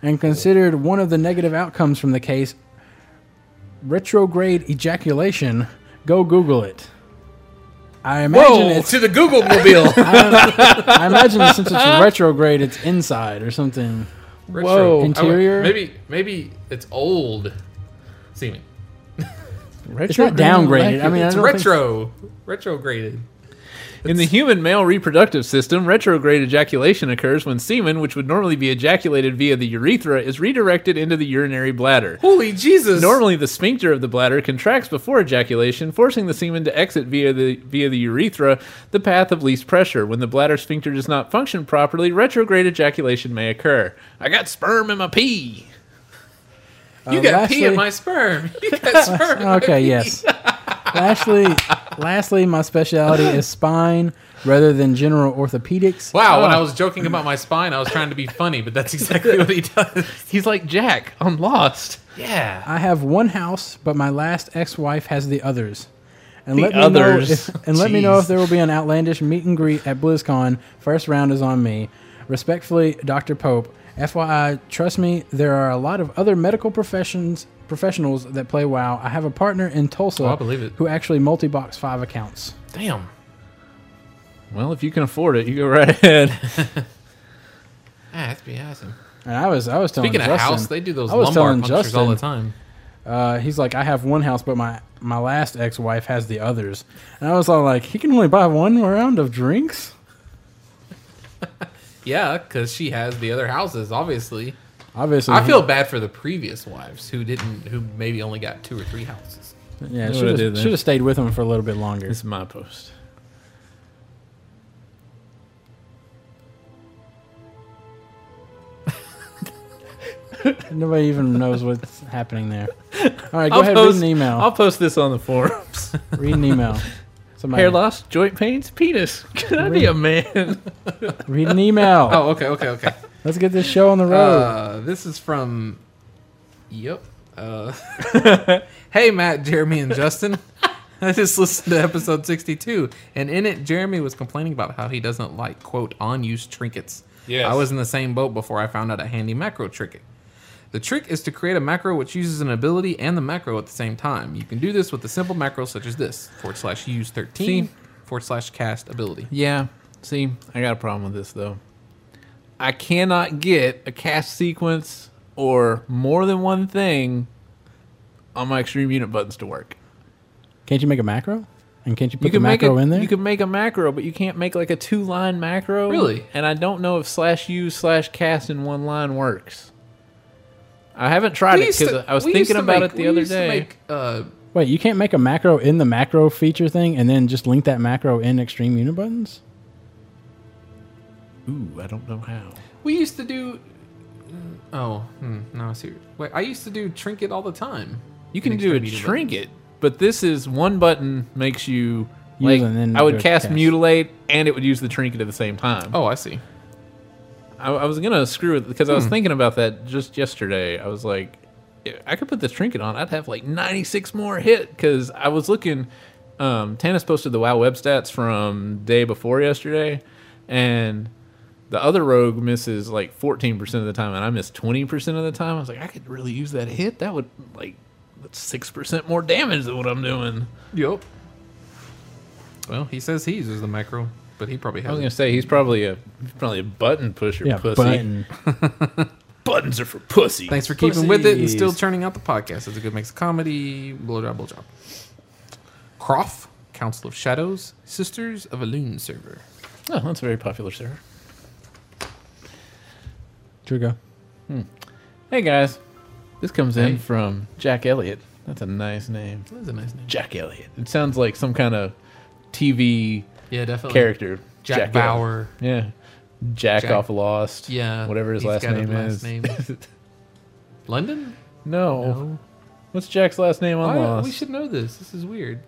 Speaker 3: and considered one of the negative outcomes from the case retrograde ejaculation. Go Google it. I imagine
Speaker 4: Whoa,
Speaker 3: it's
Speaker 4: to the Google mobile.
Speaker 3: I imagine since it's retrograde it's inside or something.
Speaker 4: Retro. I would-
Speaker 3: Interior?
Speaker 4: Maybe, maybe it's old semen.
Speaker 3: It's not downgraded. I mean I
Speaker 4: It's
Speaker 3: don't think-
Speaker 4: retro, retrograded.
Speaker 5: In the human male reproductive system, retrograde ejaculation occurs when semen, which would normally be ejaculated via the urethra, is redirected into the urinary bladder.
Speaker 4: Holy Jesus!
Speaker 5: Normally, the sphincter of the bladder contracts before ejaculation, forcing the semen to exit via the via the urethra, the path of least pressure. When the bladder sphincter does not function properly, retrograde ejaculation may occur. I got sperm in my pee.
Speaker 4: You
Speaker 3: Uh,
Speaker 4: got pee in
Speaker 3: lastly-
Speaker 4: my sperm. You got sperm. in my
Speaker 3: Okay,
Speaker 4: pee.
Speaker 3: yes. lastly, lastly, my specialty is spine, rather than general orthopedics.
Speaker 4: Wow, when
Speaker 5: Oh.
Speaker 4: I was joking about my spine, I was trying to be funny, but that's exactly what he does.
Speaker 5: He's like Jack on Lost.
Speaker 4: Yeah.
Speaker 3: I have one house, but my last ex-wife has the others. And
Speaker 5: The
Speaker 3: let me
Speaker 5: others.
Speaker 3: know if, and let me know
Speaker 5: Jeez.
Speaker 3: if there will be an outlandish meet and greet at BlizzCon. First round is on me. Respectfully, Dr. Pope. FYI, trust me, there are a lot of other medical professions professionals that play WoW. I have a partner in Tulsa
Speaker 4: Oh, I believe it.
Speaker 3: who actually multi-box five accounts.
Speaker 4: Damn.
Speaker 5: Well, if you can afford it, you go right ahead.
Speaker 4: Ah, that'd be awesome.
Speaker 3: And I was I was telling
Speaker 4: Speaking of
Speaker 3: Justin,
Speaker 4: house, they do those
Speaker 3: I was
Speaker 4: lumbar
Speaker 3: telling
Speaker 4: punctures all the
Speaker 3: Justin-
Speaker 4: time.
Speaker 3: uh, he's like, I have one house, but my my last ex-wife has the others. And I was all like, he can only buy one round of drinks.
Speaker 4: Yeah, because she has the other houses, obviously.
Speaker 3: Obviously,
Speaker 4: I
Speaker 3: he-
Speaker 4: feel bad for the previous wives who didn't, who maybe only got two or three houses.
Speaker 3: Yeah,
Speaker 5: Know what I
Speaker 3: should
Speaker 5: did there?
Speaker 3: have stayed with him for a little bit longer.
Speaker 5: This is my post.
Speaker 3: Nobody even knows what's happening there. All right, go
Speaker 5: I'll
Speaker 3: ahead,
Speaker 5: post-
Speaker 3: read an email.
Speaker 5: I'll post this on the forums.
Speaker 3: read an email. Somebody
Speaker 5: Hair loss, joint pains, penis. Could I be a man?
Speaker 3: read an email.
Speaker 4: Oh, okay, okay, okay.
Speaker 3: Let's get this show on the road.
Speaker 5: Oh.
Speaker 4: Uh, this is from. Yep. Uh, hey, Matt, Jeremy, and Justin. I just listened to episode 62, and in it, Jeremy was complaining about how he doesn't like, quote, unused trinkets.
Speaker 5: Yes.
Speaker 4: I was in the same boat before I found out a handy macro trick. The trick is to create a macro which uses an ability and the macro at the same time. You can do this with a simple macro such as this forward slash use 13
Speaker 5: See?
Speaker 4: forward slash cast ability.
Speaker 5: yeah. See, I got a problem with this though. I cannot get a cast sequence or more than one thing on my extreme unit buttons to work.
Speaker 3: can't you make a macro? And can't you put
Speaker 5: You
Speaker 3: the
Speaker 5: can make
Speaker 3: macro
Speaker 5: a,
Speaker 3: in there?
Speaker 5: You can make a macro, but you can't make like a two line macro.
Speaker 4: Really?
Speaker 5: And I don't know if slash use slash cast in one line works. I haven't tried
Speaker 4: We
Speaker 5: it
Speaker 4: used
Speaker 5: because
Speaker 4: to-
Speaker 5: I was
Speaker 4: we used
Speaker 5: thinking
Speaker 4: to
Speaker 5: about
Speaker 4: make-
Speaker 5: it the
Speaker 4: we
Speaker 5: other
Speaker 4: used to
Speaker 5: day.
Speaker 4: make, uh,
Speaker 3: Wait, you can't make a macro in the macro feature thing and then just link that macro in Extreme Unit Buttons?
Speaker 5: Ooh, I don't know how.
Speaker 4: We used to do. mm, Oh, hmm, no, I see. Wait, I used to do trinket all the time.
Speaker 5: You can
Speaker 4: An
Speaker 5: do a
Speaker 4: extreme unit button.
Speaker 5: trinket, but this is one button makes you like
Speaker 3: Use and then
Speaker 5: I would
Speaker 3: go
Speaker 5: cast,
Speaker 3: cast.
Speaker 5: mutilate and it would use the trinket at the same time.
Speaker 4: Oh, I see.
Speaker 5: I, I was gonna screw with because I
Speaker 3: Hmm.
Speaker 5: was thinking about that just yesterday. I was like, if I could put this trinket on, I'd have like 96 more hit because I was looking. Um, Tannis posted the WoW web stats from day before yesterday, and the other rogue misses like 14% of the time, and I miss 20% of the time. I was like, I could really use that hit. That would like that's six percent more damage than what I'm doing.
Speaker 4: Yup. Well, he says he uses the macro, but he probably
Speaker 5: I was
Speaker 4: hasn't.
Speaker 5: gonna say he's probably a he's probably a button pusher.
Speaker 3: Yeah,
Speaker 5: pussy.
Speaker 3: button.
Speaker 5: Buttons are for pussy.
Speaker 4: Thanks for keeping with it and still
Speaker 3: Pussies.
Speaker 4: churning out the podcast. It's a good mix of comedy, blow job, blow job. Croft, Council of Shadows, Sisters of a Loon server.
Speaker 5: Oh, that's a very popular server.
Speaker 3: Trugo.
Speaker 5: Hey guys, this comes
Speaker 4: Hey.
Speaker 5: in from Jack Elliott. That's a nice name,
Speaker 4: That is a nice name.
Speaker 5: Jack Elliott. It sounds like some kind of TV
Speaker 4: Yeah, definitely.
Speaker 5: character.
Speaker 4: Jack,
Speaker 5: Elliott.
Speaker 4: Bauer.
Speaker 5: Yeah, Jack,
Speaker 4: Jack-
Speaker 5: off Lost.
Speaker 4: Yeah.
Speaker 5: whatever his
Speaker 4: he's
Speaker 5: last
Speaker 4: got a
Speaker 5: name
Speaker 4: last
Speaker 5: is.
Speaker 4: name. London?
Speaker 5: no.
Speaker 4: No.
Speaker 5: what's Jack's last name on
Speaker 4: Why-
Speaker 5: Lost?
Speaker 4: we should know this. This is weird.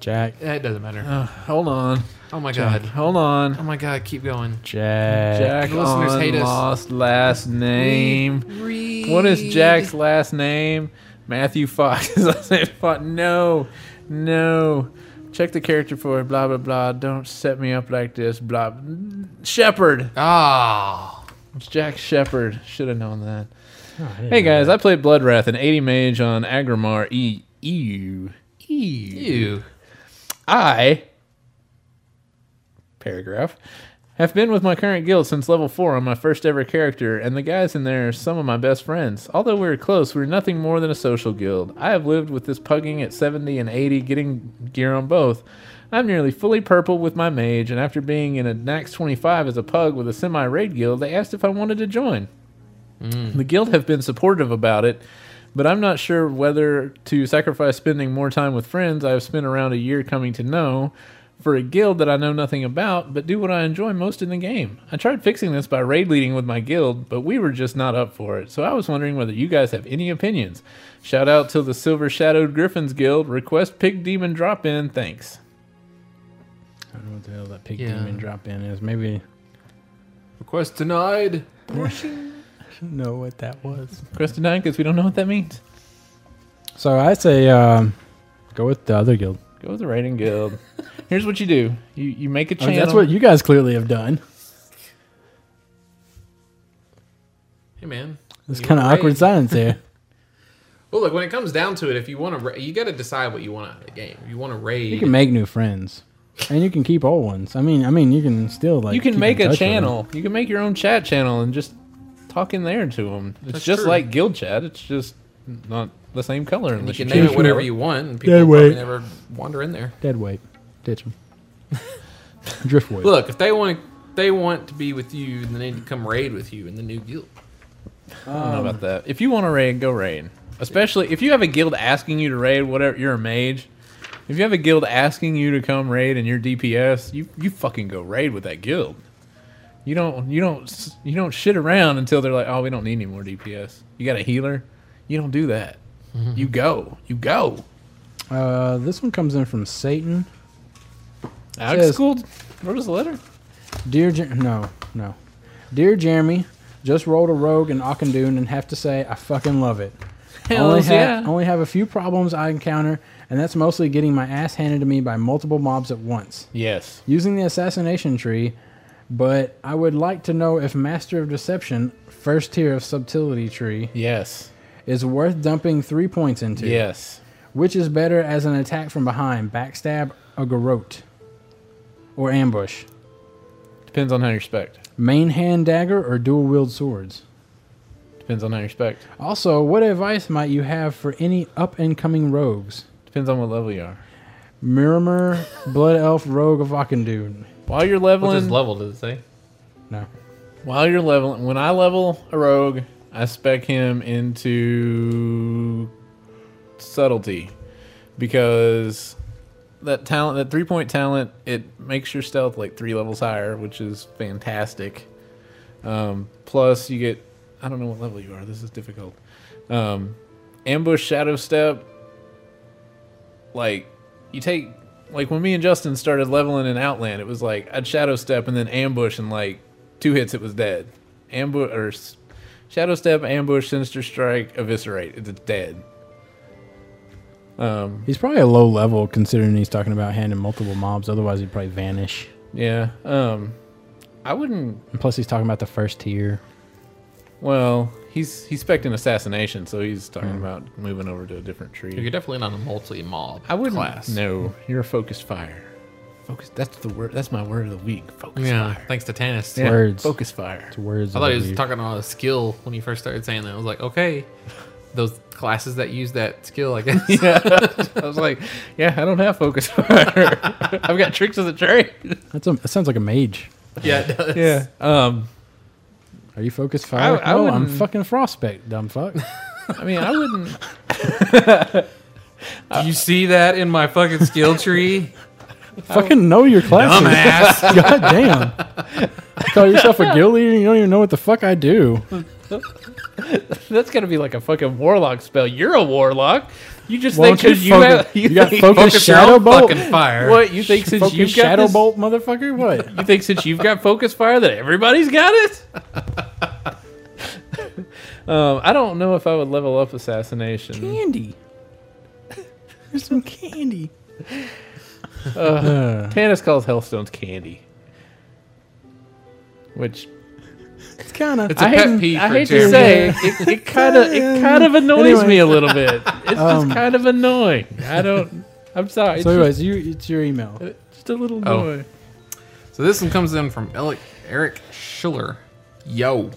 Speaker 3: Jack.
Speaker 4: That doesn't matter.
Speaker 5: Uh, hold on,
Speaker 4: Oh my god.
Speaker 5: hold on.
Speaker 4: Oh my god, keep going.
Speaker 3: Jack.
Speaker 5: Jack
Speaker 4: The listeners
Speaker 5: on
Speaker 4: hate us.
Speaker 5: Lost last name.
Speaker 4: Read.
Speaker 5: What is Jack's last name? Matthew Fox. His last name is Fox. No, no. Check the character for it. Blah blah blah. Don't set me up like this. Blah. Shepherd.
Speaker 4: Ah.
Speaker 5: It's Jack Shepherd. Should have known that. Hey guys, I played Blood Wrath and 80 Mage on Agrimar E EU.
Speaker 4: Ew.
Speaker 5: I, paragraph, have been with my current guild since level 4 on my first ever character, and the guys in there are some of my best friends. Although we are close, we are nothing more than a social guild. I have lived with this pugging at 70 and 80, getting gear on both. I'm nearly fully purple with my mage, and after being in a Nax 25 as a pug with a semi raid guild, they asked if I wanted to join. The guild have been supportive about it, but I'm not sure whether to sacrifice spending more time with friends I've spent around a year coming to know for a guild that I know nothing about, but do what I enjoy most in the game. I tried fixing this by raid leading with my guild, but we were just not up for it, so I was wondering whether you guys have any opinions. Shout out to the Silver Shadowed Griffins Guild. Request Pig Demon Drop In. Thanks.
Speaker 3: I don't know what the hell that pig
Speaker 4: Yeah.
Speaker 3: demon drop in is. Maybe
Speaker 4: Request denied.
Speaker 3: know what that was.
Speaker 5: Crest of nine, because we don't know what that means.
Speaker 3: So I say um, go with the other guild.
Speaker 5: Go with the raiding guild. Here's what you do: you you make a
Speaker 3: I
Speaker 5: channel.
Speaker 3: mean, that's what you guys clearly have done.
Speaker 4: Hey man.
Speaker 3: It's
Speaker 4: You
Speaker 3: kind of
Speaker 4: want a
Speaker 3: awkward
Speaker 4: raid?
Speaker 3: silence there.
Speaker 4: Well, look, when it comes down to it, if you want to, ra- you got to decide what you want out of the game. If you want to raid,
Speaker 3: You can make new friends, and you can keep old ones. I mean, I mean, you can still like
Speaker 5: you can
Speaker 3: keep
Speaker 5: make
Speaker 3: in touch
Speaker 5: a
Speaker 3: with them.
Speaker 5: channel. You can make your own chat channel and just talk in there to them. It's
Speaker 4: That's
Speaker 5: just
Speaker 4: true.
Speaker 5: like guild chat. It's just not the same color.
Speaker 4: you
Speaker 5: unless
Speaker 4: can
Speaker 5: you
Speaker 4: name
Speaker 5: choose
Speaker 4: it
Speaker 5: your
Speaker 4: whatever
Speaker 5: own.
Speaker 4: you want, and people
Speaker 3: Dead
Speaker 4: probably
Speaker 3: weight.
Speaker 4: never wander in there.
Speaker 3: Dead weight, ditch them. Driftwood.
Speaker 4: Look, if they want, they want to be with you, then they need to come raid with you in the new guild.
Speaker 5: I don't know about that. If you want to raid, go raid. Especially if you have a guild asking you to raid, whatever you're a mage. If you have a guild asking you to come raid and you're DPS, you you fucking go raid with that guild. You don't you don't s- you don't shit around until they're like, oh, we don't need any more DPS. You got a healer. You don't do that. You go. You go.
Speaker 3: Uh, this one comes in from Satan.
Speaker 5: Alex
Speaker 3: Says-
Speaker 5: Gould wrote us a letter.
Speaker 3: Dear Jer- no, no. Dear Jeremy, just rolled a rogue in Ockendune and have to say I fucking love it. only
Speaker 5: Hells
Speaker 3: have,
Speaker 5: yeah.
Speaker 3: only have a few problems I encounter, and that's mostly getting my ass handed to me by multiple mobs at once.
Speaker 5: Yes.
Speaker 3: Using the assassination tree, but I would like to know if Master of Deception, first tier of subtlety tree,
Speaker 5: Yes.
Speaker 3: is worth dumping three points into.
Speaker 5: Yes.
Speaker 3: Which is better as an attack from behind, backstab, or garrote, or ambush?
Speaker 5: Depends on how you respect.
Speaker 3: Main hand dagger or dual wield swords?
Speaker 5: Depends on how you respect.
Speaker 3: Also, what advice might you have for any up and coming rogues?
Speaker 5: Depends on what level you are.
Speaker 3: Miramur, Blood Elf, Rogue of Ockendune.
Speaker 5: While you're
Speaker 4: What's
Speaker 5: leveling,
Speaker 4: his level? Does it say?
Speaker 3: No.
Speaker 5: While you're leveling, when I level a rogue, I spec him into subtlety because that talent, that three point talent, it makes your stealth like three levels higher, which is fantastic. Um, plus, you get I don't know what level you are. This is difficult. Um, ambush shadow step. Like you take like when me and Justin started leveling in Outland, it was like I'd shadow step and then ambush and like two hits it was dead. Ambush or s- shadow step, ambush, sinister strike, eviscerate. It's dead. Um,
Speaker 3: He's probably a low level considering he's talking about handing multiple mobs, otherwise, he'd probably vanish.
Speaker 5: yeah. Um, I wouldn't.
Speaker 3: And plus, he's talking about the first tier.
Speaker 5: Well, he's he's spec'd an assassination, so he's talking about moving over to a different tree.
Speaker 4: Hmm. You're definitely not a multi mob.
Speaker 5: I wouldn't.
Speaker 4: class.
Speaker 5: No, you're a focused fire. Focus. That's the word. That's my word of the week. Focus
Speaker 4: Yeah,
Speaker 5: fire.
Speaker 4: thanks to Tannis.
Speaker 5: Yeah,
Speaker 3: Words.
Speaker 5: Focus fire.
Speaker 3: It's words.
Speaker 4: I thought he was
Speaker 3: believe.
Speaker 4: talking about a skill when he first started saying that. I was like, okay, those classes that use that skill, I guess.
Speaker 5: I was like, yeah, I don't have focus fire. I've got tricks of the trade.
Speaker 3: That's a, that sounds like a mage.
Speaker 4: yeah, it does.
Speaker 5: Yeah. Um.
Speaker 3: Are you focused fire?
Speaker 5: I
Speaker 3: no, I'm
Speaker 5: wouldn't-
Speaker 3: fucking frostbite, dumb fuck.
Speaker 5: I mean, I wouldn't.
Speaker 4: Do you see that in my fucking skill tree?
Speaker 3: fucking know your classes.
Speaker 4: Dumbass.
Speaker 3: God damn. You call yourself a guild leader and you don't even know what the fuck I do.
Speaker 5: That's gonna be like a fucking warlock spell. You're a warlock. You just
Speaker 3: Why
Speaker 5: think
Speaker 3: don't you
Speaker 5: because you,
Speaker 3: focus-
Speaker 5: have
Speaker 3: you got
Speaker 5: think-
Speaker 3: focus shadow
Speaker 4: Yourself
Speaker 3: bolt?
Speaker 4: Fucking fire.
Speaker 5: What you think since
Speaker 3: Focus
Speaker 5: you've got
Speaker 3: shadow
Speaker 5: this,
Speaker 3: bolt, motherfucker? What?
Speaker 5: You think since you've got focus fire that everybody's got it? um, I don't know if I would level up assassination.
Speaker 3: candy. There's some candy.
Speaker 5: Tannis calls hellstones candy, which
Speaker 3: it's kind of.
Speaker 4: It's a
Speaker 5: I
Speaker 4: pet
Speaker 5: hate,
Speaker 4: peeve
Speaker 5: I
Speaker 4: for
Speaker 5: hate to
Speaker 4: Jeremy.
Speaker 5: say it- it kind of it kind of annoys me a little bit. It's
Speaker 3: Um,
Speaker 5: just kind of annoying. I don't. I'm sorry.
Speaker 3: So,
Speaker 5: it's
Speaker 3: anyways, you it's your email.
Speaker 5: just, just a little
Speaker 4: Oh.
Speaker 5: annoying.
Speaker 4: So this one comes in from Eric, Eric Schiller. Yo,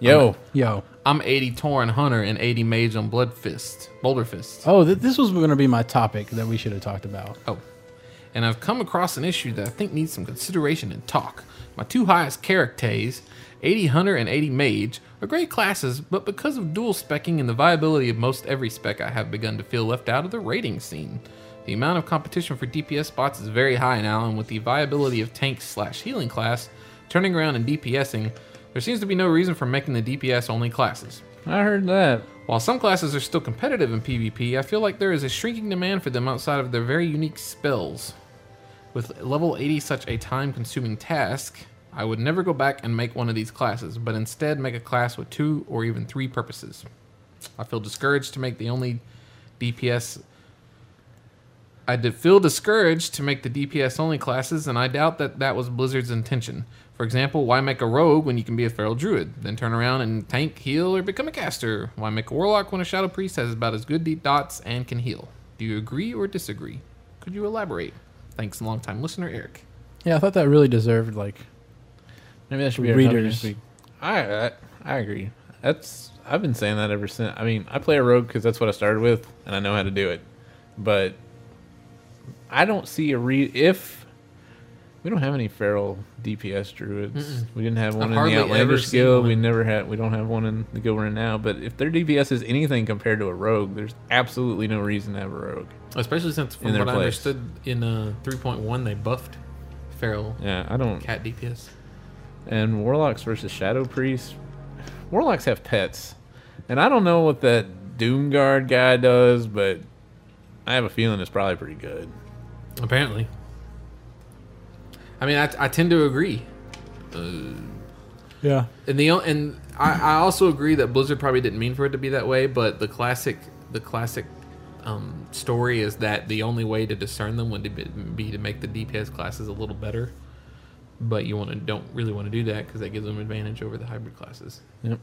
Speaker 5: Yo,
Speaker 3: Yo.
Speaker 4: I'm 80 Torn Hunter and 80 Mage on Blood Fist, Boulder Fist.
Speaker 3: Oh, th- this was going to be my topic that we should have talked about.
Speaker 4: Oh. And I've come across an issue that I think needs some consideration and talk. My two highest characters, 80 Hunter and 80 Mage, are great classes, but because of dual specking and the viability of most every spec, I have begun to feel left out of the rating scene. The amount of competition for DPS spots is very high now, and with the viability of tank slash healing class, turning around and DPSing, there seems to be no reason for making the DPS only classes.
Speaker 5: I heard that.
Speaker 4: While some classes are still competitive in PvP, I feel like there is a shrinking demand for them outside of their very unique spells. With level 80 such a time consuming task, I would never go back and make one of these classes, but instead make a class with two or even three purposes. I feel discouraged to make the only DPS. I did feel discouraged to make the DPS only classes, and I doubt that that was Blizzard's intention. For example, why make a rogue when you can be a feral druid, then turn around and tank, heal, or become a caster? Why make a warlock when a shadow priest has about as good deep dots and can heal? Do you agree or disagree? Could you elaborate? Thanks, longtime listener Eric.
Speaker 3: Yeah, I thought that really deserved like
Speaker 5: Maybe that should be our topic
Speaker 3: readers.
Speaker 5: next week. I, I I agree. That's I've been saying that ever since. I mean, I play a rogue because that's what I started with, and I know how to do it. But I don't see a re if we don't have any feral DPS druids. We didn't have one in
Speaker 4: hardly
Speaker 5: the
Speaker 4: ever
Speaker 5: Outlandish
Speaker 4: seen
Speaker 5: guild. We
Speaker 4: one.
Speaker 5: never had. We don't have one in the guild we're in now. But if their DPS is anything compared to a rogue, there's absolutely no reason to have a rogue.
Speaker 4: Especially since, from
Speaker 5: In their
Speaker 4: what I
Speaker 5: place.
Speaker 4: understood, in uh, 3.1 they buffed feral
Speaker 5: Yeah, I don't.
Speaker 4: cat DPS.
Speaker 5: and warlocks versus shadow priests. Warlocks have pets, and I don't know what that doom guard guy does, but I have a feeling it's probably pretty good.
Speaker 4: Apparently. I mean, I, I tend to agree.
Speaker 3: yeah.
Speaker 4: And the o- and I, I also agree that Blizzard probably didn't mean for it to be that way, but the classic the classic um, story is that the only way to discern them would be- be to make the DPS classes a little better. But you want to don't really want to do that because that gives them advantage over the hybrid classes.
Speaker 5: Yep.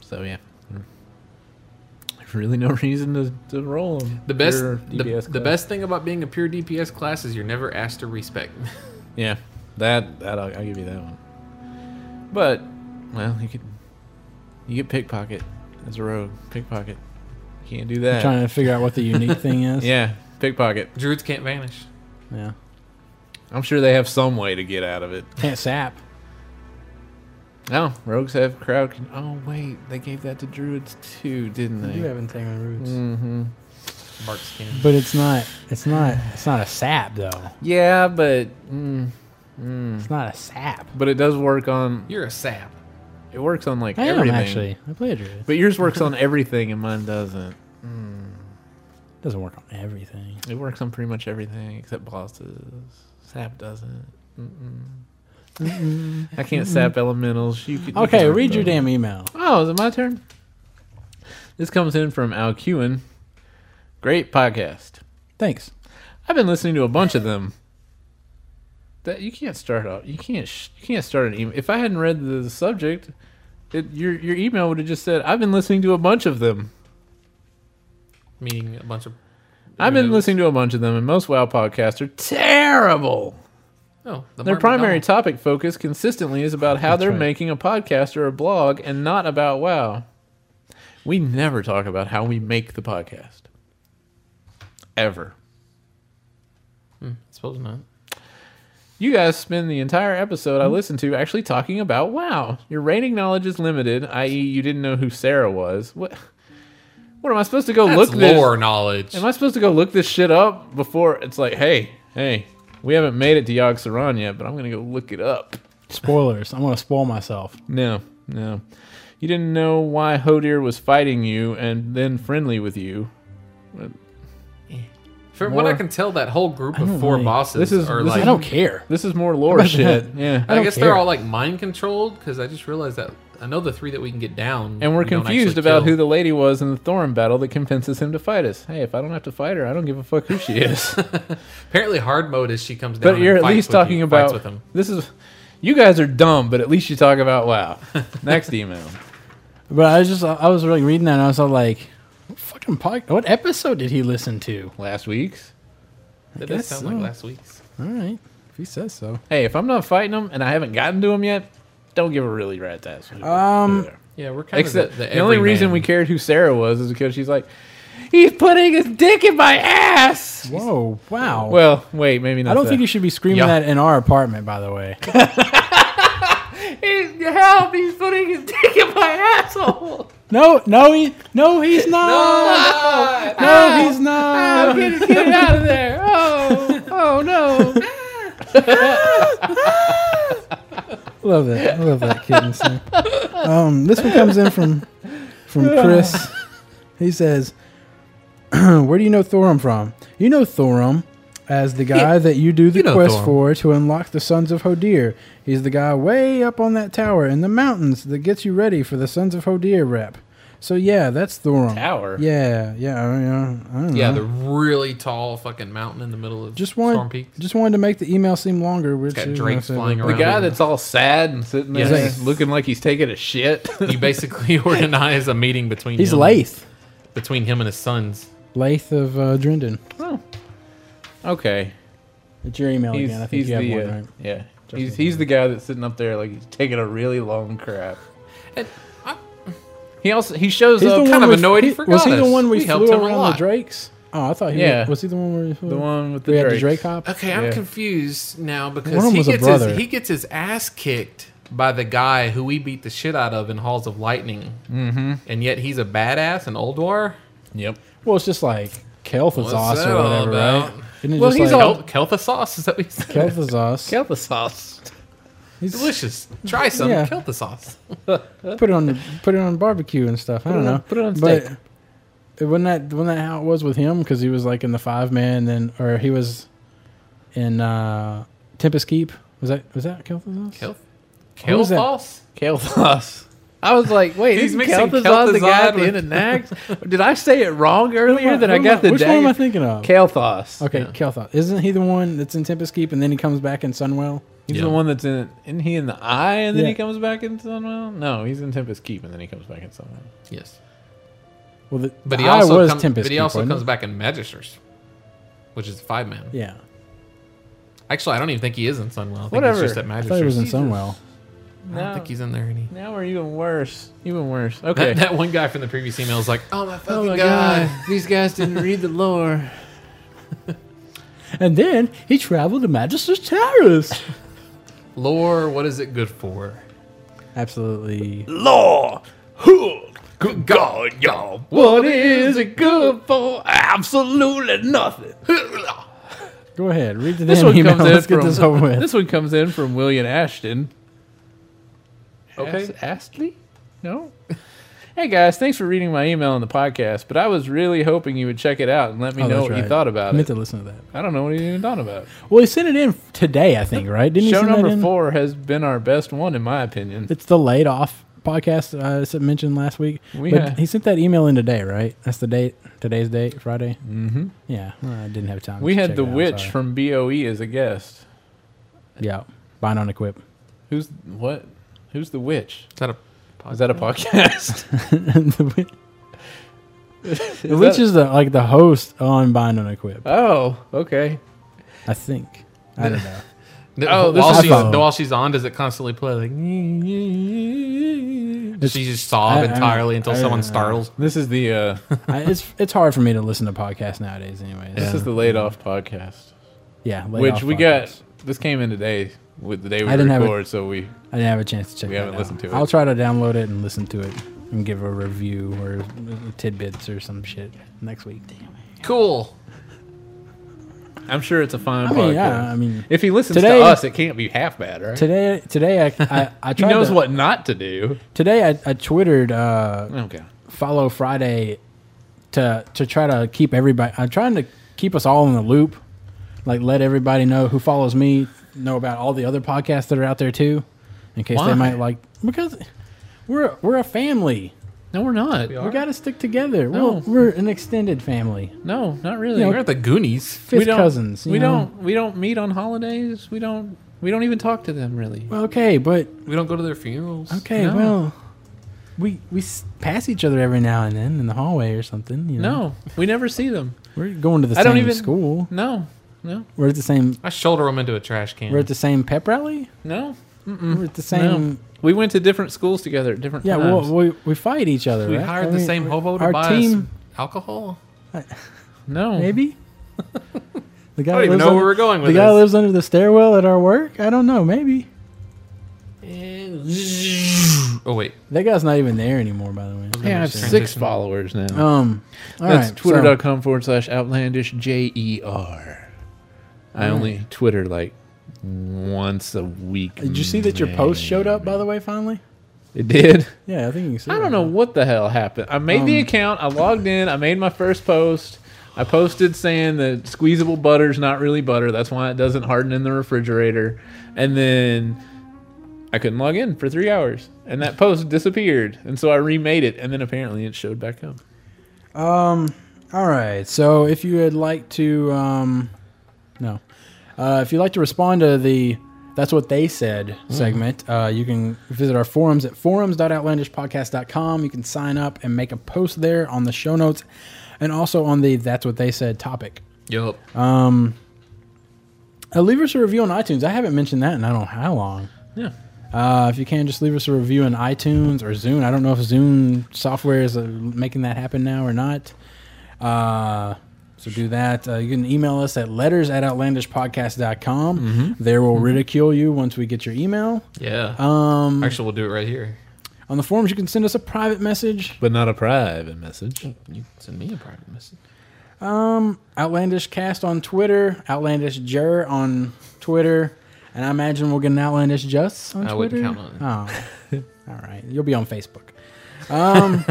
Speaker 5: So yeah, there's really no reason to, to roll them.
Speaker 4: The best the, the best thing about being a pure DPS class is you're never asked to respect.
Speaker 5: Yeah, that that I'll, I'll give you that one. But well, you could you get pickpocket as a rogue. Pickpocket, can't do that.
Speaker 3: Trying to figure out what the unique thing is.
Speaker 5: yeah, pickpocket.
Speaker 4: Druids can't vanish.
Speaker 3: Yeah.
Speaker 5: I'm sure they have some way to get out of it.
Speaker 3: Can't sap.
Speaker 5: No, Oh, rogues have crowd. Con- oh wait, they gave that to druids too, didn't they?
Speaker 2: You have entangled roots.
Speaker 3: Mm.
Speaker 5: Mm-hmm.
Speaker 4: Barks can.
Speaker 3: But it's not it's not it's not a sap though.
Speaker 5: Yeah, but mm, mm.
Speaker 3: It's not a sap.
Speaker 5: but it does work on.
Speaker 4: You're a sap.
Speaker 5: It works on like
Speaker 3: I am
Speaker 5: everything.
Speaker 3: actually. I play a druid.
Speaker 5: But yours works on everything, and mine doesn't.
Speaker 3: doesn't work on everything.
Speaker 5: It works on pretty much everything except bosses. Sap doesn't. Mm-mm. I can't sap elementals. You could, you
Speaker 3: Okay,
Speaker 5: could-
Speaker 3: read your damn email.
Speaker 5: Oh, is it my turn? This comes in from Al Ewan. Great podcast.
Speaker 3: Thanks.
Speaker 5: I've been listening to a bunch of them. That you can't start off. You can't. Sh- you can't start an email. If I hadn't read the, the subject, it, your your email would have just said, "I've been listening to a bunch of them."
Speaker 4: Meaning a bunch of.
Speaker 5: I've been listening to a bunch of them, and most WoW podcasts are terrible.
Speaker 4: Oh, the
Speaker 5: Their
Speaker 4: Marmot
Speaker 5: primary
Speaker 4: Doll.
Speaker 5: topic focus consistently is about how they're
Speaker 3: right.
Speaker 5: making a podcast or a blog, and not about WoW. We never talk about how we make the podcast, ever.
Speaker 4: I suppose not.
Speaker 5: You guys spend the entire episode
Speaker 3: Mm-hmm.
Speaker 5: I listened to actually talking about wow. Your rating knowledge is limited, i.e., you didn't know who Sarah was. What? What am I supposed to go
Speaker 4: That's
Speaker 5: look
Speaker 4: lore knowledge.
Speaker 5: this? Am I supposed to go look this shit up before it's like, hey, hey, we haven't made it to Yog Saran yet, but I'm gonna go look it up.
Speaker 3: Spoilers. I'm gonna spoil myself.
Speaker 5: No, no. You didn't know why Hodir was fighting you and then friendly with you.
Speaker 4: From what I
Speaker 5: More-
Speaker 4: can tell, that whole group of
Speaker 3: don't
Speaker 4: four
Speaker 3: really-
Speaker 4: bosses
Speaker 5: This is-
Speaker 4: are
Speaker 5: this is-
Speaker 4: like.
Speaker 3: I
Speaker 4: I,
Speaker 3: don't care.
Speaker 5: This is more lore
Speaker 3: About
Speaker 5: shit.
Speaker 3: that.
Speaker 5: Yeah.
Speaker 3: I don't
Speaker 4: guess
Speaker 3: care.
Speaker 4: they're all like mind controlled because I just realized that I know the three that we can get down.
Speaker 5: And we're
Speaker 4: we don't
Speaker 5: confused
Speaker 4: actually
Speaker 5: about
Speaker 4: kill.
Speaker 5: who the lady was in the Thorin battle that convinces him to fight us. Hey, if I don't have to fight her, I don't give a fuck who she is.
Speaker 4: Apparently, hard mode is she comes down.
Speaker 5: but you're
Speaker 4: and
Speaker 5: at
Speaker 4: fights
Speaker 5: least
Speaker 4: with you-
Speaker 5: talking
Speaker 4: fights
Speaker 5: about
Speaker 4: with them.
Speaker 5: this is. You guys are dumb, but at least you talk about wow. Next email.
Speaker 3: But I was just I was really reading that and I was all like, what fucking pod- what episode did he listen to?
Speaker 5: Last week's.
Speaker 4: That
Speaker 3: guess
Speaker 4: does sound
Speaker 3: so.
Speaker 4: like last week's.
Speaker 3: All right. If he says so.
Speaker 5: Hey, if I'm not fighting them and I haven't gotten to them yet, don't give a really rat's ass.
Speaker 3: Um,
Speaker 4: Yeah, we're kind
Speaker 5: Except
Speaker 4: of
Speaker 5: the, only reason we cared who Sarah was is because she's like, he's putting his dick in my ass.
Speaker 3: Whoa, wow.
Speaker 5: Well, wait, maybe not.
Speaker 3: I don't
Speaker 5: that.
Speaker 3: think you should be screaming
Speaker 4: Yeah.
Speaker 3: that in our apartment, by the way.
Speaker 4: He, help! He's putting his dick in my asshole.
Speaker 3: No, no, he, no, he's not. No, he's not.
Speaker 5: Get, get it out of there! Oh, oh no!
Speaker 3: Love that. I love that kid. and stuff. Um, this one comes in from from Chris. He says, "Where do you know Thorum from? You know Thorum as the guy that you do the
Speaker 4: You know
Speaker 3: quest
Speaker 4: Thorm.
Speaker 3: for to unlock the Sons of Hodir. He's the guy way up on that tower in the mountains that gets you ready for the Sons of Hodir rep. So yeah, that's Thorum.
Speaker 2: Tower.
Speaker 3: Yeah, yeah, I, mean, I don't
Speaker 4: Yeah,
Speaker 3: know.
Speaker 4: the really tall fucking mountain in the middle of
Speaker 3: just
Speaker 4: Storm
Speaker 3: wanted
Speaker 4: Peak.
Speaker 3: just wanted to make the email seem longer. Which
Speaker 4: got
Speaker 3: is-
Speaker 4: drakes
Speaker 3: I said-
Speaker 4: flying
Speaker 5: The
Speaker 4: around.
Speaker 5: guy that's all sad and sitting there
Speaker 3: Yes.
Speaker 5: looking like he's taking a shit.
Speaker 4: You basically organize a meeting between
Speaker 3: He's
Speaker 4: him,
Speaker 3: Lath,
Speaker 4: between him and his sons.
Speaker 3: Lath of uh, Drendon.
Speaker 5: okay.
Speaker 3: It's your email
Speaker 5: He's,
Speaker 3: again. Oh, I think
Speaker 5: he's
Speaker 3: you have
Speaker 5: the
Speaker 3: one
Speaker 5: uh,
Speaker 3: right.
Speaker 5: yeah. He's, he's the guy that's sitting up there like he's taking a really long crap.
Speaker 4: And I-
Speaker 5: he also he shows
Speaker 3: He's
Speaker 5: up
Speaker 3: the
Speaker 5: kind
Speaker 3: one
Speaker 5: of
Speaker 3: we-
Speaker 5: annoyed. He
Speaker 3: he-
Speaker 5: forgot
Speaker 3: was he the
Speaker 5: us.
Speaker 3: one we,
Speaker 4: helped
Speaker 3: flew
Speaker 4: him a
Speaker 3: around the
Speaker 4: lot.
Speaker 3: Drakes? Oh, I thought he
Speaker 5: Yeah.
Speaker 3: was, was he the one where we flew?
Speaker 5: the one with the
Speaker 3: we had
Speaker 5: Drake.
Speaker 3: the Drake hop.
Speaker 4: Okay, I'm
Speaker 5: Yeah.
Speaker 4: confused now
Speaker 3: One
Speaker 4: because
Speaker 3: of 'em
Speaker 4: he
Speaker 3: was a
Speaker 4: gets
Speaker 3: brother.
Speaker 4: his, he gets his ass kicked by the guy who we beat the shit out of in Halls of Lightning, mm-hmm. and yet he's a badass in Oldwar.
Speaker 5: Yep.
Speaker 3: Well, it's just like Kel'Thuzos
Speaker 4: that
Speaker 3: or
Speaker 4: all
Speaker 3: whatever,
Speaker 4: about?
Speaker 3: right? Isn't it
Speaker 5: Well,
Speaker 3: just
Speaker 5: he's
Speaker 3: like
Speaker 5: all-
Speaker 4: Kel- Keltha sauce is that what you said?
Speaker 3: Kel'Thuzos?
Speaker 5: Kelpa sauce.
Speaker 3: He's
Speaker 4: Delicious. Try some
Speaker 3: Yeah.
Speaker 4: Keltha sauce.
Speaker 3: put it on put it on barbecue and stuff. I don't
Speaker 5: it on-
Speaker 3: know.
Speaker 5: put it on steak.
Speaker 3: But wasn't that wasn't that how it was with him? Because he was like in the five man, then or he was in uh, Tempest Keep. Was that was that Kel'Thuzos?
Speaker 4: Kel-
Speaker 3: Who
Speaker 4: Kel
Speaker 3: is that?
Speaker 4: sauce.
Speaker 5: Kelthos. I was like, wait,
Speaker 4: He's
Speaker 5: he's
Speaker 4: mixing
Speaker 5: Kelthos the guy at
Speaker 4: Kel'Thuzad
Speaker 5: the end of Nags? Did I say it wrong
Speaker 3: Who am
Speaker 5: earlier that
Speaker 3: who
Speaker 5: I
Speaker 3: am
Speaker 5: got the
Speaker 3: Which one am I
Speaker 5: day?
Speaker 3: thinking of?
Speaker 5: Kelthos.
Speaker 3: okay, Kel'Thuzos. Isn't he the one that's in Tempest Keep and then he comes back in Sunwell?
Speaker 5: He's
Speaker 4: Yeah.
Speaker 5: the one that's in. Isn't he in the eye and then
Speaker 3: Yeah.
Speaker 5: he comes back in Sunwell? No, he's in Tempest Keep and then he comes back in Sunwell.
Speaker 4: Yes,
Speaker 3: Well, the,
Speaker 4: but
Speaker 3: the
Speaker 4: he
Speaker 3: eye
Speaker 4: also
Speaker 3: was
Speaker 4: comes,
Speaker 3: Tempest
Speaker 4: but he
Speaker 3: Keep,
Speaker 4: also
Speaker 3: wasn't
Speaker 4: comes
Speaker 3: it?
Speaker 4: back in Magisters, which is five man.
Speaker 3: Yeah,
Speaker 4: Actually, I don't even think he is in Sunwell. I think
Speaker 5: Whatever.
Speaker 4: he's just at
Speaker 5: I
Speaker 3: I
Speaker 4: Magisters.
Speaker 3: thought he was in
Speaker 5: Jesus.
Speaker 3: Sunwell.
Speaker 4: I don't
Speaker 5: No.
Speaker 4: think he's in there any.
Speaker 5: Now we're even worse. Even worse.
Speaker 4: That,
Speaker 5: Okay.
Speaker 4: that one guy from the previous email is like, "Oh my fucking
Speaker 5: oh my
Speaker 4: god.
Speaker 5: god. These guys didn't read the lore.
Speaker 3: And then he traveled to Magister's Terrace.
Speaker 4: lore! What is it good for?"
Speaker 3: Absolutely.
Speaker 5: Lore! Who? Good God, y'all. What is it good for? Absolutely nothing.
Speaker 3: Go ahead, read the
Speaker 5: This
Speaker 3: damn
Speaker 5: one
Speaker 3: email.
Speaker 5: comes in
Speaker 3: Let's
Speaker 5: from,
Speaker 3: get this over with.
Speaker 5: This one comes in from William Ashton.
Speaker 4: Okay.
Speaker 5: Ast- Astley? No. hey guys, thanks for reading my email on the podcast, but I was really hoping you would check it out and let me
Speaker 3: Oh,
Speaker 5: know
Speaker 3: that's
Speaker 5: what you
Speaker 3: right.
Speaker 5: thought about
Speaker 3: I
Speaker 5: it.
Speaker 3: meant to listen to that.
Speaker 5: I don't know what he even thought about. it.
Speaker 3: Well, he sent it in today, I think, right? Didn't he
Speaker 5: Show
Speaker 3: send that
Speaker 5: number
Speaker 3: in?
Speaker 5: four has been our best one, in my opinion.
Speaker 3: It's the laid off podcast I s- mentioned last week.
Speaker 5: We
Speaker 3: but
Speaker 5: had-
Speaker 3: he sent that email in today, right? That's the date. Today's date, Friday. Mm-hmm. Yeah, well, I didn't have time.
Speaker 5: We
Speaker 3: to
Speaker 5: had
Speaker 3: check
Speaker 5: the
Speaker 3: it out, I'm
Speaker 5: witch
Speaker 3: sorry.
Speaker 5: from BOE as a guest.
Speaker 3: yeah, bind on equip.
Speaker 5: Who's what? Who's the witch?
Speaker 4: Is that a
Speaker 5: Is that a podcast?
Speaker 3: the witch,
Speaker 5: Is
Speaker 3: the witch
Speaker 5: that-
Speaker 3: is the like the host on bind on equip.
Speaker 5: Oh, okay.
Speaker 3: I think. I don't know.
Speaker 4: No,
Speaker 5: Oh, this
Speaker 4: while
Speaker 3: is
Speaker 4: she's
Speaker 3: iPhone.
Speaker 4: while she's on, does it constantly play like? Does she just sob
Speaker 3: I- I-
Speaker 4: entirely until
Speaker 3: I- uh,
Speaker 4: someone
Speaker 3: I-
Speaker 4: startles.
Speaker 5: This is the uh,
Speaker 3: I, it's it's hard for me to listen to podcasts nowadays. Anyways,
Speaker 5: this is the laid off podcast,
Speaker 3: yeah. laid
Speaker 5: which
Speaker 3: off
Speaker 5: we
Speaker 3: podcast.
Speaker 5: got. This came in today with the day we
Speaker 3: I didn't have it.
Speaker 5: record, so we
Speaker 3: I didn't have a chance to check.
Speaker 5: We
Speaker 3: that
Speaker 5: haven't
Speaker 3: out.
Speaker 5: listened to it.
Speaker 3: I'll try to download it and listen to it and give a review or tidbits or some shit next week. Damn it.
Speaker 4: Cool.
Speaker 5: I'm sure it's a fine
Speaker 3: I
Speaker 5: podcast.
Speaker 3: mean, yeah. I mean,
Speaker 5: if he listens
Speaker 3: Today-
Speaker 5: to us, it can't be half bad, right?
Speaker 3: today, today I, I, I
Speaker 5: he
Speaker 3: tried.
Speaker 5: knows
Speaker 3: to-
Speaker 5: what not to do.
Speaker 3: Today I, I twittered uh,
Speaker 5: Okay.
Speaker 3: follow Friday to to try to keep everybody. I'm trying to keep us all in the loop, like let everybody know who follows me know about all the other podcasts that are out there too, in case
Speaker 5: Why?
Speaker 3: they might like because we're we're a family.
Speaker 5: No, we're not.
Speaker 3: We got to stick together.
Speaker 5: No.
Speaker 3: We're, we're an extended family.
Speaker 5: No, not really.
Speaker 3: You
Speaker 4: You're at the Goonies.
Speaker 3: fifth
Speaker 5: we don't,
Speaker 3: cousins. you
Speaker 5: We
Speaker 3: know?
Speaker 5: don't. We don't meet on holidays. We don't. We don't even talk to them really.
Speaker 3: Well, okay, but
Speaker 4: We don't go to their funerals.
Speaker 3: okay,
Speaker 5: No.
Speaker 3: well, we we s- pass each other every now and then in the hallway or something. You know?
Speaker 5: No, we never see them.
Speaker 3: we're going to the
Speaker 5: I
Speaker 3: same
Speaker 5: don't even-
Speaker 3: school.
Speaker 5: No, no,
Speaker 3: We're at the same.
Speaker 4: I shoulder them into a trash can.
Speaker 3: We're at the same pep rally.
Speaker 5: no.
Speaker 3: We're at the same.
Speaker 5: We went to different schools together at different
Speaker 3: Yeah,
Speaker 5: times.
Speaker 3: well, we we fight each other.
Speaker 4: we
Speaker 3: right?
Speaker 4: hired
Speaker 3: I
Speaker 4: the
Speaker 3: mean,
Speaker 4: same
Speaker 3: we-
Speaker 4: hobo to
Speaker 3: our
Speaker 4: buy
Speaker 3: team,
Speaker 4: us alcohol.
Speaker 5: no,
Speaker 3: maybe. The guy
Speaker 4: I don't even
Speaker 3: lives
Speaker 4: know
Speaker 3: under-
Speaker 4: where we're going
Speaker 3: the
Speaker 4: with
Speaker 3: guy
Speaker 4: this.
Speaker 3: lives under the stairwell at our work. I don't know. Maybe
Speaker 4: oh wait,
Speaker 3: that guy's not even there anymore. By the way.
Speaker 5: Yeah, I have six
Speaker 4: Transition.
Speaker 5: followers now.
Speaker 3: Um. all right.
Speaker 5: That's twitter.com forward slash outlandish J E R. I only Twitter like once a week.
Speaker 3: Did you see that your post showed up by the way? Finally.
Speaker 5: It did.
Speaker 3: Yeah, I think you can see.
Speaker 5: I
Speaker 3: it
Speaker 5: don't know what the hell happened. I made the
Speaker 3: Um,
Speaker 5: account. I logged in. I made my first post. I posted saying that squeezable butter's not really butter. That's why it doesn't harden in the refrigerator. And then I couldn't log in for three hours, and that post disappeared. And so I remade it, and then apparently it showed back up.
Speaker 3: Um. All right. So if you would like to, um, no, uh, if you'd like to respond to the "That's What They Said" segment, uh, you can visit our forums at forums.outlandishpodcast.com. You can sign up and make a post there on the show notes, and also on the "That's What They Said" topic.
Speaker 4: Yup.
Speaker 3: Um. Uh, leave us a review on iTunes. I haven't mentioned that in I don't know how long.
Speaker 5: Yeah.
Speaker 3: Uh, if you can, just leave us a review in iTunes or Zune. I don't know if Zune software is uh, making that happen now or not. Uh, so do that. Uh, you can email us at letters at outlandishpodcast.com.
Speaker 4: Mm-hmm.
Speaker 3: There we'll ridicule you once we get your email.
Speaker 4: Yeah.
Speaker 3: Um,
Speaker 4: Actually, we'll do it right here.
Speaker 3: on the forums, you can send us a private message.
Speaker 5: But not a private message.
Speaker 4: You send me a private message.
Speaker 3: Um, Outlandish Cast on Twitter, Outlandish Jer on Twitter, and I imagine we'll get an Outlandish Just on
Speaker 4: I
Speaker 3: Twitter.
Speaker 4: wouldn't count
Speaker 3: Oh, all right. You'll be on Facebook. Um,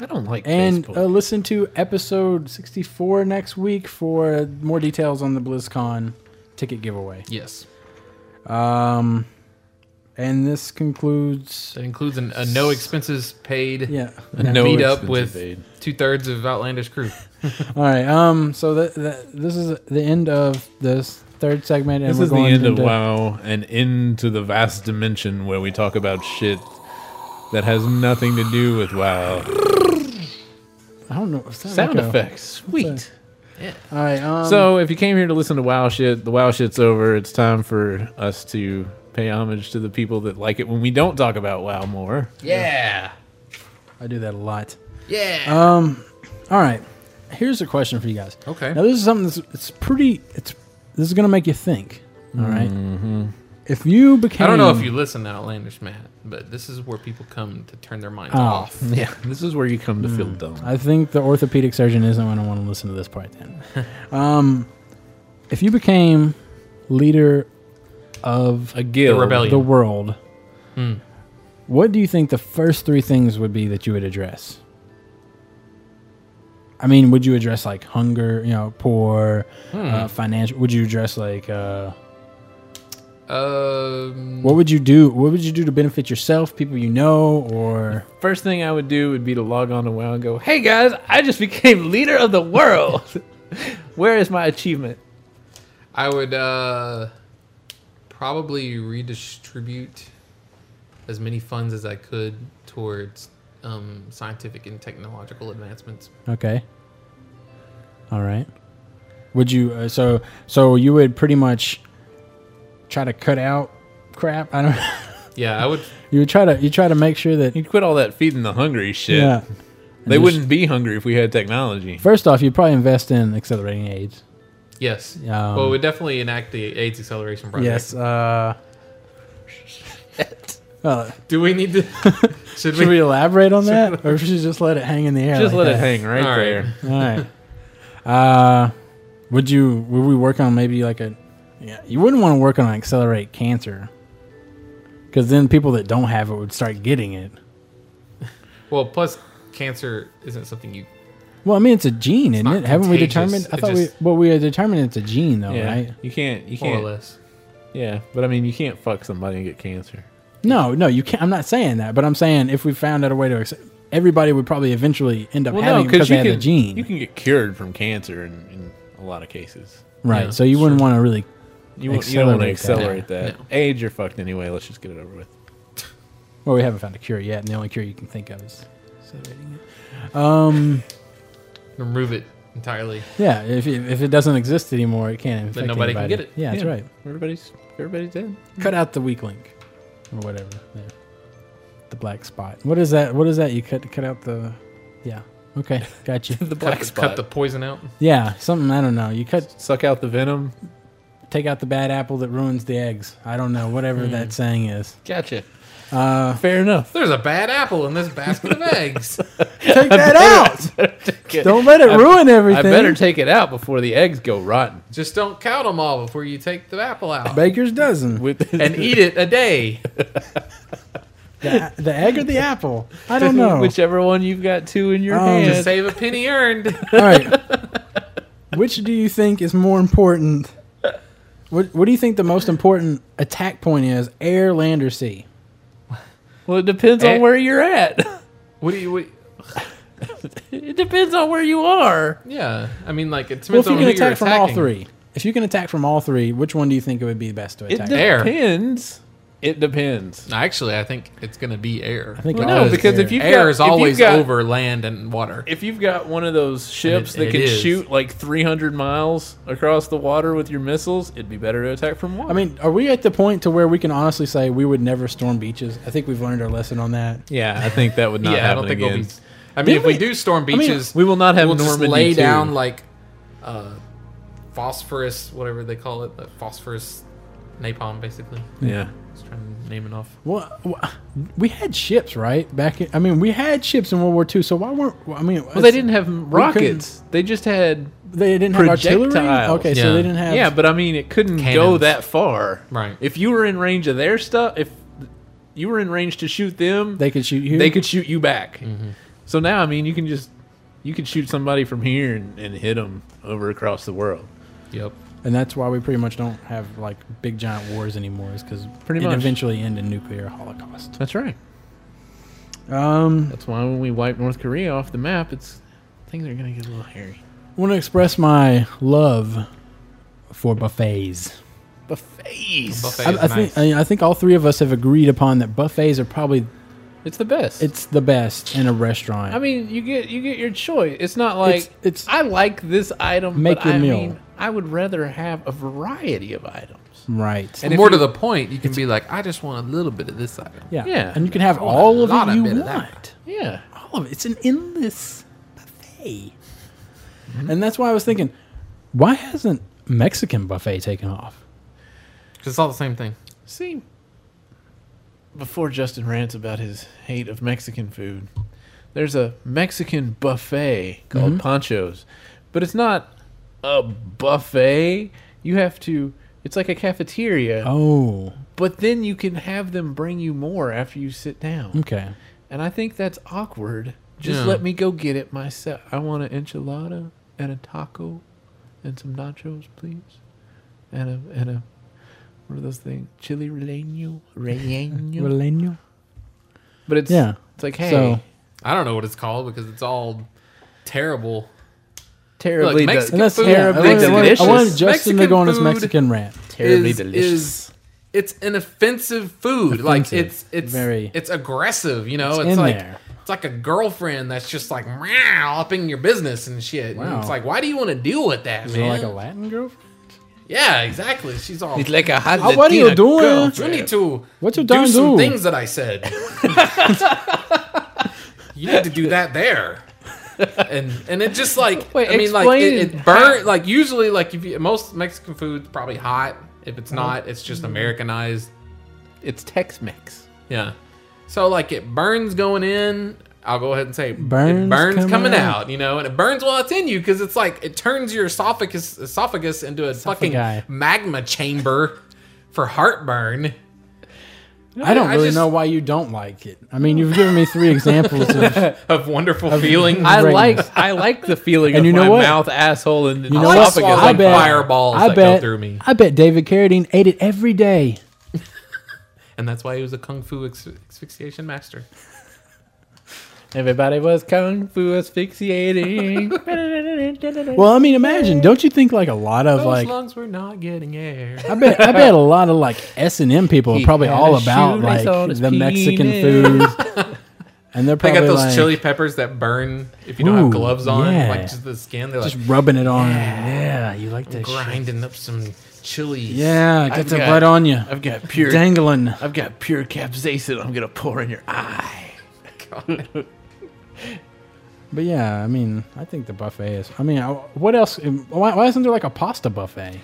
Speaker 5: I don't like
Speaker 3: and
Speaker 5: Facebook.
Speaker 3: uh, listen to episode 64 next week for more details on the BlizzCon ticket giveaway.
Speaker 4: Yes.
Speaker 3: Um, and this concludes.
Speaker 4: That includes an, a no expenses paid.
Speaker 3: Yeah.
Speaker 5: no
Speaker 4: meet up
Speaker 5: expensive
Speaker 4: with-
Speaker 5: aid.
Speaker 4: Two thirds of Outlandish crew.
Speaker 3: All right. Um. So that, that this is the end of this third segment, and
Speaker 5: This
Speaker 3: we're
Speaker 5: is the
Speaker 3: going
Speaker 5: end of
Speaker 3: into-
Speaker 5: WoW and into the vast dimension where we talk about shit that has nothing to do with WoW.
Speaker 3: I don't know. Sound,
Speaker 5: Sound
Speaker 3: echo.
Speaker 5: effects, sweet.
Speaker 3: All right. Um,
Speaker 5: So if you came here to listen to WoW shit, the WoW shit's over. It's time for us to pay homage to the people that like it when we don't talk about WoW more.
Speaker 4: Yeah.
Speaker 3: I do that a lot.
Speaker 4: Yeah.
Speaker 3: Um. All right. Here's a question for you guys.
Speaker 4: okay.
Speaker 3: Now this is something that's it's pretty. It's this is gonna make you think. All right? If you became,
Speaker 4: I don't know if you listen to Outlandish, Matt, but this is where people come to turn their minds
Speaker 3: Oh.
Speaker 4: off.
Speaker 5: Yeah, this is where you come to feel
Speaker 4: Hmm.
Speaker 5: dumb.
Speaker 3: I think the orthopedic surgeon isn't going to want to listen to this part then. um, if you became leader of
Speaker 5: A guild.
Speaker 4: The rebellion.
Speaker 3: the world,
Speaker 4: Hmm.
Speaker 3: what do you think the first three things would be that you would address? I mean, would you address like hunger, you know, poor,
Speaker 4: Hmm.
Speaker 3: uh, financial? Would you address like uh,
Speaker 4: Um,
Speaker 3: what would you do? What would you do to benefit yourself, people you know, or
Speaker 5: First thing I would do would be to log on to WoW and go, "Hey guys, I just became leader of the world. Where is my achievement?"
Speaker 4: I would uh, probably redistribute as many funds as I could towards um, scientific and technological advancements.
Speaker 3: Okay. All right. Would you uh, so so you would pretty much try to cut out crap? I don't.
Speaker 4: Yeah, I would.
Speaker 3: You would try to you try to make sure that
Speaker 5: You'd quit all that feeding the hungry shit.
Speaker 3: yeah.
Speaker 5: they
Speaker 3: just-
Speaker 5: wouldn't be hungry if we had technology.
Speaker 3: First off, you'd probably invest in accelerating AIDS.
Speaker 4: Yes.
Speaker 3: Um,
Speaker 4: well, we definitely enact the AIDS Acceleration Project.
Speaker 3: Yes. Uh, uh,
Speaker 4: Do we need to? Should
Speaker 3: should
Speaker 4: we?
Speaker 3: we elaborate on that, or should we just let it hang in the air?
Speaker 5: Just
Speaker 3: like
Speaker 5: let it
Speaker 3: that?
Speaker 5: hang right
Speaker 4: All right.
Speaker 5: there.
Speaker 3: All right. Uh, would you? Would we work on maybe like a? Yeah, you wouldn't want to work on accelerate cancer, because then people that don't have it would start getting it.
Speaker 4: Well, plus cancer isn't something you.
Speaker 3: Well, I mean, it's a gene, isn't
Speaker 4: not
Speaker 3: it? Haven't we
Speaker 4: contagious.
Speaker 3: determined? I
Speaker 4: It
Speaker 3: thought
Speaker 4: just-
Speaker 3: we. Well, we had determined it's a gene, though,
Speaker 5: yeah,
Speaker 3: right?
Speaker 5: you can't. You
Speaker 4: More or
Speaker 5: can't.
Speaker 4: less.
Speaker 5: Yeah, but I mean, you can't fuck somebody and get cancer.
Speaker 3: No, no, you can't. I'm not saying that, but I'm saying if we found out a way to, acce- everybody would probably eventually end up having because they
Speaker 5: you
Speaker 3: had
Speaker 5: can
Speaker 3: the gene,
Speaker 5: you can get cured from cancer in, in a lot of cases.
Speaker 3: right?
Speaker 4: yeah,
Speaker 3: so you wouldn't
Speaker 4: sure.
Speaker 3: want to really.
Speaker 5: You, want, you don't want to
Speaker 3: Accelerate
Speaker 5: accelerate
Speaker 4: that.
Speaker 5: that.
Speaker 4: No,
Speaker 5: Age, you're fucked anyway. Let's just get it over with.
Speaker 3: Well, we haven't found a cure yet, and the only cure you can think of is accelerating it. Um.
Speaker 4: Remove it entirely.
Speaker 3: Yeah, if it, if it doesn't exist anymore, it can't infect
Speaker 4: nobody can
Speaker 3: anybody.
Speaker 4: get it. Hmm.
Speaker 3: Yeah, that's
Speaker 5: Yeah.
Speaker 3: right.
Speaker 5: Everybody's everybody's dead.
Speaker 3: Cut out the weak link, or whatever. Yeah. The black spot. What is that? What is that? You cut cut out the. Yeah. Okay. Got you.
Speaker 5: The
Speaker 4: Cut, the- cut the poison out.
Speaker 3: yeah. Something I don't know. You cut
Speaker 5: Suck out the venom.
Speaker 3: take out the bad apple that ruins the eggs. I don't know. Whatever
Speaker 4: Hmm.
Speaker 3: that saying is.
Speaker 5: Gotcha.
Speaker 3: Uh,
Speaker 5: Fair enough.
Speaker 4: There's a bad apple in this basket of eggs.
Speaker 3: take that out. Don't let it
Speaker 5: I-
Speaker 3: ruin everything.
Speaker 5: I better take it out before the eggs go rotten.
Speaker 4: Just don't count them all before you take the apple out
Speaker 3: Baker's dozen.
Speaker 5: With
Speaker 4: and eat it a day.
Speaker 3: The, the egg or the apple? I don't know.
Speaker 5: Whichever one you've got two in your
Speaker 3: Um,
Speaker 5: hand.
Speaker 3: Just
Speaker 4: Save a penny earned.
Speaker 3: All right. Which do you think is more important? What What do you think the most important attack point is? Air, land, or sea?
Speaker 5: well, it depends
Speaker 4: Eh.
Speaker 5: on where you're at.
Speaker 4: what do you? What,
Speaker 5: it depends on where you are.
Speaker 4: yeah, I mean, like it
Speaker 3: Well, if
Speaker 4: depends
Speaker 3: you can
Speaker 4: on who you're
Speaker 3: attack from all
Speaker 4: attacking.
Speaker 3: three, if you can attack from all three, which one do you think it would be best to
Speaker 5: It
Speaker 3: attack?
Speaker 4: Air.
Speaker 5: depends. It depends.
Speaker 4: No, Actually, I think it's gonna be air.
Speaker 3: I think
Speaker 5: Well,
Speaker 3: it
Speaker 5: no,
Speaker 3: is
Speaker 5: because
Speaker 3: air.
Speaker 5: if you've
Speaker 4: air
Speaker 5: got,
Speaker 4: is always
Speaker 5: if you've got,
Speaker 4: over land and water.
Speaker 5: If you've got one of those ships
Speaker 4: it-
Speaker 5: that
Speaker 4: it
Speaker 5: can
Speaker 4: is.
Speaker 5: shoot like 300 miles across the water with your missiles, it'd be better to attack from water.
Speaker 3: I mean, are we at the point to where we can honestly say we would never storm beaches? I think we've learned our lesson on that.
Speaker 5: yeah, I think that would not
Speaker 4: yeah, I don't
Speaker 5: happen
Speaker 4: think
Speaker 5: again.
Speaker 4: we'll be. I mean, if we,
Speaker 3: we-
Speaker 4: do storm
Speaker 3: mean,
Speaker 4: beaches,
Speaker 5: we will not have
Speaker 4: we'll
Speaker 5: Normandy
Speaker 4: just lay
Speaker 5: too.
Speaker 4: down like uh, phosphorus, whatever they call it, the phosphorus napalm, basically.
Speaker 5: yeah.
Speaker 4: Just trying to name it off.
Speaker 3: Well, we had ships, right? Back, in, I mean, we had ships in World War II. So why weren't? I mean,
Speaker 5: Well, they didn't have rockets. They just had.
Speaker 3: They didn't have artillery.
Speaker 5: projectiles.
Speaker 3: Okay, so
Speaker 4: Yeah.
Speaker 3: they didn't have.
Speaker 5: yeah, but I mean, it couldn't go
Speaker 4: Cannons.
Speaker 5: that far.
Speaker 4: Right.
Speaker 5: If you were in range of their stuff, if you were in range to shoot them,
Speaker 3: they could shoot you.
Speaker 5: they could shoot you back.
Speaker 4: Mm-hmm.
Speaker 5: So now, I mean, you can just you could shoot somebody from here and, and hit them over across the world.
Speaker 4: Yep.
Speaker 3: and that's why we pretty much don't have like big giant wars anymore. Is because
Speaker 5: Pretty
Speaker 3: it
Speaker 5: much.
Speaker 3: eventually end in nuclear holocaust.
Speaker 5: That's right.
Speaker 3: Um,
Speaker 5: That's why when we wipe North Korea off the map, it's things are gonna get a little hairy.
Speaker 3: I want to express my love for buffets.
Speaker 5: Buffets.
Speaker 4: Buffet
Speaker 3: I,
Speaker 4: is
Speaker 3: I think
Speaker 4: nice.
Speaker 3: I, I think all three of us have agreed upon that buffets are probably
Speaker 5: It's the best.
Speaker 3: it's the best in a restaurant.
Speaker 5: I mean, you get you get your choice. It's not like
Speaker 3: It's- it's-
Speaker 5: I like this item.
Speaker 3: Make
Speaker 5: but
Speaker 3: your
Speaker 5: I
Speaker 3: meal.
Speaker 5: Mean, I would rather have a variety of items.
Speaker 3: right.
Speaker 4: And more to the point, you can be like, I just want a little bit of this item.
Speaker 3: yeah.
Speaker 5: yeah.
Speaker 3: And you can have all of
Speaker 4: lot
Speaker 3: it
Speaker 4: of
Speaker 3: you
Speaker 4: bit of that.
Speaker 3: want.
Speaker 5: Yeah.
Speaker 3: all of it. It's an endless buffet. And that's why I was thinking, why hasn't Mexican buffet taken off?
Speaker 4: 'Cause it's all the same thing.
Speaker 5: See, before Justin rants about his hate of Mexican food, there's a Mexican buffet called Pancho's, but it's not a buffet. You have to. It's like a cafeteria,
Speaker 3: Oh,
Speaker 5: but then you can have them bring you more after you sit down.
Speaker 3: okay.
Speaker 5: And I think that's awkward. Just
Speaker 4: Yeah.
Speaker 5: let me go get it myself. I want an enchilada and a taco and some nachos, please. And a and a what are those things? Chili relleno, relleno.
Speaker 3: Millennial.
Speaker 5: But it's
Speaker 3: Yeah.
Speaker 5: It's like hey,
Speaker 3: So-
Speaker 4: I don't know what it's called because it's all terrible.
Speaker 5: terribly
Speaker 4: Look,
Speaker 5: de-
Speaker 4: Mexican-
Speaker 3: And that's
Speaker 4: Food.
Speaker 3: terribly
Speaker 5: Mexican
Speaker 3: I wanted, I
Speaker 5: dishes.
Speaker 3: wanted Justin to
Speaker 4: Mexican
Speaker 3: go on his
Speaker 4: food
Speaker 3: Mexican rant.
Speaker 5: terribly
Speaker 4: is-
Speaker 5: delicious.
Speaker 4: is- it's an offensive food. Like
Speaker 3: Offensive.
Speaker 4: it's it's
Speaker 3: Very.
Speaker 4: it's aggressive. You know, it's,
Speaker 3: in
Speaker 4: like
Speaker 3: there.
Speaker 4: it's like a girlfriend that's just like meow, up in your business and shit. And
Speaker 3: Wow.
Speaker 4: it's like, why do you want to deal with that,
Speaker 3: Is it
Speaker 4: man?
Speaker 3: like a Latin girlfriend?
Speaker 4: yeah, exactly. She's all.
Speaker 5: like a hot
Speaker 3: Oh, what are you
Speaker 5: Latina
Speaker 3: doing?
Speaker 5: girl.
Speaker 4: you need to
Speaker 3: What you
Speaker 4: do
Speaker 3: done
Speaker 4: some
Speaker 3: do?
Speaker 4: things that I said. you need to do that there. And and it just like
Speaker 5: Wait,
Speaker 4: I mean like it,
Speaker 5: explain
Speaker 4: it burn like usually like if you, most Mexican food's probably hot. If it's
Speaker 3: Uh-huh.
Speaker 4: not, it's just
Speaker 3: Mm-hmm.
Speaker 4: Americanized.
Speaker 5: It's Tex-Mex.
Speaker 4: Yeah. So like it burns going in. I'll go ahead and say burns it
Speaker 3: Burns
Speaker 4: burns coming,
Speaker 3: coming
Speaker 4: out.
Speaker 3: out.
Speaker 4: you know, and it burns while it's in you because it's like it turns your esophagus esophagus into a
Speaker 3: Esophagi.
Speaker 4: fucking magma chamber for heartburn.
Speaker 3: I don't
Speaker 4: I
Speaker 3: really
Speaker 4: just-
Speaker 3: know why you don't like it. I mean, you've given me three examples of.
Speaker 4: of wonderful feeling.
Speaker 5: I
Speaker 3: Greatness.
Speaker 5: like I like the feeling
Speaker 3: And
Speaker 5: of
Speaker 3: you know
Speaker 5: my
Speaker 3: what?
Speaker 5: mouth, asshole, and
Speaker 3: You know
Speaker 4: I
Speaker 3: what?
Speaker 4: like swallowing
Speaker 3: I bet-
Speaker 4: fireballs
Speaker 3: I
Speaker 4: that
Speaker 3: bet,
Speaker 4: go through me,
Speaker 3: I bet David Carradine ate it every day.
Speaker 4: and that's why he was a kung fu ex- asphyxiation master.
Speaker 5: Everybody was kung fu asphyxiating.
Speaker 3: Well, I mean, imagine. Don't you think like a lot of
Speaker 4: Those
Speaker 3: like
Speaker 4: lungs were not getting air.
Speaker 3: I bet I bet a lot of like S and M people are
Speaker 5: He
Speaker 3: probably
Speaker 5: had
Speaker 3: all
Speaker 5: a
Speaker 3: about
Speaker 5: shoelace
Speaker 3: like
Speaker 5: on his
Speaker 3: the Mexican
Speaker 5: penis.
Speaker 3: food, and they're
Speaker 4: They
Speaker 3: probably
Speaker 4: got those
Speaker 3: like,
Speaker 4: chili peppers that burn if you don't have
Speaker 3: Ooh,
Speaker 4: gloves on,
Speaker 3: yeah.
Speaker 4: like just the skin. They're like
Speaker 3: just rubbing it on. Yeah, you like that?
Speaker 4: grinding up some chilies.
Speaker 3: Yeah, get
Speaker 5: I've
Speaker 3: the
Speaker 5: got-
Speaker 3: blood on you,
Speaker 5: I've got pure
Speaker 3: dangling.
Speaker 5: I've got pure capsaicin. I'm gonna pour in your eye.
Speaker 3: But yeah, I mean, I think the buffet is. I mean, I- what else? um, Why, why isn't there like a pasta buffet?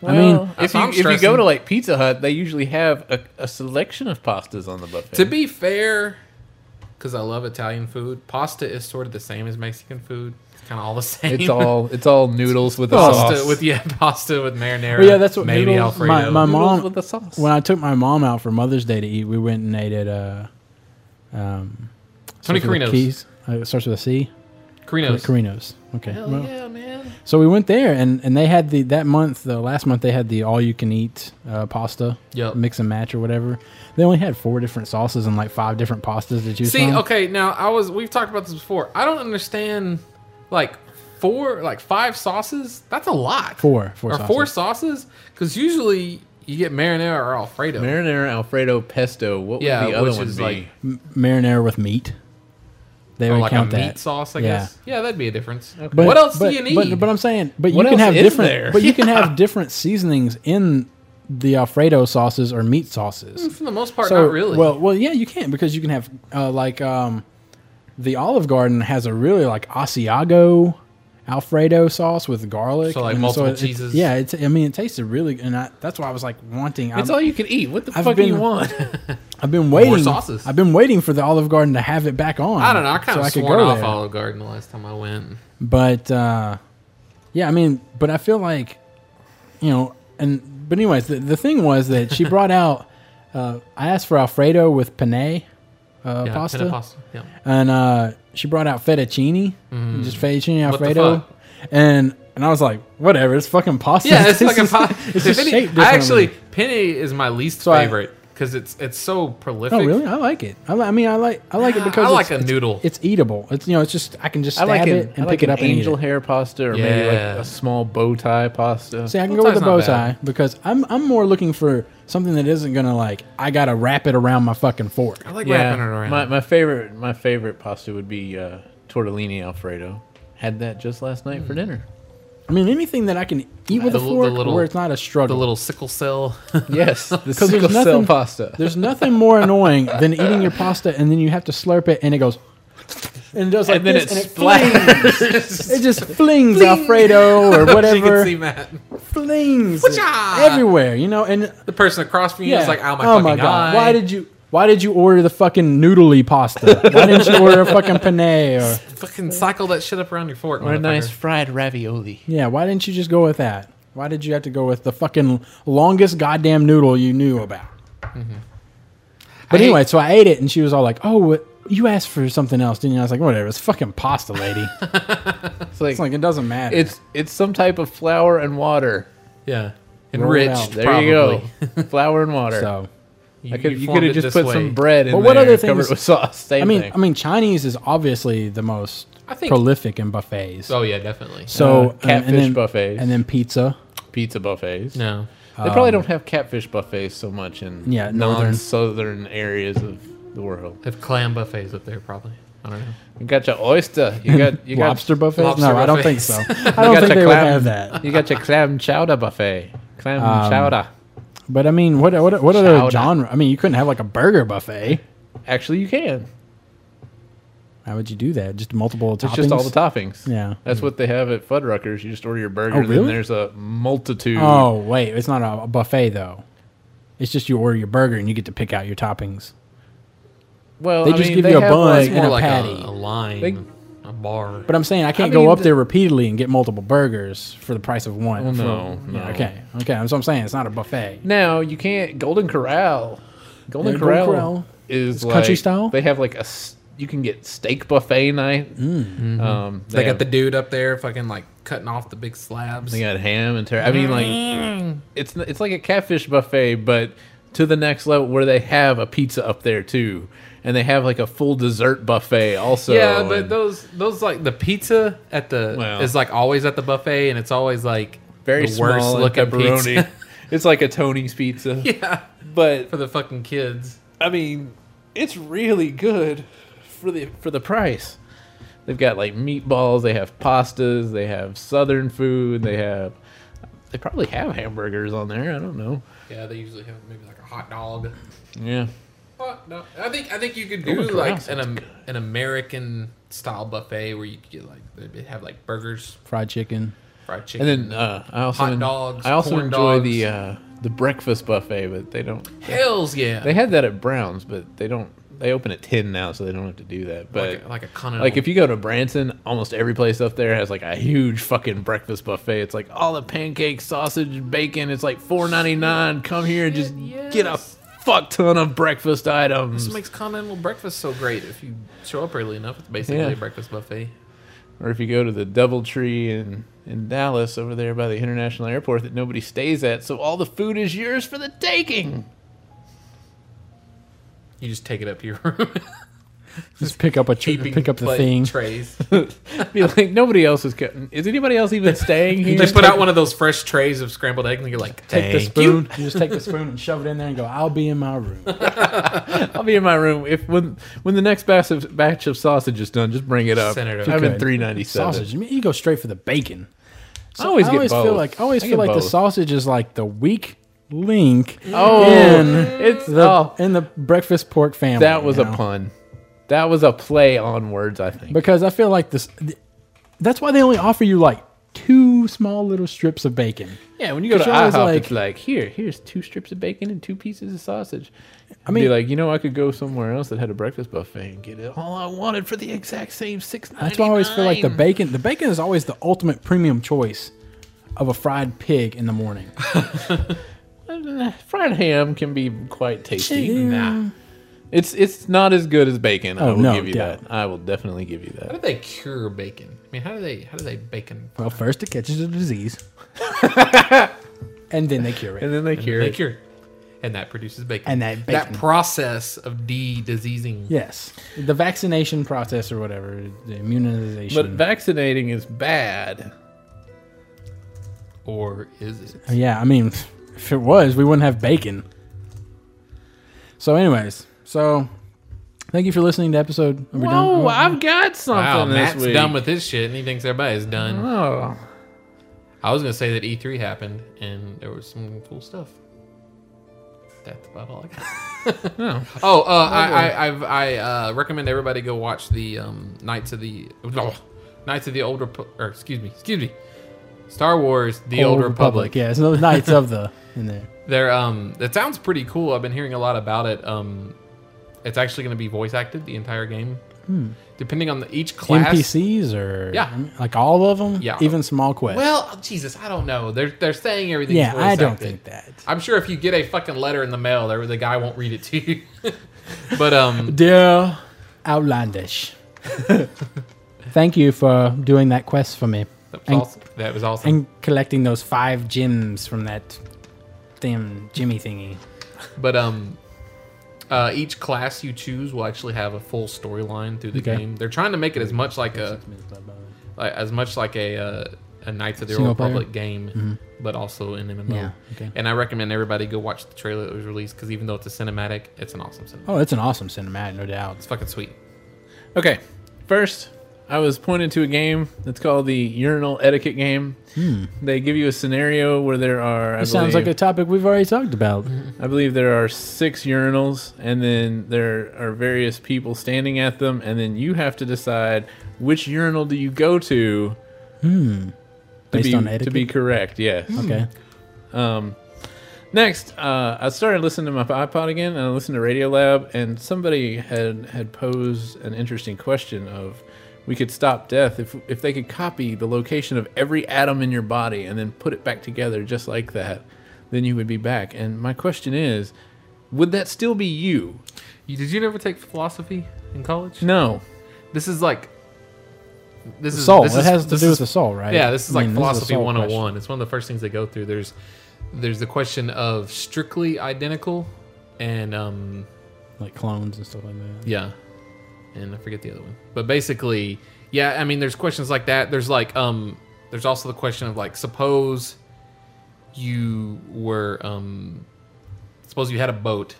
Speaker 3: I mean,
Speaker 5: if
Speaker 4: That's
Speaker 5: you
Speaker 4: what I'm
Speaker 5: if you go
Speaker 4: stressing.
Speaker 5: to like Pizza Hut, they usually have a, a selection of pastas on the buffet.
Speaker 4: To be fair, because I love Italian food. Pasta is sort of the same as Mexican food. It's kind of all the same.
Speaker 5: It's all it's all noodles with a
Speaker 4: pasta
Speaker 5: sauce.
Speaker 4: with yeah, pasta with marinara.
Speaker 3: Well, yeah, that's what
Speaker 4: maybe
Speaker 3: noodles- my-
Speaker 4: Alfredo.
Speaker 3: my
Speaker 5: Noodles
Speaker 3: mom-
Speaker 5: with a sauce.
Speaker 3: When I took my mom out for Mother's Day to eat, we went and ate at uh, um,
Speaker 4: Tony
Speaker 3: starts with a
Speaker 4: Carino's.
Speaker 3: Keys. Uh, it starts with a C.
Speaker 4: Carino's.
Speaker 3: Carino's. Okay.
Speaker 4: Hell
Speaker 3: Well,
Speaker 4: yeah, man.
Speaker 3: So we went there, and, and they had the that month, the last month they had the all you can eat uh, pasta
Speaker 4: Yep.
Speaker 3: mix and match or whatever. They only had four different sauces and like five different pastas to choose
Speaker 4: See,
Speaker 3: from.
Speaker 4: okay, now I was we've talked about this before. I don't understand like four like five sauces? That's a lot.
Speaker 3: Four, four
Speaker 4: or
Speaker 3: sauces.
Speaker 4: four sauces? Because usually you get marinara or Alfredo.
Speaker 5: Marinara, Alfredo, pesto. What
Speaker 4: Yeah,
Speaker 5: would the other
Speaker 4: which
Speaker 5: one
Speaker 4: is
Speaker 5: be?
Speaker 4: like-
Speaker 3: marinara with meat. They
Speaker 4: or
Speaker 3: would
Speaker 4: Oh, like a
Speaker 3: count
Speaker 4: meat
Speaker 3: that.
Speaker 4: sauce, I
Speaker 3: Yeah.
Speaker 4: guess. Yeah, that'd be a difference.
Speaker 3: But-
Speaker 4: what else
Speaker 3: but-
Speaker 4: do you need?
Speaker 3: But, but I'm saying, but
Speaker 5: What
Speaker 3: you can
Speaker 5: else
Speaker 3: have
Speaker 5: is
Speaker 3: different.
Speaker 5: there?
Speaker 3: But you can have different seasonings in the Alfredo sauces or meat sauces.
Speaker 4: Mm, for the most part,
Speaker 3: So,
Speaker 4: not really.
Speaker 3: Well, well, yeah, you can because you can have uh, like um, the Olive Garden has a really like Asiago Alfredo sauce with garlic.
Speaker 4: So, like,
Speaker 3: and
Speaker 4: multiple
Speaker 3: it- it-
Speaker 4: cheeses?
Speaker 3: yeah, it's, I mean, it tasted really, and I, that's why I was like wanting.
Speaker 5: It's
Speaker 3: I'm-
Speaker 5: all you can eat. What the
Speaker 3: I've
Speaker 5: fuck do you
Speaker 3: been-
Speaker 5: want?
Speaker 3: I've been waiting.
Speaker 4: sauces.
Speaker 3: I've been waiting for the Olive Garden to have it back on.
Speaker 4: I don't know. I kind
Speaker 3: so
Speaker 4: of
Speaker 3: could
Speaker 4: swore
Speaker 3: go
Speaker 4: off
Speaker 3: there.
Speaker 4: Olive Garden the last time I went.
Speaker 3: But uh, yeah, I mean, but I feel like you know, and but anyways, the, the thing was that she brought out. Uh, I asked for Alfredo with penne uh,
Speaker 4: Yeah,
Speaker 3: pasta,
Speaker 4: penne pasta. Yeah.
Speaker 3: and uh, she brought out fettuccine, just fettuccine
Speaker 4: Mm. What the
Speaker 3: Alfredo,
Speaker 4: fuck?
Speaker 3: and and I was like, whatever, it's fucking pasta.
Speaker 4: Yeah, it's like a
Speaker 3: just-
Speaker 4: pot.
Speaker 3: It's just
Speaker 4: Penny-
Speaker 3: shaped differently.
Speaker 4: I actually penne is my least
Speaker 3: So I-
Speaker 4: favorite because it's it's so prolific.
Speaker 3: Oh really? I like it. I, li- I mean, I like I like it because
Speaker 4: I like
Speaker 3: it's,
Speaker 4: a noodle.
Speaker 3: it's eatable. It's you know, it's just I can just
Speaker 5: I
Speaker 3: stab
Speaker 5: like an,
Speaker 3: it
Speaker 5: I
Speaker 3: and
Speaker 5: like
Speaker 3: pick it
Speaker 5: an
Speaker 3: up and eat
Speaker 5: angel
Speaker 3: it.
Speaker 5: hair pasta or maybe
Speaker 4: Yeah.
Speaker 5: like a small bow tie pasta.
Speaker 3: See, I can
Speaker 4: Bow
Speaker 3: go with a
Speaker 4: tie's not
Speaker 3: bow
Speaker 4: bad.
Speaker 3: tie because I'm I'm more looking for something that isn't gonna like I gotta wrap it around my fucking fork.
Speaker 4: I like
Speaker 5: yeah,
Speaker 4: wrapping it around.
Speaker 5: my my favorite my favorite pasta would be uh, tortellini Alfredo. Had that just last night for dinner.
Speaker 3: I mean, anything that I can eat with
Speaker 4: Uh, The
Speaker 3: a
Speaker 4: li- the
Speaker 3: fork
Speaker 4: little-
Speaker 3: where it's not a struggle.
Speaker 4: the little sickle cell.
Speaker 5: Yes, the
Speaker 3: there's
Speaker 5: sickle cell
Speaker 3: nothing-
Speaker 5: pasta.
Speaker 3: There's nothing more annoying than eating your pasta and then you have to slurp it and it goes and it does like
Speaker 5: And then
Speaker 3: this
Speaker 5: it
Speaker 3: and it
Speaker 5: splatters.
Speaker 3: flings. it just flings Alfredo or
Speaker 4: you can
Speaker 3: whatever.
Speaker 4: see Matt.
Speaker 3: flings it
Speaker 4: Whatcha?
Speaker 3: everywhere, you know. And
Speaker 4: The person across from you
Speaker 3: yeah,
Speaker 4: is like, "Oh my
Speaker 3: oh
Speaker 4: fucking
Speaker 3: my god,
Speaker 4: god!
Speaker 3: why did you? Why did you order the fucking noodly pasta? Why didn't you order a fucking penne or
Speaker 4: fucking cycle that shit up around your fork?"
Speaker 5: Or a
Speaker 4: motherfucker.
Speaker 5: nice fried ravioli.
Speaker 3: Yeah, why didn't you just go with that? Why did you have to go with the fucking longest goddamn noodle you knew about?
Speaker 5: Mm-hmm.
Speaker 3: But
Speaker 4: I
Speaker 3: anyway,
Speaker 4: hate-
Speaker 3: so I ate it, and she was all like, "Oh, what, you asked for something else, didn't you?" I was like, "Whatever, it's fucking pasta, lady.
Speaker 5: It's like,
Speaker 3: it's like it doesn't matter."
Speaker 5: it's it's some type of flour and water.
Speaker 4: yeah,
Speaker 3: Roll it
Speaker 4: enriched.
Speaker 3: out.
Speaker 5: There
Speaker 4: probably.
Speaker 5: you go, flour and water.
Speaker 3: so.
Speaker 4: You,
Speaker 5: I could, you
Speaker 4: formed
Speaker 5: could have
Speaker 4: it
Speaker 5: just
Speaker 4: this
Speaker 5: put
Speaker 4: way.
Speaker 5: some bread in
Speaker 3: But what
Speaker 5: there
Speaker 3: other
Speaker 5: and covered
Speaker 3: things-
Speaker 5: it with sauce. Same
Speaker 3: I mean,
Speaker 5: thing.
Speaker 3: I mean, Chinese is obviously the most
Speaker 4: I think-
Speaker 3: prolific in buffets.
Speaker 4: Oh yeah, definitely.
Speaker 3: so
Speaker 5: Uh,
Speaker 3: and-
Speaker 5: catfish
Speaker 3: and then,
Speaker 5: buffets.
Speaker 3: and then pizza.
Speaker 5: pizza buffets.
Speaker 4: No,
Speaker 5: They probably don't have catfish buffets so much
Speaker 3: Um,
Speaker 5: in
Speaker 3: Yeah, northern.
Speaker 5: non-southern areas of the world.
Speaker 4: they have clam buffets up there probably. I don't know.
Speaker 5: You got your oyster. You got you got
Speaker 3: lobster buffets?
Speaker 4: lobster
Speaker 3: no, I don't think
Speaker 4: buffets.
Speaker 3: so. I don't
Speaker 5: got
Speaker 3: think
Speaker 5: your
Speaker 3: they would
Speaker 5: clam-
Speaker 3: have that.
Speaker 5: You got your clam chowder buffet. Clam
Speaker 3: Um,
Speaker 5: chowder.
Speaker 3: But I mean, what what what other
Speaker 5: Chowder.
Speaker 3: genre? I mean, you couldn't have like a burger buffet.
Speaker 5: Actually, you can.
Speaker 3: How would you do that? Just multiple toppings.
Speaker 5: It's just all the toppings.
Speaker 3: Yeah.
Speaker 5: That's what they have at Fuddruckers. You just order your burger,
Speaker 3: Oh,
Speaker 5: and then
Speaker 3: really?
Speaker 5: there's a multitude.
Speaker 3: Oh wait, it's not a- a buffet though. It's just you order your burger and you get to pick out your toppings.
Speaker 5: well,
Speaker 3: they
Speaker 5: I
Speaker 3: just
Speaker 5: mean,
Speaker 3: give
Speaker 5: they
Speaker 3: you a
Speaker 5: have,
Speaker 3: bun
Speaker 5: like-
Speaker 4: More
Speaker 3: And a
Speaker 4: like
Speaker 3: patty.
Speaker 4: A, a line, a bar.
Speaker 3: But I'm saying I can't
Speaker 5: mean,
Speaker 3: go up
Speaker 5: the-
Speaker 3: there repeatedly and get multiple burgers for the price of one.
Speaker 5: Well,
Speaker 3: For-
Speaker 5: Oh, no, no.
Speaker 3: Yeah, okay, okay. That's what I'm saying. It's not a buffet.
Speaker 5: Now you can't Golden Corral. Golden
Speaker 3: Yeah, Golden
Speaker 5: Corral,
Speaker 3: Corral.
Speaker 5: is like,
Speaker 3: country style?
Speaker 5: They have like a s- you can get steak buffet night. Um,
Speaker 4: they got
Speaker 5: have-
Speaker 4: the dude up there fucking like cutting off the big slabs.
Speaker 5: they got ham and ter- I mean like it's n- it's like a catfish buffet, but to the next level where they have a pizza up there too, and they have like a full dessert buffet also.
Speaker 4: yeah, but
Speaker 5: and
Speaker 4: those those like the pizza at the
Speaker 5: Well.
Speaker 4: is like always at the buffet, and it's always like
Speaker 5: very
Speaker 4: the
Speaker 5: small
Speaker 4: worst
Speaker 5: and
Speaker 4: looking
Speaker 5: pepperoni.
Speaker 4: pizza.
Speaker 5: it's like a Tony's pizza,
Speaker 4: yeah,
Speaker 5: but
Speaker 4: for the fucking kids.
Speaker 5: I mean, it's really good for the for the price. They've got like meatballs, they have pastas, they have southern food, they have they probably have hamburgers on there, I don't know.
Speaker 4: Yeah, they usually have maybe like a hot dog.
Speaker 5: Yeah.
Speaker 4: Hot dog. I think I think you could
Speaker 5: Golden
Speaker 4: do
Speaker 5: Corral
Speaker 4: like an
Speaker 5: sounds
Speaker 4: um, an American style buffet where you could get like they have like burgers,
Speaker 3: Fried chicken.
Speaker 4: fried chicken,
Speaker 5: And then uh, I also
Speaker 4: Hot dogs,
Speaker 5: I also
Speaker 4: corn
Speaker 5: enjoy
Speaker 4: dogs.
Speaker 5: the uh, the breakfast buffet, but they don't
Speaker 4: Hells yeah.
Speaker 5: they had that at Brown's, but they don't they open at ten now, so they don't have to do that. But
Speaker 4: like a, like a continental.
Speaker 5: Like if you go to Branson, almost every place up there has like a huge fucking breakfast buffet. It's like all the pancakes, sausage, bacon. It's like four ninety nine. Come here and just
Speaker 4: Shit,
Speaker 5: get a
Speaker 4: yes.
Speaker 5: fuck ton of breakfast
Speaker 4: this
Speaker 5: items.
Speaker 4: makes continental breakfast so great. If you show up early enough, it's basically
Speaker 5: Yeah.
Speaker 4: a breakfast buffet.
Speaker 5: or if you go to the DoubleTree in in Dallas over there by the international airport that nobody stays at, so all the food is yours for the taking.
Speaker 4: You just take it up to your room.
Speaker 3: Just pick up a tr-
Speaker 4: Keeping
Speaker 3: pick up the
Speaker 4: plate
Speaker 3: thing.
Speaker 4: trays.
Speaker 5: Be like nobody else is. Co- is anybody else even staying here?
Speaker 4: they put out one of those fresh trays of scrambled egg, and you're like,
Speaker 3: Take the
Speaker 4: "Thank
Speaker 3: spoon.
Speaker 4: you."
Speaker 3: You. just take the spoon and shove it in there and go. I'll be in my room.
Speaker 5: I'll be in my room if when when the next batch of batch of sausage is done, just bring it up.
Speaker 4: Send it
Speaker 5: I've
Speaker 4: over.
Speaker 5: been three ninety seven.
Speaker 3: Sausage. You mean, you go straight for the bacon.
Speaker 5: I always
Speaker 3: I
Speaker 5: get
Speaker 3: always
Speaker 5: both.
Speaker 3: feel like I always
Speaker 5: I
Speaker 3: feel
Speaker 5: get
Speaker 3: like the
Speaker 5: both.
Speaker 3: sausage is like the weak link.
Speaker 5: Oh,
Speaker 3: in
Speaker 5: it's
Speaker 3: the
Speaker 5: oh,
Speaker 3: in the breakfast pork family.
Speaker 5: that was
Speaker 3: you
Speaker 5: a
Speaker 3: know?
Speaker 5: pun. That was a play on words, I think.
Speaker 3: because I feel like this. th- That's why they only offer you like two small little strips of bacon.
Speaker 5: yeah, when you go to
Speaker 3: you're always
Speaker 5: IHOP,
Speaker 3: like-
Speaker 5: it's like here, here's two strips of bacon and two pieces of sausage. I
Speaker 3: mean-
Speaker 5: mean, like you know, I could go somewhere else that had a breakfast buffet and get it all I wanted for the exact same six ninety nine.
Speaker 3: That's why I always feel like the bacon. The bacon is always the ultimate premium choice of a fried pig in the morning.
Speaker 5: fried ham can be quite tasty.
Speaker 4: Nah.
Speaker 5: It's it's not as good as bacon. I
Speaker 3: Oh,
Speaker 5: will
Speaker 3: no
Speaker 5: give you
Speaker 3: doubt.
Speaker 5: that. I will definitely give you that.
Speaker 4: How do they cure bacon? I mean, how do they how do they bacon?
Speaker 3: Well, first it catches a disease, and then they cure it.
Speaker 5: And then they cure
Speaker 4: They
Speaker 5: it.
Speaker 4: cure, and that produces bacon.
Speaker 3: And that
Speaker 4: that
Speaker 3: bacon.
Speaker 4: process of de-diseasing.
Speaker 3: Yes, the vaccination process or whatever, the
Speaker 5: But
Speaker 3: immunization.
Speaker 5: vaccinating is bad.
Speaker 4: Or is it?
Speaker 3: Uh, yeah, I mean, if it was, we wouldn't have bacon. So, anyways, so thank you for listening to episode. Are we done?
Speaker 5: Whoa,
Speaker 3: Oh,
Speaker 5: I've got something
Speaker 4: Wow,
Speaker 5: this
Speaker 4: Matt's
Speaker 5: week.
Speaker 4: done with his shit, and he thinks everybody's done.
Speaker 5: Oh,
Speaker 4: I was gonna say that E3 happened, and there was some cool stuff. That's about all I got. Oh, uh, I, I, I've, I uh, recommend everybody go watch the um, Knights of the Knights of the Old Republic. Or excuse me, excuse me, Star Wars: The Old, Republic.
Speaker 3: Yeah, it's another Knights of the in there.
Speaker 4: They're um that sounds pretty cool. I've been hearing a lot about it. Um it's actually going to be voice acted the entire game.
Speaker 3: Hmm.
Speaker 4: Depending on the, each class.
Speaker 3: NPCs or
Speaker 4: Yeah.
Speaker 3: like all of them.
Speaker 4: Yeah.
Speaker 3: even small quests.
Speaker 4: Well, Jesus, I don't know. They're they're saying everything's
Speaker 3: yeah,
Speaker 4: voice
Speaker 3: I don't
Speaker 4: acted.
Speaker 3: think that.
Speaker 4: I'm sure if you get a fucking letter in the mail, there the guy won't read it to you. but um
Speaker 3: Dear Outlandish, thank you for doing that quest for me
Speaker 4: that was
Speaker 3: And-
Speaker 4: awesome. That was awesome.
Speaker 3: and collecting those five gems from that damn Jimmy thingy.
Speaker 4: But um, uh, each class you choose will actually have a full storyline through the
Speaker 3: Okay.
Speaker 4: game. They're trying to make it as much like a like, as much like a uh, a Knights of the Old
Speaker 3: Single player? Mm-hmm.
Speaker 4: Republic game, but also an MMO.
Speaker 3: Yeah, okay.
Speaker 4: And I recommend everybody go watch the trailer that was released because even though it's a cinematic, it's an awesome cinematic.
Speaker 3: Oh, it's an awesome cinematic, no doubt.
Speaker 4: It's fucking sweet.
Speaker 5: okay. First, I was pointed to a game that's called the urinal etiquette game. They give you a scenario where there are. I
Speaker 3: Hmm. It sounds like
Speaker 5: believe-
Speaker 3: a topic we've already talked about.
Speaker 5: I believe there are six urinals, and then there are various people standing at them, and then you have to decide which urinal do you go to. To
Speaker 3: Hmm. Based
Speaker 5: be,
Speaker 3: on
Speaker 5: to be
Speaker 3: etiquette?
Speaker 5: correct, yes.
Speaker 3: Okay.
Speaker 5: Um, Next, uh, I started listening to my iPod again, and I listened to Radio Lab, and somebody had had posed an interesting question of, we could stop death if if they could copy the location of every atom in your body and then put it back together just like that, then you would be back. And my question is, would that still be you?
Speaker 4: You, did you never take philosophy in college?
Speaker 5: No.
Speaker 4: This is like this is
Speaker 3: Soul.
Speaker 4: This
Speaker 3: it
Speaker 4: is-
Speaker 3: has to
Speaker 4: this
Speaker 3: do
Speaker 4: is
Speaker 3: with the soul, right?
Speaker 4: Yeah, this is
Speaker 3: I
Speaker 4: like
Speaker 3: mean, a
Speaker 4: philosophy
Speaker 3: soul
Speaker 4: 101.
Speaker 3: question.
Speaker 4: It's one of the first things they go through. There's there's the question of strictly identical and um
Speaker 3: Like clones and stuff like that.
Speaker 4: yeah. And I forget the other one. But basically, yeah, I mean there's questions like that. There's like um there's also the question of like suppose you were um suppose you had a boat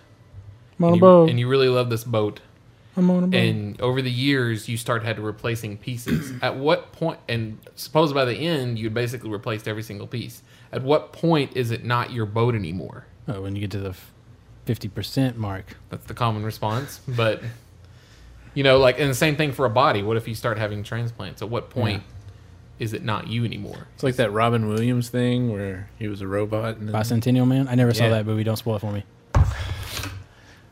Speaker 3: I'm on
Speaker 4: and
Speaker 3: a
Speaker 4: you,
Speaker 3: boat.
Speaker 4: and you really love this boat
Speaker 3: I'm on a boat.
Speaker 4: and over the years you start had to replacing pieces at what point and suppose by the end you'd basically replaced every single piece at what point is it not your boat anymore
Speaker 3: oh, when you get to the fifty percent mark.
Speaker 4: that's the common response but you know like and the same thing for a body what if you start having transplants at what point is it not you anymore
Speaker 5: It's like that Robin Williams thing where he was a robot and then
Speaker 3: Bicentennial Man. I never saw
Speaker 4: Yeah.
Speaker 3: that movie. Don't spoil it for me.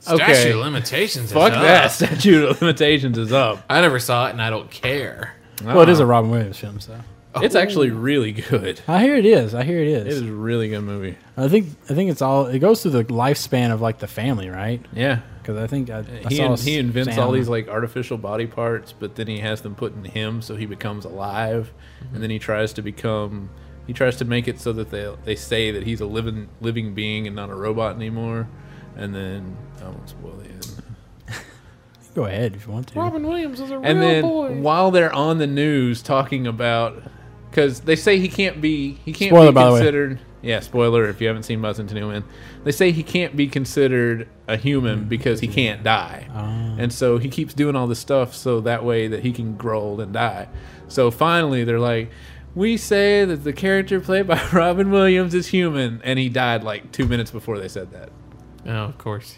Speaker 5: Okay.
Speaker 4: Statute of limitations.
Speaker 5: Fuck
Speaker 4: is up.
Speaker 5: that. Statute of limitations is up.
Speaker 4: I never saw it, and I don't care.
Speaker 3: Well, it is a Robin Williams film, so
Speaker 5: It's actually really good.
Speaker 3: I hear it is. I hear it
Speaker 5: It
Speaker 3: is.
Speaker 5: is a really good movie.
Speaker 3: I think I think it's all. It goes through the lifespan of like the family, right?
Speaker 5: Yeah.
Speaker 3: Because I think I, I
Speaker 5: He,
Speaker 3: saw
Speaker 5: in, he invents
Speaker 3: Sam-
Speaker 5: all these like artificial body parts, but then he has them put in him, so he becomes alive,
Speaker 3: Mm-hmm.
Speaker 5: and then he tries to become. He tries to make it so that they they say that he's a living living being and not a robot anymore, and then I won't spoil the end.
Speaker 3: Go ahead if you want to.
Speaker 1: Robin Williams is a
Speaker 5: And
Speaker 1: real
Speaker 5: then
Speaker 1: boy.
Speaker 5: while they're on the news talking about, because they say he can't be he can't
Speaker 3: Spoiler,
Speaker 5: be
Speaker 3: by the way.
Speaker 5: considered. Yeah, spoiler if you haven't seen Buzz and Newman. They say he can't be considered a
Speaker 3: Hmm.
Speaker 5: human because he can't die,
Speaker 3: Ah.
Speaker 5: and so he keeps doing all this stuff so that way that he can grow old and die. So finally, they're like. We say that the character played by Robin Williams is human, and he died like two minutes before they said that.
Speaker 4: Oh, of course.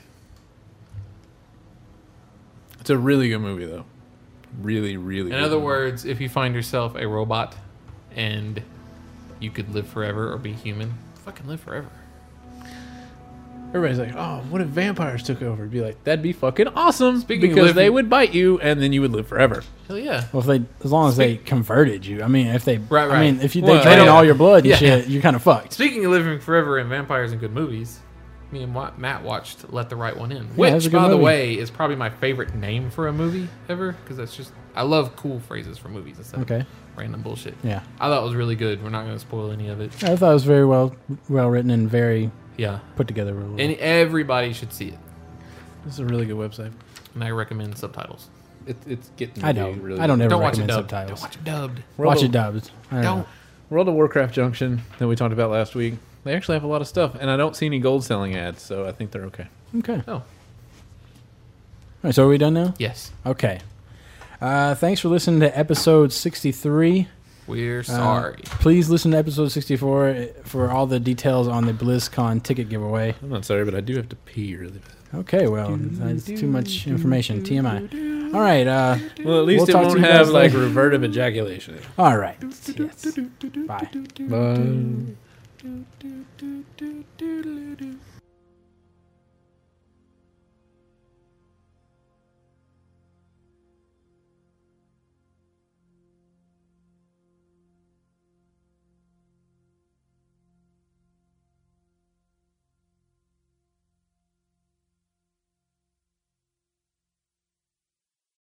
Speaker 5: It's a really good movie, though. Really, really.
Speaker 4: In
Speaker 5: good
Speaker 4: other
Speaker 5: movie.
Speaker 4: words, if you find yourself a robot and you could live forever or be human, fucking live forever.
Speaker 5: Everybody's like, oh, what if vampires took over? It'd be like, that'd be fucking awesome
Speaker 4: Speaking of
Speaker 5: because
Speaker 4: living-
Speaker 5: they would bite you and then you would live forever.
Speaker 4: Hell yeah.
Speaker 3: Well, if they, as long as they converted you, I mean, if they,
Speaker 4: Right,
Speaker 3: I
Speaker 4: right.
Speaker 3: mean, if you, they
Speaker 5: Well,
Speaker 3: drain
Speaker 5: yeah.
Speaker 3: all your blood and
Speaker 4: Yeah,
Speaker 3: shit, you're kind of fucked.
Speaker 4: Speaking of living forever and vampires and good movies, me and Wa- Matt watched Let the Right One In,
Speaker 3: Yeah, that's a
Speaker 4: which,
Speaker 3: good
Speaker 4: by the
Speaker 3: movie.
Speaker 4: way, is probably my favorite name for a movie ever because that's just I love cool phrases for movies and stuff.
Speaker 3: Okay.
Speaker 4: Random bullshit.
Speaker 3: Yeah,
Speaker 4: I thought it was really good. We're not going to spoil any of it.
Speaker 3: I thought it was very well, well written and very
Speaker 4: Yeah.
Speaker 3: put together. Really well.
Speaker 4: And everybody should see it.
Speaker 5: This is a really good website.
Speaker 4: And I recommend subtitles.
Speaker 5: It, it's getting
Speaker 3: I
Speaker 5: to
Speaker 3: don't,
Speaker 5: be really
Speaker 3: I don't ever
Speaker 4: Don't watch it
Speaker 3: recommend
Speaker 4: dubbed.
Speaker 3: subtitles.
Speaker 4: Don't watch it dubbed.
Speaker 5: World
Speaker 3: Watch
Speaker 5: of,
Speaker 3: it dubbed. I don't.
Speaker 4: Don't.
Speaker 3: know.
Speaker 5: World of Warcraft Junction that we talked about last week. They actually have a lot of stuff, and I don't see any gold selling ads, so I think they're okay.
Speaker 3: Okay. All
Speaker 4: Oh,
Speaker 3: right, so are we done now?
Speaker 4: yes.
Speaker 3: Okay. Uh, thanks for listening to episode 63.
Speaker 4: We're sorry.
Speaker 3: Please listen to episode 64 for all the details on the BlizzCon ticket giveaway.
Speaker 5: I'm not sorry, but I do have to pee really bad.
Speaker 3: Okay, well, that's too much information. TMI. All right. Uh,
Speaker 5: Well, at
Speaker 3: We'll
Speaker 5: least
Speaker 3: talk
Speaker 5: it
Speaker 3: to
Speaker 5: won't
Speaker 3: you guys
Speaker 5: have like
Speaker 3: later.
Speaker 5: revertive ejaculation.
Speaker 3: all right. Yes. Bye.
Speaker 5: Bye.